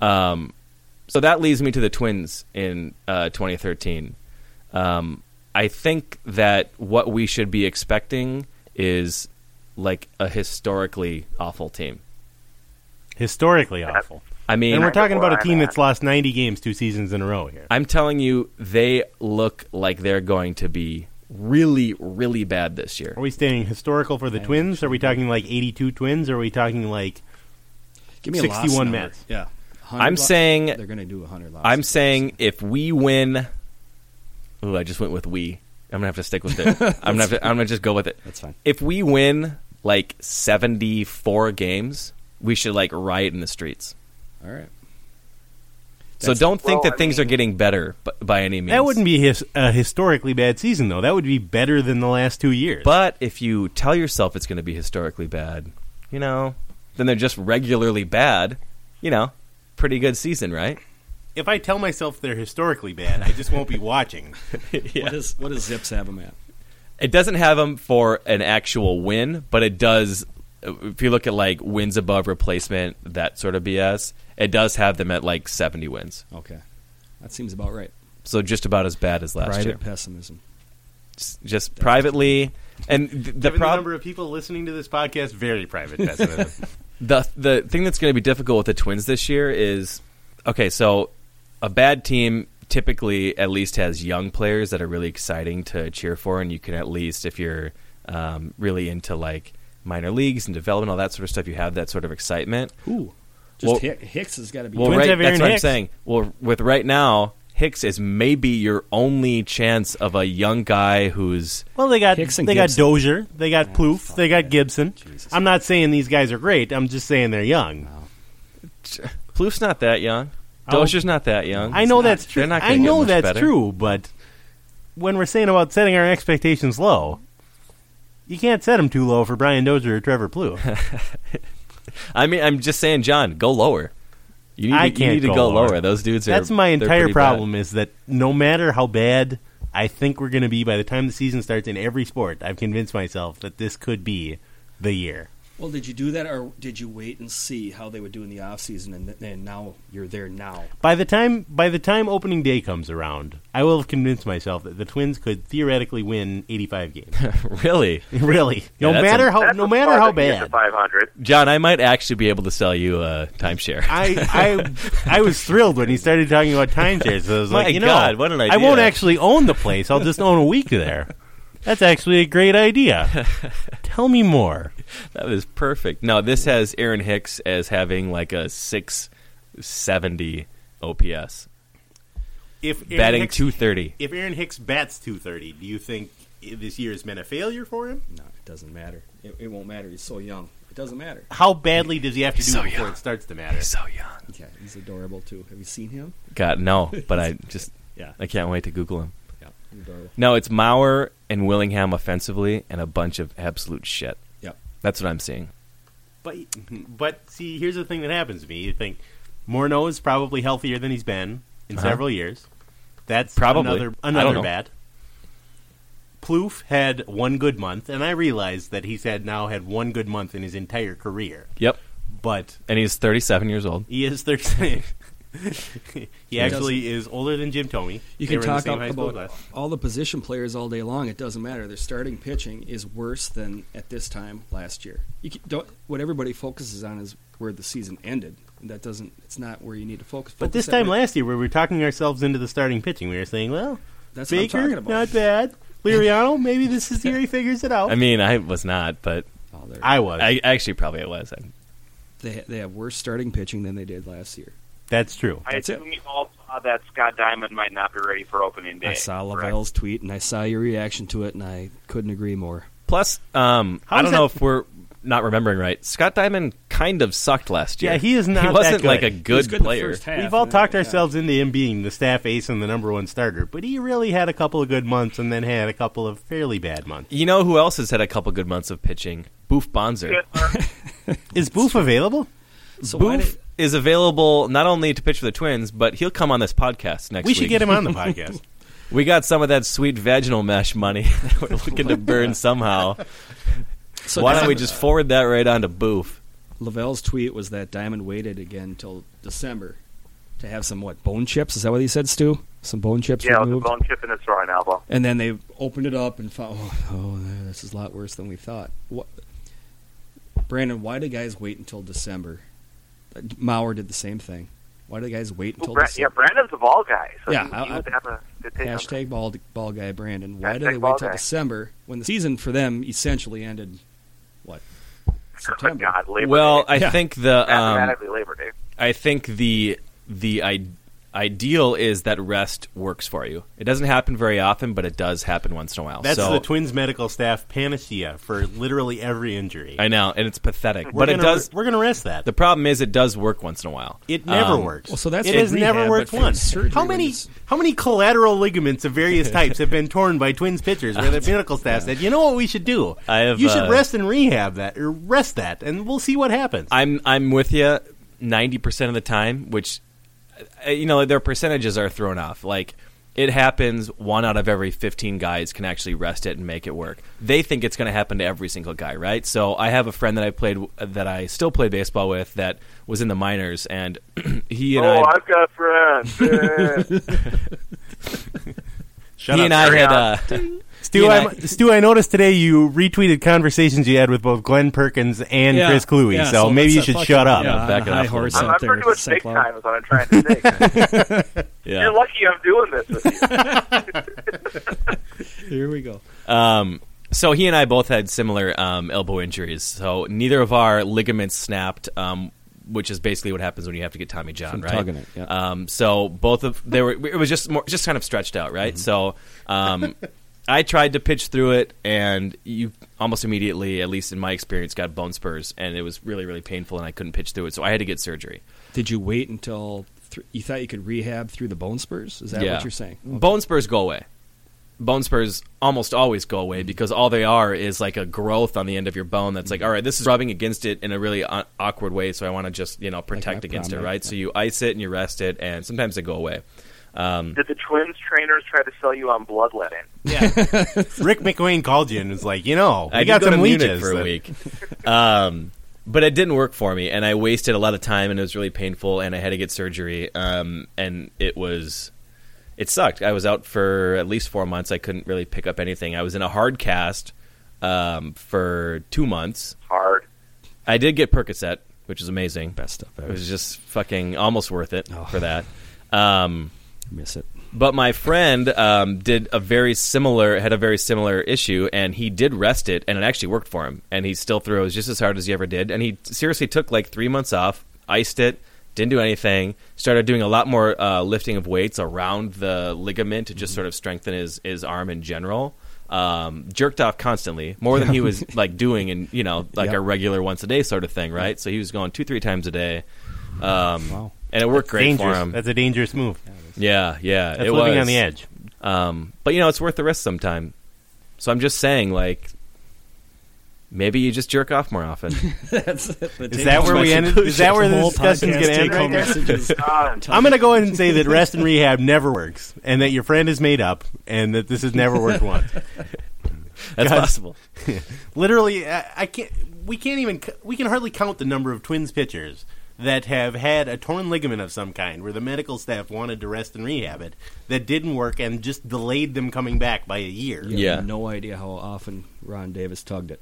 Speaker 3: Um, so that leads me to the Twins in uh, 2013. Um, I think that what we should be expecting is like a historically awful team.
Speaker 2: Historically awful.
Speaker 3: I mean,
Speaker 2: And we're
Speaker 8: Kind of
Speaker 2: talking about
Speaker 8: where
Speaker 2: a
Speaker 8: I'm
Speaker 2: team
Speaker 8: at.
Speaker 2: that's lost 90 games two seasons in a row here.
Speaker 3: I'm telling you, they look like they're going to be really, really bad this year.
Speaker 2: Are we staying historical for the Twins? Are we talking like 82 Twins? Or are we talking like
Speaker 6: Give me a loss
Speaker 2: 61
Speaker 6: number.
Speaker 2: minutes.
Speaker 6: Yeah. 100
Speaker 3: I'm
Speaker 6: lo-
Speaker 3: saying-
Speaker 6: they're going to do 100 losses.
Speaker 3: I'm saying if we win, ooh, I just went with we. I'm gonna have to stick with it. I'm gonna have to, I'm gonna just go with it.
Speaker 6: That's fine.
Speaker 3: If we win like 74 games, we should like riot in the streets.
Speaker 6: All right.
Speaker 3: so don't think
Speaker 8: Well,
Speaker 3: that
Speaker 8: I
Speaker 3: things are
Speaker 8: mean-
Speaker 3: getting better b- by any means.
Speaker 2: that? Wouldn't be his, a historically bad season though. That would be better than the last two years.
Speaker 3: But if you tell yourself it's going to be historically bad, you know, then they're just regularly bad. You know, pretty good season, right?
Speaker 2: if I tell myself they're historically bad, I just won't be watching.
Speaker 6: What, is, what does Zips have them at?
Speaker 3: It doesn't have them for an actual win, but it does. If you look at like wins above replacement, that sort of BS, it does have them at like 70 wins.
Speaker 6: Okay. That seems about right.
Speaker 3: So just about as bad as last
Speaker 6: Private
Speaker 3: year.
Speaker 6: pessimism.
Speaker 3: Just, just privately, and th- the
Speaker 2: Given the
Speaker 3: problem.
Speaker 2: number of people listening to this podcast, very private pessimism.
Speaker 3: the the thing that's going to be difficult with the Twins this year is okay. So a bad team typically at least has young players that are really exciting to cheer for, and you can at least if you're um, really into like minor leagues and development, all that sort of stuff, you have that sort of excitement.
Speaker 6: Ooh. Just
Speaker 3: Well-
Speaker 6: Hick- Hicks has got to be.
Speaker 3: Well,
Speaker 2: Twins
Speaker 3: right,
Speaker 2: have
Speaker 3: that's
Speaker 2: Aaron
Speaker 3: what I'm
Speaker 2: Hicks.
Speaker 3: saying. Well, with right now, Hicks is maybe your only chance of a young guy who's
Speaker 2: Well, they got
Speaker 6: Hicks and
Speaker 2: they
Speaker 6: Gibson.
Speaker 2: got Dozier, they got Plouffe, they got Gibson. I'm not saying these guys are great. I'm just saying they're young.
Speaker 3: Plouffe's not that young.
Speaker 2: Oh.
Speaker 3: Dozier's not that young.
Speaker 2: I know that's true.
Speaker 3: They're not gonna
Speaker 2: I
Speaker 3: get
Speaker 2: know
Speaker 3: much
Speaker 2: that's
Speaker 3: better.
Speaker 2: true, but when we're saying about setting our expectations low, you can't set them too low for Brian Dozier or Trevor Plouffe.
Speaker 3: I mean, I'm just saying, John, go lower. You need,
Speaker 2: I
Speaker 3: to, you
Speaker 2: can't
Speaker 3: need to
Speaker 2: go
Speaker 3: go
Speaker 2: lower.
Speaker 3: lower. Those dudes are.
Speaker 2: that's my
Speaker 3: they're
Speaker 2: entire
Speaker 3: pretty
Speaker 2: problem is that no matter how bad I think we're going to be by the time the season starts in every sport, I've convinced myself that this could be the year.
Speaker 4: Well, did you do that, or did you wait and see how they would do in the off season, and, th- and now you're there now?
Speaker 2: By the time by the time opening day comes around, I will have convinced myself that the Twins could theoretically win 85 games.
Speaker 3: really,
Speaker 2: really, no
Speaker 3: that's
Speaker 2: matter
Speaker 3: a-
Speaker 2: how
Speaker 8: That's
Speaker 2: no
Speaker 8: as
Speaker 2: matter
Speaker 8: far as
Speaker 2: how
Speaker 8: I can get
Speaker 2: bad.
Speaker 8: to 500.
Speaker 3: John? I might actually be able to sell you a timeshare.
Speaker 2: I, I I was thrilled when he started talking about timeshares. I was
Speaker 3: My
Speaker 2: like, you
Speaker 3: God,
Speaker 2: know,
Speaker 3: what an
Speaker 2: I won't
Speaker 3: idea.
Speaker 2: actually own the place. I'll just own a week there. That's actually a great idea. Tell me more.
Speaker 3: that was perfect. No, this has Aaron Hicks as having like a six seventy OPS,
Speaker 2: If Aaron
Speaker 3: batting
Speaker 2: Hicks-
Speaker 3: two thirty.
Speaker 2: if Aaron Hicks bats 230, do you think this year has been a failure for him?
Speaker 4: No, it doesn't matter. It, it won't matter. He's so young. It doesn't matter.
Speaker 2: How badly does he have to do
Speaker 3: so
Speaker 2: before
Speaker 3: young.
Speaker 2: it starts to matter?
Speaker 3: So young.
Speaker 4: Yeah, he's adorable too. Have you seen him?
Speaker 3: God no, but I just
Speaker 4: Yeah.
Speaker 3: I can't wait to Google him.
Speaker 4: Yeah, he's adorable.
Speaker 3: No, it's Mauer and Willingham offensively, and a bunch of absolute shit.
Speaker 4: Yep.
Speaker 3: That's what I'm seeing.
Speaker 2: But
Speaker 6: Mm-hmm.
Speaker 2: but see, here's the thing that happens to me. You think Morneau is probably healthier than he's been in
Speaker 3: Uh-huh.
Speaker 2: several years. That's
Speaker 3: Probably.
Speaker 2: another
Speaker 3: I don't
Speaker 2: another
Speaker 3: know.
Speaker 2: bat. Plouffe had one good month, and I realized that he's had now had one good month in his entire career.
Speaker 3: Yep.
Speaker 2: But
Speaker 3: And he's 37 years old.
Speaker 2: he is thirteen. he actually is older than Jim Tomey.
Speaker 6: You
Speaker 2: They
Speaker 6: can
Speaker 2: were in the
Speaker 6: talk
Speaker 2: same
Speaker 6: up
Speaker 2: high school
Speaker 6: about
Speaker 2: class.
Speaker 6: all the position players all day long. It doesn't matter. Their starting pitching is worse than at this time last year. You can, don't, what everybody focuses on is where the season ended. That doesn't. It's not where you need to focus.
Speaker 2: But this
Speaker 6: Focus
Speaker 2: time
Speaker 6: on-
Speaker 2: last year, where we were talking ourselves into the starting pitching, we were saying, "Well,
Speaker 6: that's what I'm
Speaker 2: Baker,
Speaker 6: talking about.
Speaker 2: not bad. Liriano, maybe this is the year he figures it out."
Speaker 3: I mean, I was not, but
Speaker 6: Oh, they're-
Speaker 2: I Oh. was.
Speaker 3: I actually probably it was. I-
Speaker 6: they they have worse starting pitching than they did last year.
Speaker 2: That's true.
Speaker 8: I
Speaker 6: That's it.
Speaker 8: assume you all saw that Scott Diamond might not be ready for opening day.
Speaker 6: I saw
Speaker 8: correct?
Speaker 6: Lavelle's tweet and I saw your reaction to it, and I couldn't agree more.
Speaker 3: Plus, um,
Speaker 2: How
Speaker 3: I
Speaker 2: does
Speaker 3: don't know
Speaker 2: that-
Speaker 3: if we're not remembering right. Scott Diamond kind of sucked last year.
Speaker 2: Yeah, he is not
Speaker 3: He
Speaker 2: that
Speaker 3: wasn't
Speaker 2: good.
Speaker 3: like a
Speaker 2: He was
Speaker 3: good,
Speaker 6: good in the
Speaker 3: player.
Speaker 6: first half.
Speaker 2: We've all
Speaker 6: Yeah.
Speaker 2: talked ourselves into him being the staff ace and the number one starter, but he really had a couple of good months and then had a couple of fairly bad months.
Speaker 3: You know who else has had a couple good months of pitching? Boof Bonzer.
Speaker 2: Is Boof available?
Speaker 6: So why
Speaker 3: Boof
Speaker 6: did-
Speaker 3: is available not only to pitch for the Twins, but he'll come on this podcast next
Speaker 2: We
Speaker 3: week.
Speaker 2: should get him on the podcast.
Speaker 3: We got some of that sweet vaginal mesh money that we're looking to burn somehow.
Speaker 6: so
Speaker 3: Why don't we
Speaker 6: Diamond-
Speaker 3: just forward that right on to Boof?
Speaker 6: Lavelle's tweet was that Diamond waited again till December to have some what bone chips? Is that what he said, Stu? Some bone chips
Speaker 8: Yeah, with a
Speaker 6: removed,
Speaker 8: bone chip in his throwing elbow.
Speaker 6: and then they opened it up and found, oh, oh, this is a lot worse than we thought. What, Brandon? Why do guys wait until December? Uh, Mauer did the same thing. Why do guys wait
Speaker 8: Ooh,
Speaker 6: until
Speaker 8: Bra- yeah,
Speaker 6: December?
Speaker 8: Brandon's a ball guy, so
Speaker 6: Yeah,
Speaker 8: he,
Speaker 6: I-
Speaker 8: he
Speaker 6: I-
Speaker 8: would have a good take on Oh that.
Speaker 6: Hashtag ball, ball guy Brandon. Why do
Speaker 8: Hashtag
Speaker 6: they wait
Speaker 8: ball
Speaker 6: till
Speaker 8: guy.
Speaker 6: December when the season for them essentially ended? What?
Speaker 8: Oh,
Speaker 6: September.
Speaker 8: God, Labor
Speaker 3: Well,
Speaker 8: Day.
Speaker 3: I think the um,
Speaker 8: mathematically Labor Day.
Speaker 3: I think the the I- ideal is that rest works for you. It doesn't happen very often, but it does happen once in a while.
Speaker 2: That's
Speaker 3: so,
Speaker 2: the Twins medical staff panacea for literally every injury.
Speaker 3: I know, and it's
Speaker 2: We're
Speaker 3: pathetic, but it
Speaker 2: gonna-
Speaker 3: does.
Speaker 2: We're going to rest that.
Speaker 3: The problem is, it does work once in a while.
Speaker 2: it never
Speaker 3: Um,
Speaker 2: works.
Speaker 6: well, so that's
Speaker 2: it
Speaker 6: like
Speaker 2: has
Speaker 6: rehab,
Speaker 2: never worked
Speaker 6: but for
Speaker 2: once.
Speaker 6: surgery
Speaker 2: How
Speaker 6: when
Speaker 2: many
Speaker 6: it's-
Speaker 2: how many collateral ligaments of various types have been torn by Twins pitchers where the medical staff said, "You know what we should do?
Speaker 3: I have,
Speaker 2: you should
Speaker 3: uh,
Speaker 2: rest and rehab that, or rest that, and we'll see what happens."
Speaker 3: I'm I'm with you ninety percent of the time, which uh, you know their percentages are thrown off. Like it happens, one out of every fifteen guys can actually rest it and make it work. They think it's going to happen to every single guy, right? So I have a friend that I played that I still play baseball with that was in the minors, and he and
Speaker 8: oh,
Speaker 3: I,
Speaker 8: I've got friends. Yeah.
Speaker 2: Shut
Speaker 3: he
Speaker 2: up.
Speaker 3: and I
Speaker 8: Carry
Speaker 3: had
Speaker 8: on.
Speaker 3: uh,
Speaker 2: Stu,
Speaker 3: You
Speaker 2: I,
Speaker 3: and I-
Speaker 2: Stu, I noticed today you retweeted conversations you had with both Glenn Perkins and
Speaker 6: Yeah,
Speaker 2: Chris Cluey,
Speaker 6: yeah,
Speaker 2: so,
Speaker 6: so
Speaker 2: maybe
Speaker 6: let's
Speaker 2: you
Speaker 6: not
Speaker 2: should
Speaker 6: fuck
Speaker 2: shut
Speaker 6: it.
Speaker 2: up.
Speaker 6: Yeah,
Speaker 3: back it
Speaker 6: high
Speaker 3: up a little
Speaker 6: horse
Speaker 3: bit.
Speaker 8: I'm,
Speaker 6: out
Speaker 8: I'm
Speaker 6: there.
Speaker 8: pretty much
Speaker 6: It's like,
Speaker 8: fake
Speaker 6: well,
Speaker 8: time is what I'm trying to say.
Speaker 3: yeah.
Speaker 8: You're lucky I'm doing this with you.
Speaker 6: Here we go.
Speaker 3: Um, so he and I both had similar um, elbow injuries. So neither of our ligaments snapped, um, which is basically what happens when you have to get Tommy John,
Speaker 6: From
Speaker 3: right?
Speaker 6: tugging it, yeah.
Speaker 3: Um, so both of they were. It was just more, just kind of stretched out, right?
Speaker 6: Mm-hmm.
Speaker 3: So um, I tried to pitch through it, and you almost immediately, at least in my experience, got bone spurs, and it was really really painful, and I couldn't pitch through it, so I had to get surgery.
Speaker 6: Did you wait until th- you thought you could rehab through the bone spurs? Is that what you're saying?
Speaker 3: Bone spurs go away. Bone spurs almost always go away because all they are is like a growth on the end of your bone that's
Speaker 6: Mm-hmm.
Speaker 3: like, all right, this is rubbing against it in a really au- awkward way, so I want to just, you know, protect
Speaker 6: my
Speaker 3: against it,
Speaker 6: promenade,
Speaker 3: right? So you ice it and you rest it, and sometimes they go away. Um,
Speaker 8: Did the Twins trainers try to sell you on bloodletting?
Speaker 2: Rick McQueen called you and was like, you know, I
Speaker 3: did
Speaker 2: got
Speaker 3: go to
Speaker 2: some
Speaker 3: Munich
Speaker 2: leeches
Speaker 3: for a
Speaker 2: that-
Speaker 3: week, um, but it didn't work for me, and I wasted a lot of time, and it was really painful, and I had to get surgery, um, and it was, it sucked. I was out for at least four months. I couldn't really pick up anything. I was in a hard cast um, for two months.
Speaker 8: Hard.
Speaker 3: I did get Percocet, which is amazing.
Speaker 4: Best stuff
Speaker 3: It
Speaker 4: ever.
Speaker 3: was just fucking almost worth it
Speaker 2: Oh.
Speaker 3: for that. Um,
Speaker 4: Miss it.
Speaker 3: but my friend um, did a very similar had a very similar issue and he did rest it and it actually worked for him and he still throws just as hard as he ever did and he seriously took like three months off iced it didn't do anything started doing a lot more uh, lifting of weights around the ligament to
Speaker 2: Mm-hmm.
Speaker 3: just sort of strengthen his, his arm in general um, jerked off constantly more than he was like doing in you know like
Speaker 4: Yeah.
Speaker 3: a regular once a day sort of thing right so he was going two three times a day um,
Speaker 4: Wow.
Speaker 3: and it worked great for
Speaker 2: dangerous.
Speaker 3: him
Speaker 2: That's a dangerous move.
Speaker 3: yeah yeah
Speaker 2: That's
Speaker 3: it
Speaker 2: living
Speaker 3: was
Speaker 2: on the edge.
Speaker 3: um, but you know, it's worth the risk sometime. So I'm just saying, like, maybe you just jerk off more often.
Speaker 4: That's it. The
Speaker 2: Is
Speaker 4: take
Speaker 2: that
Speaker 4: home
Speaker 2: where we
Speaker 4: message.
Speaker 2: ended? Is that where the
Speaker 4: whole
Speaker 2: discussion's
Speaker 4: podcast
Speaker 2: going to end?
Speaker 4: take-home
Speaker 2: Right there?
Speaker 4: message is-
Speaker 8: Ah,
Speaker 2: I'm going to go ahead and say that rest and rehab never works, and that your friend is made up, and that this has never worked once.
Speaker 3: That's
Speaker 2: God.
Speaker 3: possible.
Speaker 2: Literally, I, I can't. We can't even. c- We can hardly count the number of twins pitchers that have had a torn ligament of some kind, where the medical staff wanted to rest and rehab it, that didn't work, and just delayed them coming back by a year.
Speaker 4: You have
Speaker 3: Yeah.
Speaker 4: No idea how often Ron Davis tugged it.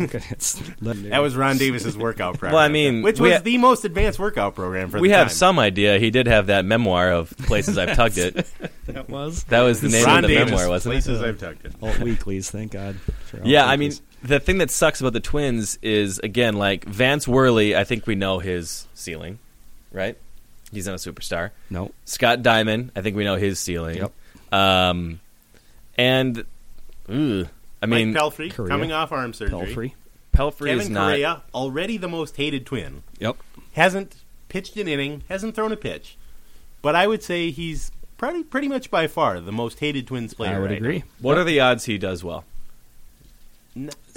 Speaker 4: it's legendary.
Speaker 2: That was Ron Davis's workout program.
Speaker 3: Well, I mean,
Speaker 2: which
Speaker 3: we
Speaker 2: was
Speaker 3: ha-
Speaker 2: the most advanced workout program for
Speaker 3: We
Speaker 2: the
Speaker 3: have
Speaker 2: time.
Speaker 3: some idea. He did have that memoir of places I've tugged it.
Speaker 4: that was
Speaker 3: That was the name
Speaker 2: Ron
Speaker 3: of the
Speaker 2: Davis,
Speaker 3: memoir, wasn't it? Uh,
Speaker 2: places I've tucked it.
Speaker 4: alt weeklies. Thank God. for alt
Speaker 3: Yeah, I mean,
Speaker 4: weeklies.
Speaker 3: the thing that sucks about the Twins is again, like Vance Worley. I think we know his ceiling, right? He's not a superstar.
Speaker 4: no.
Speaker 3: Scott Diamond. I think we know his ceiling. Yep. Um, and ooh, I mean,
Speaker 2: Mike Pelfrey
Speaker 4: Correa.
Speaker 2: coming off arm surgery.
Speaker 4: Pelfrey.
Speaker 3: Pelfrey is
Speaker 2: Kevin
Speaker 3: not.
Speaker 2: Correa, already the most hated twin,
Speaker 4: Yep.
Speaker 2: hasn't pitched an inning, hasn't thrown a pitch, but I would say he's pretty pretty much by far the most hated Twins player.
Speaker 4: I would
Speaker 2: right
Speaker 4: agree.
Speaker 2: now.
Speaker 3: What are the odds he does well?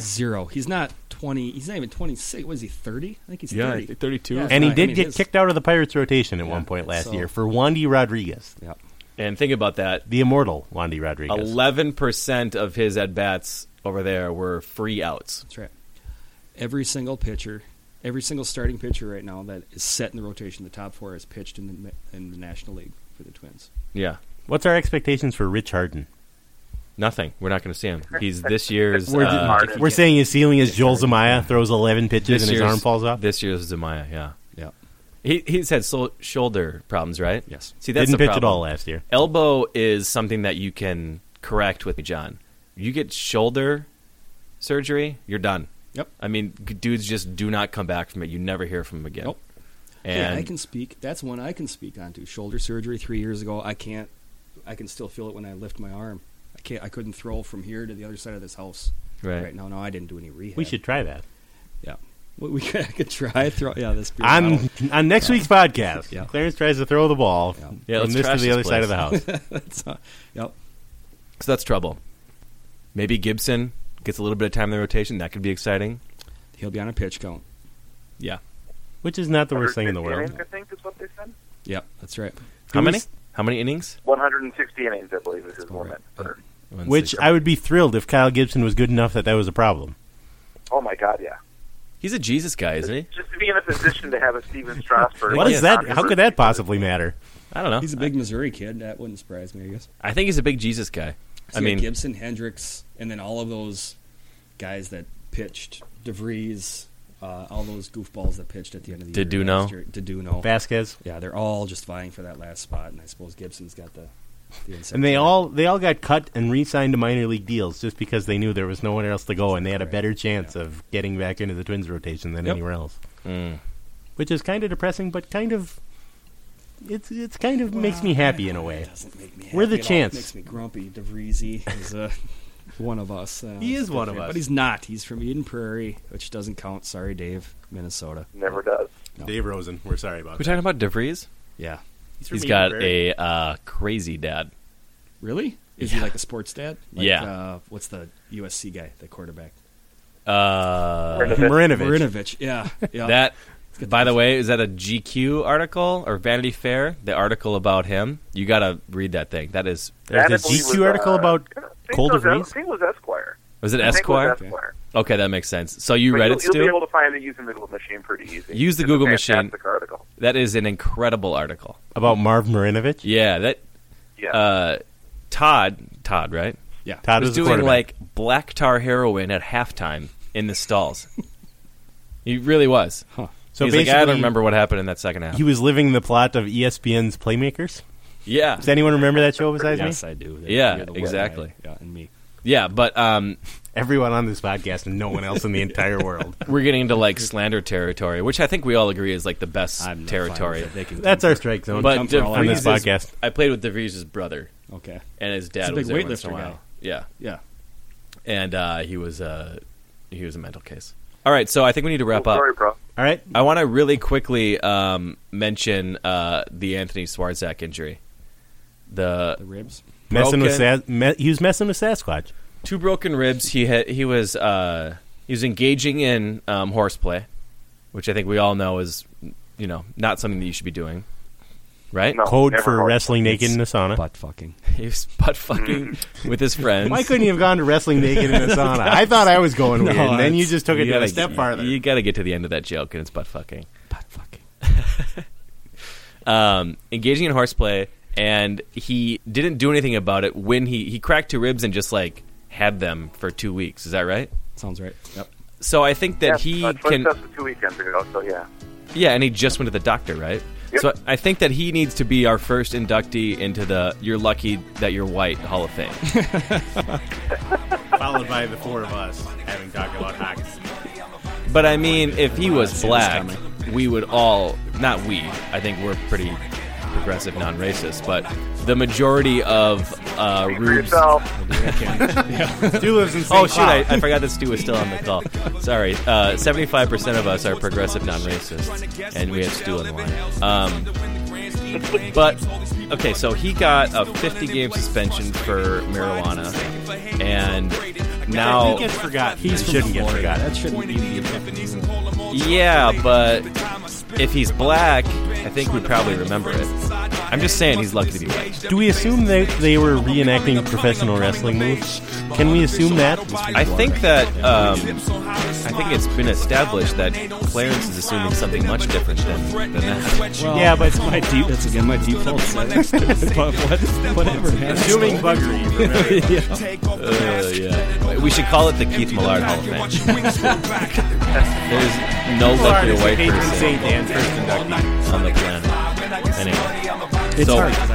Speaker 4: Zero. He's not twenty. He's not even twenty six. Was he thirty? I think he's thirty.
Speaker 3: thirty-two.
Speaker 4: Yeah.
Speaker 2: And he
Speaker 4: I
Speaker 2: did
Speaker 4: mean,
Speaker 2: get
Speaker 4: his-
Speaker 2: kicked out of the Pirates rotation at
Speaker 4: Yeah,
Speaker 2: one point last
Speaker 4: so-
Speaker 2: year for Wandy Rodriguez,
Speaker 4: Yep.
Speaker 3: And think about that.
Speaker 2: the immortal Wandy Rodriguez.
Speaker 3: Eleven percent of his at bats over there were free outs.
Speaker 4: That's right. Every single pitcher, every single starting pitcher right now that is set in the rotation, the top four is pitched in the ma- in the National League for the Twins.
Speaker 3: Yeah,
Speaker 2: What's our expectations for Rich Harden?
Speaker 3: nothing. We're not going to see him. He's this year's.
Speaker 2: We're,
Speaker 3: uh,
Speaker 8: Harden.
Speaker 2: we're saying his ceiling is Joel Zamaya throws 11 pitches
Speaker 3: this
Speaker 2: and his
Speaker 3: year's-
Speaker 2: arm falls off.
Speaker 3: This year's Zamaya. Yeah,
Speaker 4: Yeah.
Speaker 3: he he's had so- shoulder problems, right?
Speaker 4: Yes.
Speaker 3: See, that's
Speaker 2: Didn't
Speaker 3: the
Speaker 2: pitch at
Speaker 3: problem.
Speaker 2: all last year.
Speaker 3: elbow is something that you can correct with John. You get shoulder surgery, you're done.
Speaker 4: Yep.
Speaker 3: I mean, g- dudes just do not come back from it. You never hear from them again.
Speaker 4: Nope.
Speaker 3: And
Speaker 4: yeah, I can speak. That's one I can speak onto. Shoulder surgery three years ago. I can't. I can still feel it when I lift my arm. I can't. I couldn't throw from here to the other side of this house.
Speaker 3: Right.
Speaker 4: now, no, I didn't do any rehab.
Speaker 2: We should try that.
Speaker 4: Yeah. We, we could, I could try throw. Yeah, this. beer
Speaker 2: on
Speaker 4: bottle.
Speaker 2: on next week's podcast,
Speaker 4: Yeah.
Speaker 2: Clarence tries to throw the ball
Speaker 4: Yeah.
Speaker 3: Yeah,
Speaker 2: from
Speaker 3: let's
Speaker 2: this to
Speaker 3: trash
Speaker 2: the
Speaker 3: this
Speaker 2: other side of the house.
Speaker 3: place.
Speaker 4: That's not- yep.
Speaker 3: so that's trouble. Maybe Gibson gets a little bit of time in the rotation. That could be exciting.
Speaker 4: He'll be on a pitch count.
Speaker 3: Yeah.
Speaker 2: Which is not the worst thing in the
Speaker 8: 150
Speaker 2: world.
Speaker 8: innings, I think is what they said.
Speaker 4: Yep. That's right.
Speaker 3: How
Speaker 2: Who's-
Speaker 3: many? How many innings?
Speaker 8: 160 innings, I believe, is his limit. for-
Speaker 3: One,
Speaker 2: Which
Speaker 3: six.
Speaker 2: I would be thrilled if Kyle Gibson was good enough that that was a problem.
Speaker 8: Oh my God, yeah.
Speaker 3: he's a Jesus guy, isn't he?
Speaker 8: Just to be in a position to have a Steven Strasburg.
Speaker 2: What
Speaker 3: Yeah.
Speaker 2: is that? How could that possibly matter?
Speaker 3: I don't know.
Speaker 4: He's a big Missouri kid. That wouldn't surprise me. I guess.
Speaker 3: I think he's a big Jesus guy.
Speaker 4: So
Speaker 3: I
Speaker 4: you had
Speaker 3: mean,
Speaker 4: Gibson, Hendricks, and then all of those guys that pitched DeVries, uh, all those goofballs that pitched at the end of the year.
Speaker 3: Deduno.
Speaker 4: last year. Deduno.
Speaker 2: Vasquez,
Speaker 4: Yeah, they're all just vying for that last spot, and I suppose Gibson's got the. the incentive.
Speaker 2: and they all they all got cut and re-signed to minor league deals just because they knew there was nowhere else to go, and they had a better chance of getting back into the Twins rotation than
Speaker 4: Yep.
Speaker 2: anywhere else.
Speaker 3: mm.
Speaker 2: Which is kind of depressing, but kind of it's it's kind of makes me happy in a way.
Speaker 4: It doesn't make me
Speaker 2: We're
Speaker 4: happy
Speaker 2: the
Speaker 4: at all.
Speaker 2: chance.
Speaker 4: It makes me grumpy. DeVriesy is uh, one of us. Uh,
Speaker 2: He is one of us.
Speaker 4: But he's not. He's from Eden Prairie, which doesn't count. Sorry, Dave, Minnesota.
Speaker 8: Never does.
Speaker 2: Dave Rosen, we're sorry about
Speaker 3: we're talking about DeVries.
Speaker 4: Yeah.
Speaker 3: He's got a uh, crazy dad.
Speaker 4: Really? Is he like a sports dad? Like,
Speaker 3: Yeah.
Speaker 4: Uh, what's the USC guy, the quarterback?
Speaker 3: Uh,
Speaker 2: Marinovich.
Speaker 4: Marinovich. Yeah. yeah.
Speaker 3: that By the way, is that a GQ article or Vanity Fair? The article about him. You gotta read that thing. That is.
Speaker 2: There's
Speaker 8: That
Speaker 2: a
Speaker 8: I believe
Speaker 2: GQ
Speaker 8: was,
Speaker 2: article
Speaker 8: uh,
Speaker 2: about
Speaker 8: I think
Speaker 2: Cold
Speaker 8: it was,
Speaker 2: Breeze?
Speaker 8: I think it was Esquire.
Speaker 3: Was it
Speaker 8: I think it was
Speaker 3: Esquire?
Speaker 8: Esquire.
Speaker 3: Okay, that makes sense. So you
Speaker 8: But
Speaker 3: read
Speaker 8: you'll,
Speaker 3: it,
Speaker 8: You'll be
Speaker 3: Stu?
Speaker 8: able to find it using the Google machine pretty easy.
Speaker 3: Use the
Speaker 8: It's a
Speaker 3: Google machine.
Speaker 8: fantastic article.
Speaker 3: That is an incredible article.
Speaker 2: about Marv Marinovich.
Speaker 3: Yeah, that
Speaker 8: Yeah.
Speaker 3: uh, Todd, Todd, right?
Speaker 2: Todd was
Speaker 3: was,
Speaker 2: the
Speaker 3: doing
Speaker 2: quarterback.
Speaker 3: like black tar heroin at halftime in the stalls. he really was.
Speaker 2: so
Speaker 3: He's like, I
Speaker 2: basically,
Speaker 3: don't remember what happened in that second half.
Speaker 2: He was living the plot of E ESPN's Playmakers.
Speaker 3: yeah,
Speaker 2: Does anyone remember that show besides
Speaker 6: Yes,
Speaker 2: me?
Speaker 6: I do.
Speaker 3: Yeah,
Speaker 6: You're the one
Speaker 3: exactly.
Speaker 6: guy. Yeah, and me.
Speaker 3: yeah, but um,
Speaker 2: Everyone on this podcast and no one else in the entire world.
Speaker 3: we're getting into like slander territory, which I think we all agree is like the best
Speaker 6: I'm not fine
Speaker 3: territory.
Speaker 6: with it. They can
Speaker 2: That's our strike zone.
Speaker 3: But
Speaker 6: come for all I
Speaker 2: on this
Speaker 6: know.
Speaker 2: podcast,
Speaker 3: I played with DeVries' brother
Speaker 6: Okay.
Speaker 3: and his
Speaker 6: He's
Speaker 3: dad
Speaker 6: a big
Speaker 3: was there once in
Speaker 6: weightlifter
Speaker 3: a while.
Speaker 6: guy.
Speaker 3: Yeah,
Speaker 6: Yeah.
Speaker 3: and uh, he was uh, he was a mental case. All right, so I think we need to wrap
Speaker 8: Oh,
Speaker 3: up.
Speaker 8: Sorry, bro.
Speaker 2: all right.
Speaker 3: I want to really quickly um, mention uh, the Anthony Swarzak injury. The
Speaker 6: The ribs.
Speaker 2: Messing with
Speaker 3: Broken.
Speaker 2: Sa- me- he was messing with Sasquatch.
Speaker 3: two broken ribs. He had he was uh, he was engaging in um, horseplay, which I think we all know is you know not something that you should be doing, right?
Speaker 8: No,
Speaker 2: Code
Speaker 8: never
Speaker 2: for
Speaker 8: heard.
Speaker 2: wrestling naked in a sauna.
Speaker 6: Butt fucking.
Speaker 3: He was butt fucking with his friends.
Speaker 2: Why couldn't you have gone to wrestling naked in a sauna? I thought I was going weird, and then you
Speaker 3: it's-
Speaker 2: just took it
Speaker 3: you
Speaker 2: to a
Speaker 3: gotta-
Speaker 2: step
Speaker 3: you-
Speaker 2: farther.
Speaker 3: You, got to get to the end of that joke, and it's butt fucking.
Speaker 6: Butt fucking.
Speaker 3: Um, engaging in horseplay, and he didn't do anything about it when he he cracked two ribs and just like had them for two weeks. Is that right?
Speaker 6: Sounds right. Yep.
Speaker 3: So I think
Speaker 8: Yeah,
Speaker 3: that he
Speaker 8: uh,
Speaker 3: can.
Speaker 8: Twin Steps was two weekends ago, so yeah.
Speaker 3: Yeah, and he just went to the doctor, right?
Speaker 8: Yep.
Speaker 3: So I think that he needs to be our first inductee into the "You're Lucky That You're White" Hall of Fame.
Speaker 2: Followed by the four of us having talked about hockey.
Speaker 3: but I mean, if he was black, we would all not we. I think we're pretty progressive, non-racist, but the majority of uh,
Speaker 8: Speak for
Speaker 3: Rubes.
Speaker 8: yourself.
Speaker 2: Stu lives in St.
Speaker 3: Oh shoot! I,
Speaker 2: Cloud.
Speaker 3: I forgot that Stu was still on the call. Sorry. Uh, Seventy-five percent of us are progressive non-racists, and we have Stu on the line. Um, but okay, so he got a fifty-game suspension for marijuana, and
Speaker 2: I
Speaker 3: now
Speaker 2: think it's forgotten. Oh. He shouldn't get forgotten.
Speaker 6: That shouldn't even be a fucking rule.
Speaker 3: yeah, but if he's black, I think we probably remember it. I'm just saying he's lucky to be white.
Speaker 2: Do we assume that they were reenacting professional wrestling moves? Can we assume that?
Speaker 3: I think that um, I think it's been established that Clarence is assuming something much different than, than that.
Speaker 6: Well,
Speaker 2: Yeah, but-
Speaker 6: it's my deep. That's again my default. but what, whatever. Man.
Speaker 2: Assuming buggery.
Speaker 3: Uh, yeah. We should call it the Keith Millard Hall of Fame. There's no luckier white
Speaker 2: patron
Speaker 3: person
Speaker 2: saint and first inductee.
Speaker 3: on the planet. Anyway,
Speaker 6: It's
Speaker 3: so-
Speaker 6: hard 'cause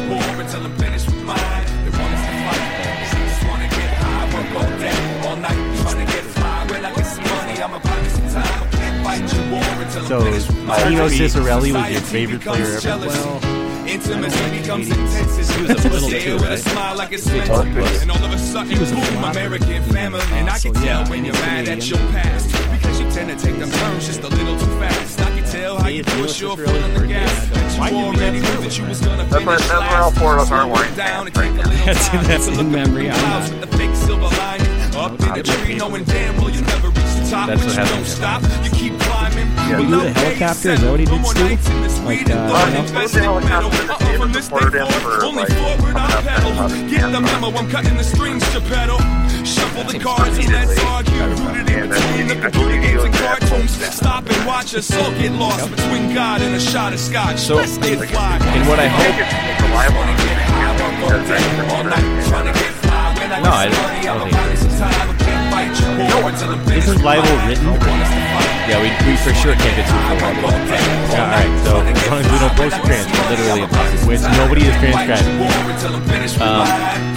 Speaker 6: I like
Speaker 2: So, Tino Cicerelli was your favorite player ever?
Speaker 6: well.
Speaker 3: he was a little too, right?
Speaker 11: And all of a sudden,
Speaker 6: was a
Speaker 11: boom,
Speaker 6: philosopher.
Speaker 11: American family. And I
Speaker 6: Oh, so
Speaker 11: can
Speaker 6: yeah,
Speaker 11: tell when
Speaker 6: he
Speaker 11: you're
Speaker 6: was a
Speaker 11: mad at your
Speaker 6: comedian.
Speaker 11: past. Because you tend to take them turns just a little too fast. I can tell how
Speaker 2: See,
Speaker 11: you
Speaker 2: if you
Speaker 11: push your
Speaker 2: listen
Speaker 11: foot
Speaker 2: to
Speaker 11: on
Speaker 2: early
Speaker 11: the gas.
Speaker 2: Bird,
Speaker 11: That
Speaker 2: why
Speaker 11: you
Speaker 2: did we
Speaker 11: already
Speaker 2: not do
Speaker 11: knew
Speaker 2: it,
Speaker 11: that you was gonna finish
Speaker 8: why-
Speaker 11: last.
Speaker 8: that's why all four of us
Speaker 11: Slow
Speaker 8: aren't wearing
Speaker 11: it down
Speaker 8: pants
Speaker 11: and take
Speaker 8: right
Speaker 11: a little
Speaker 6: That's-
Speaker 11: time
Speaker 6: that's
Speaker 11: to
Speaker 6: in
Speaker 11: look
Speaker 6: memory, I'm
Speaker 11: clouds
Speaker 6: not.
Speaker 11: with the fake silver lining. Up in the tree, knowing damn well you never reach the top,
Speaker 3: That's
Speaker 11: but
Speaker 3: what
Speaker 11: you
Speaker 3: happened.
Speaker 11: don't stop. You keep climbing.
Speaker 6: He blew the helicopter? Is that what he did, Stu? Like, uh,
Speaker 8: Well, he blew the helicopter to be able to support him for,
Speaker 11: Only
Speaker 8: like,
Speaker 11: forward I
Speaker 8: about
Speaker 11: pedal.
Speaker 8: 10,000
Speaker 11: Get the memo, I'm cutting the strings to pedal. Shuffle the cards and let's argue. Rooted in between the computer games and cartoons. Stop and watch us all get lost between God and a shot of scotch.
Speaker 3: So-
Speaker 11: Let's get fly.
Speaker 3: And what I
Speaker 8: I
Speaker 3: hope.
Speaker 8: think it's it's reliable. I think it's reliable. All night.
Speaker 3: No, I I don't think. it is.
Speaker 2: Isn't libel written?
Speaker 3: Yeah, we, we for sure can't get sued for libel.
Speaker 2: Yeah, all right, so as long as we don't post transcripts,
Speaker 3: Literally impossible.
Speaker 2: which nobody is transcribing.
Speaker 3: Um,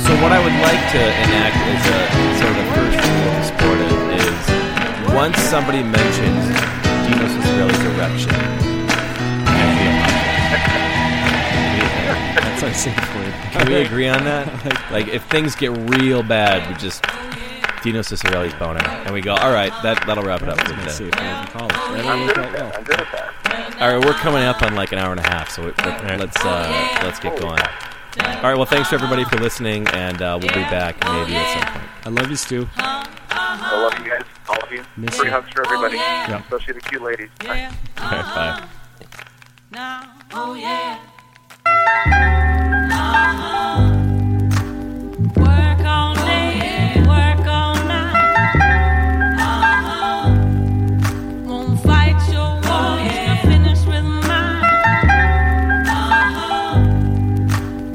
Speaker 3: so what I would like to enact as a sort of first rule of the sport is, is once somebody mentions Dino Cicerelli's erection,
Speaker 6: That's our safe word.
Speaker 3: can we agree on that? Like if things get real bad, we just Dino Cicerelli's boner, and we go, all right, that that'll wrap it up for
Speaker 6: Safe
Speaker 3: today.
Speaker 6: word in college. That
Speaker 8: I'm
Speaker 6: ain't
Speaker 8: good
Speaker 6: that
Speaker 8: at
Speaker 6: well.
Speaker 8: that. I'm good at that.
Speaker 3: All right, we're coming up on like an hour and a half, so we,
Speaker 2: right.
Speaker 3: let's uh, let's get going. All right, well, thanks to everybody for listening, and uh, we'll be back maybe at some point.
Speaker 6: I love you, Stu.
Speaker 8: I love you guys. All love you.
Speaker 6: Miss
Speaker 8: Free
Speaker 6: you.
Speaker 8: hugs for everybody,
Speaker 12: yeah.
Speaker 6: Yeah.
Speaker 8: especially the cute ladies.
Speaker 12: Yeah.
Speaker 3: Okay, bye.
Speaker 12: Now. Oh yeah. Uh-huh. Work all day, work all night. Uh-huh. Gonna fight your wars, gonna finish with mine. Uh-huh.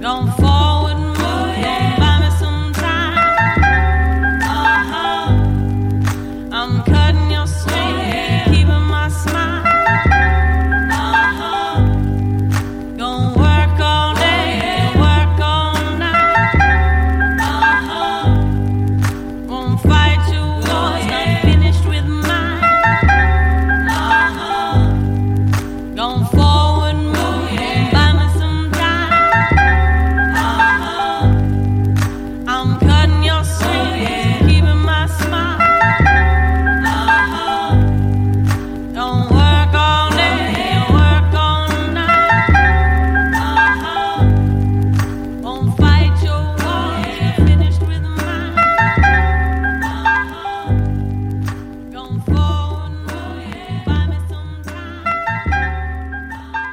Speaker 12: Gonna forward move, gonna buy me some time. Uh-huh. I'm cutting your sleeve, keeping my smile. Uh-huh. Gonna work all day, work all night. Uh-huh. Won't fight your wars, not finished with mine. Uh-huh. Gonna forward move, buy me some time. Uh-huh. I'm cutting your sleeve, keeping my smile. Uh-huh. Don't work all day, work all night. Uh-huh. Won't fight your wars, finished with mine. Uh-huh. Gonna forward move, buy me some time. Uh-huh.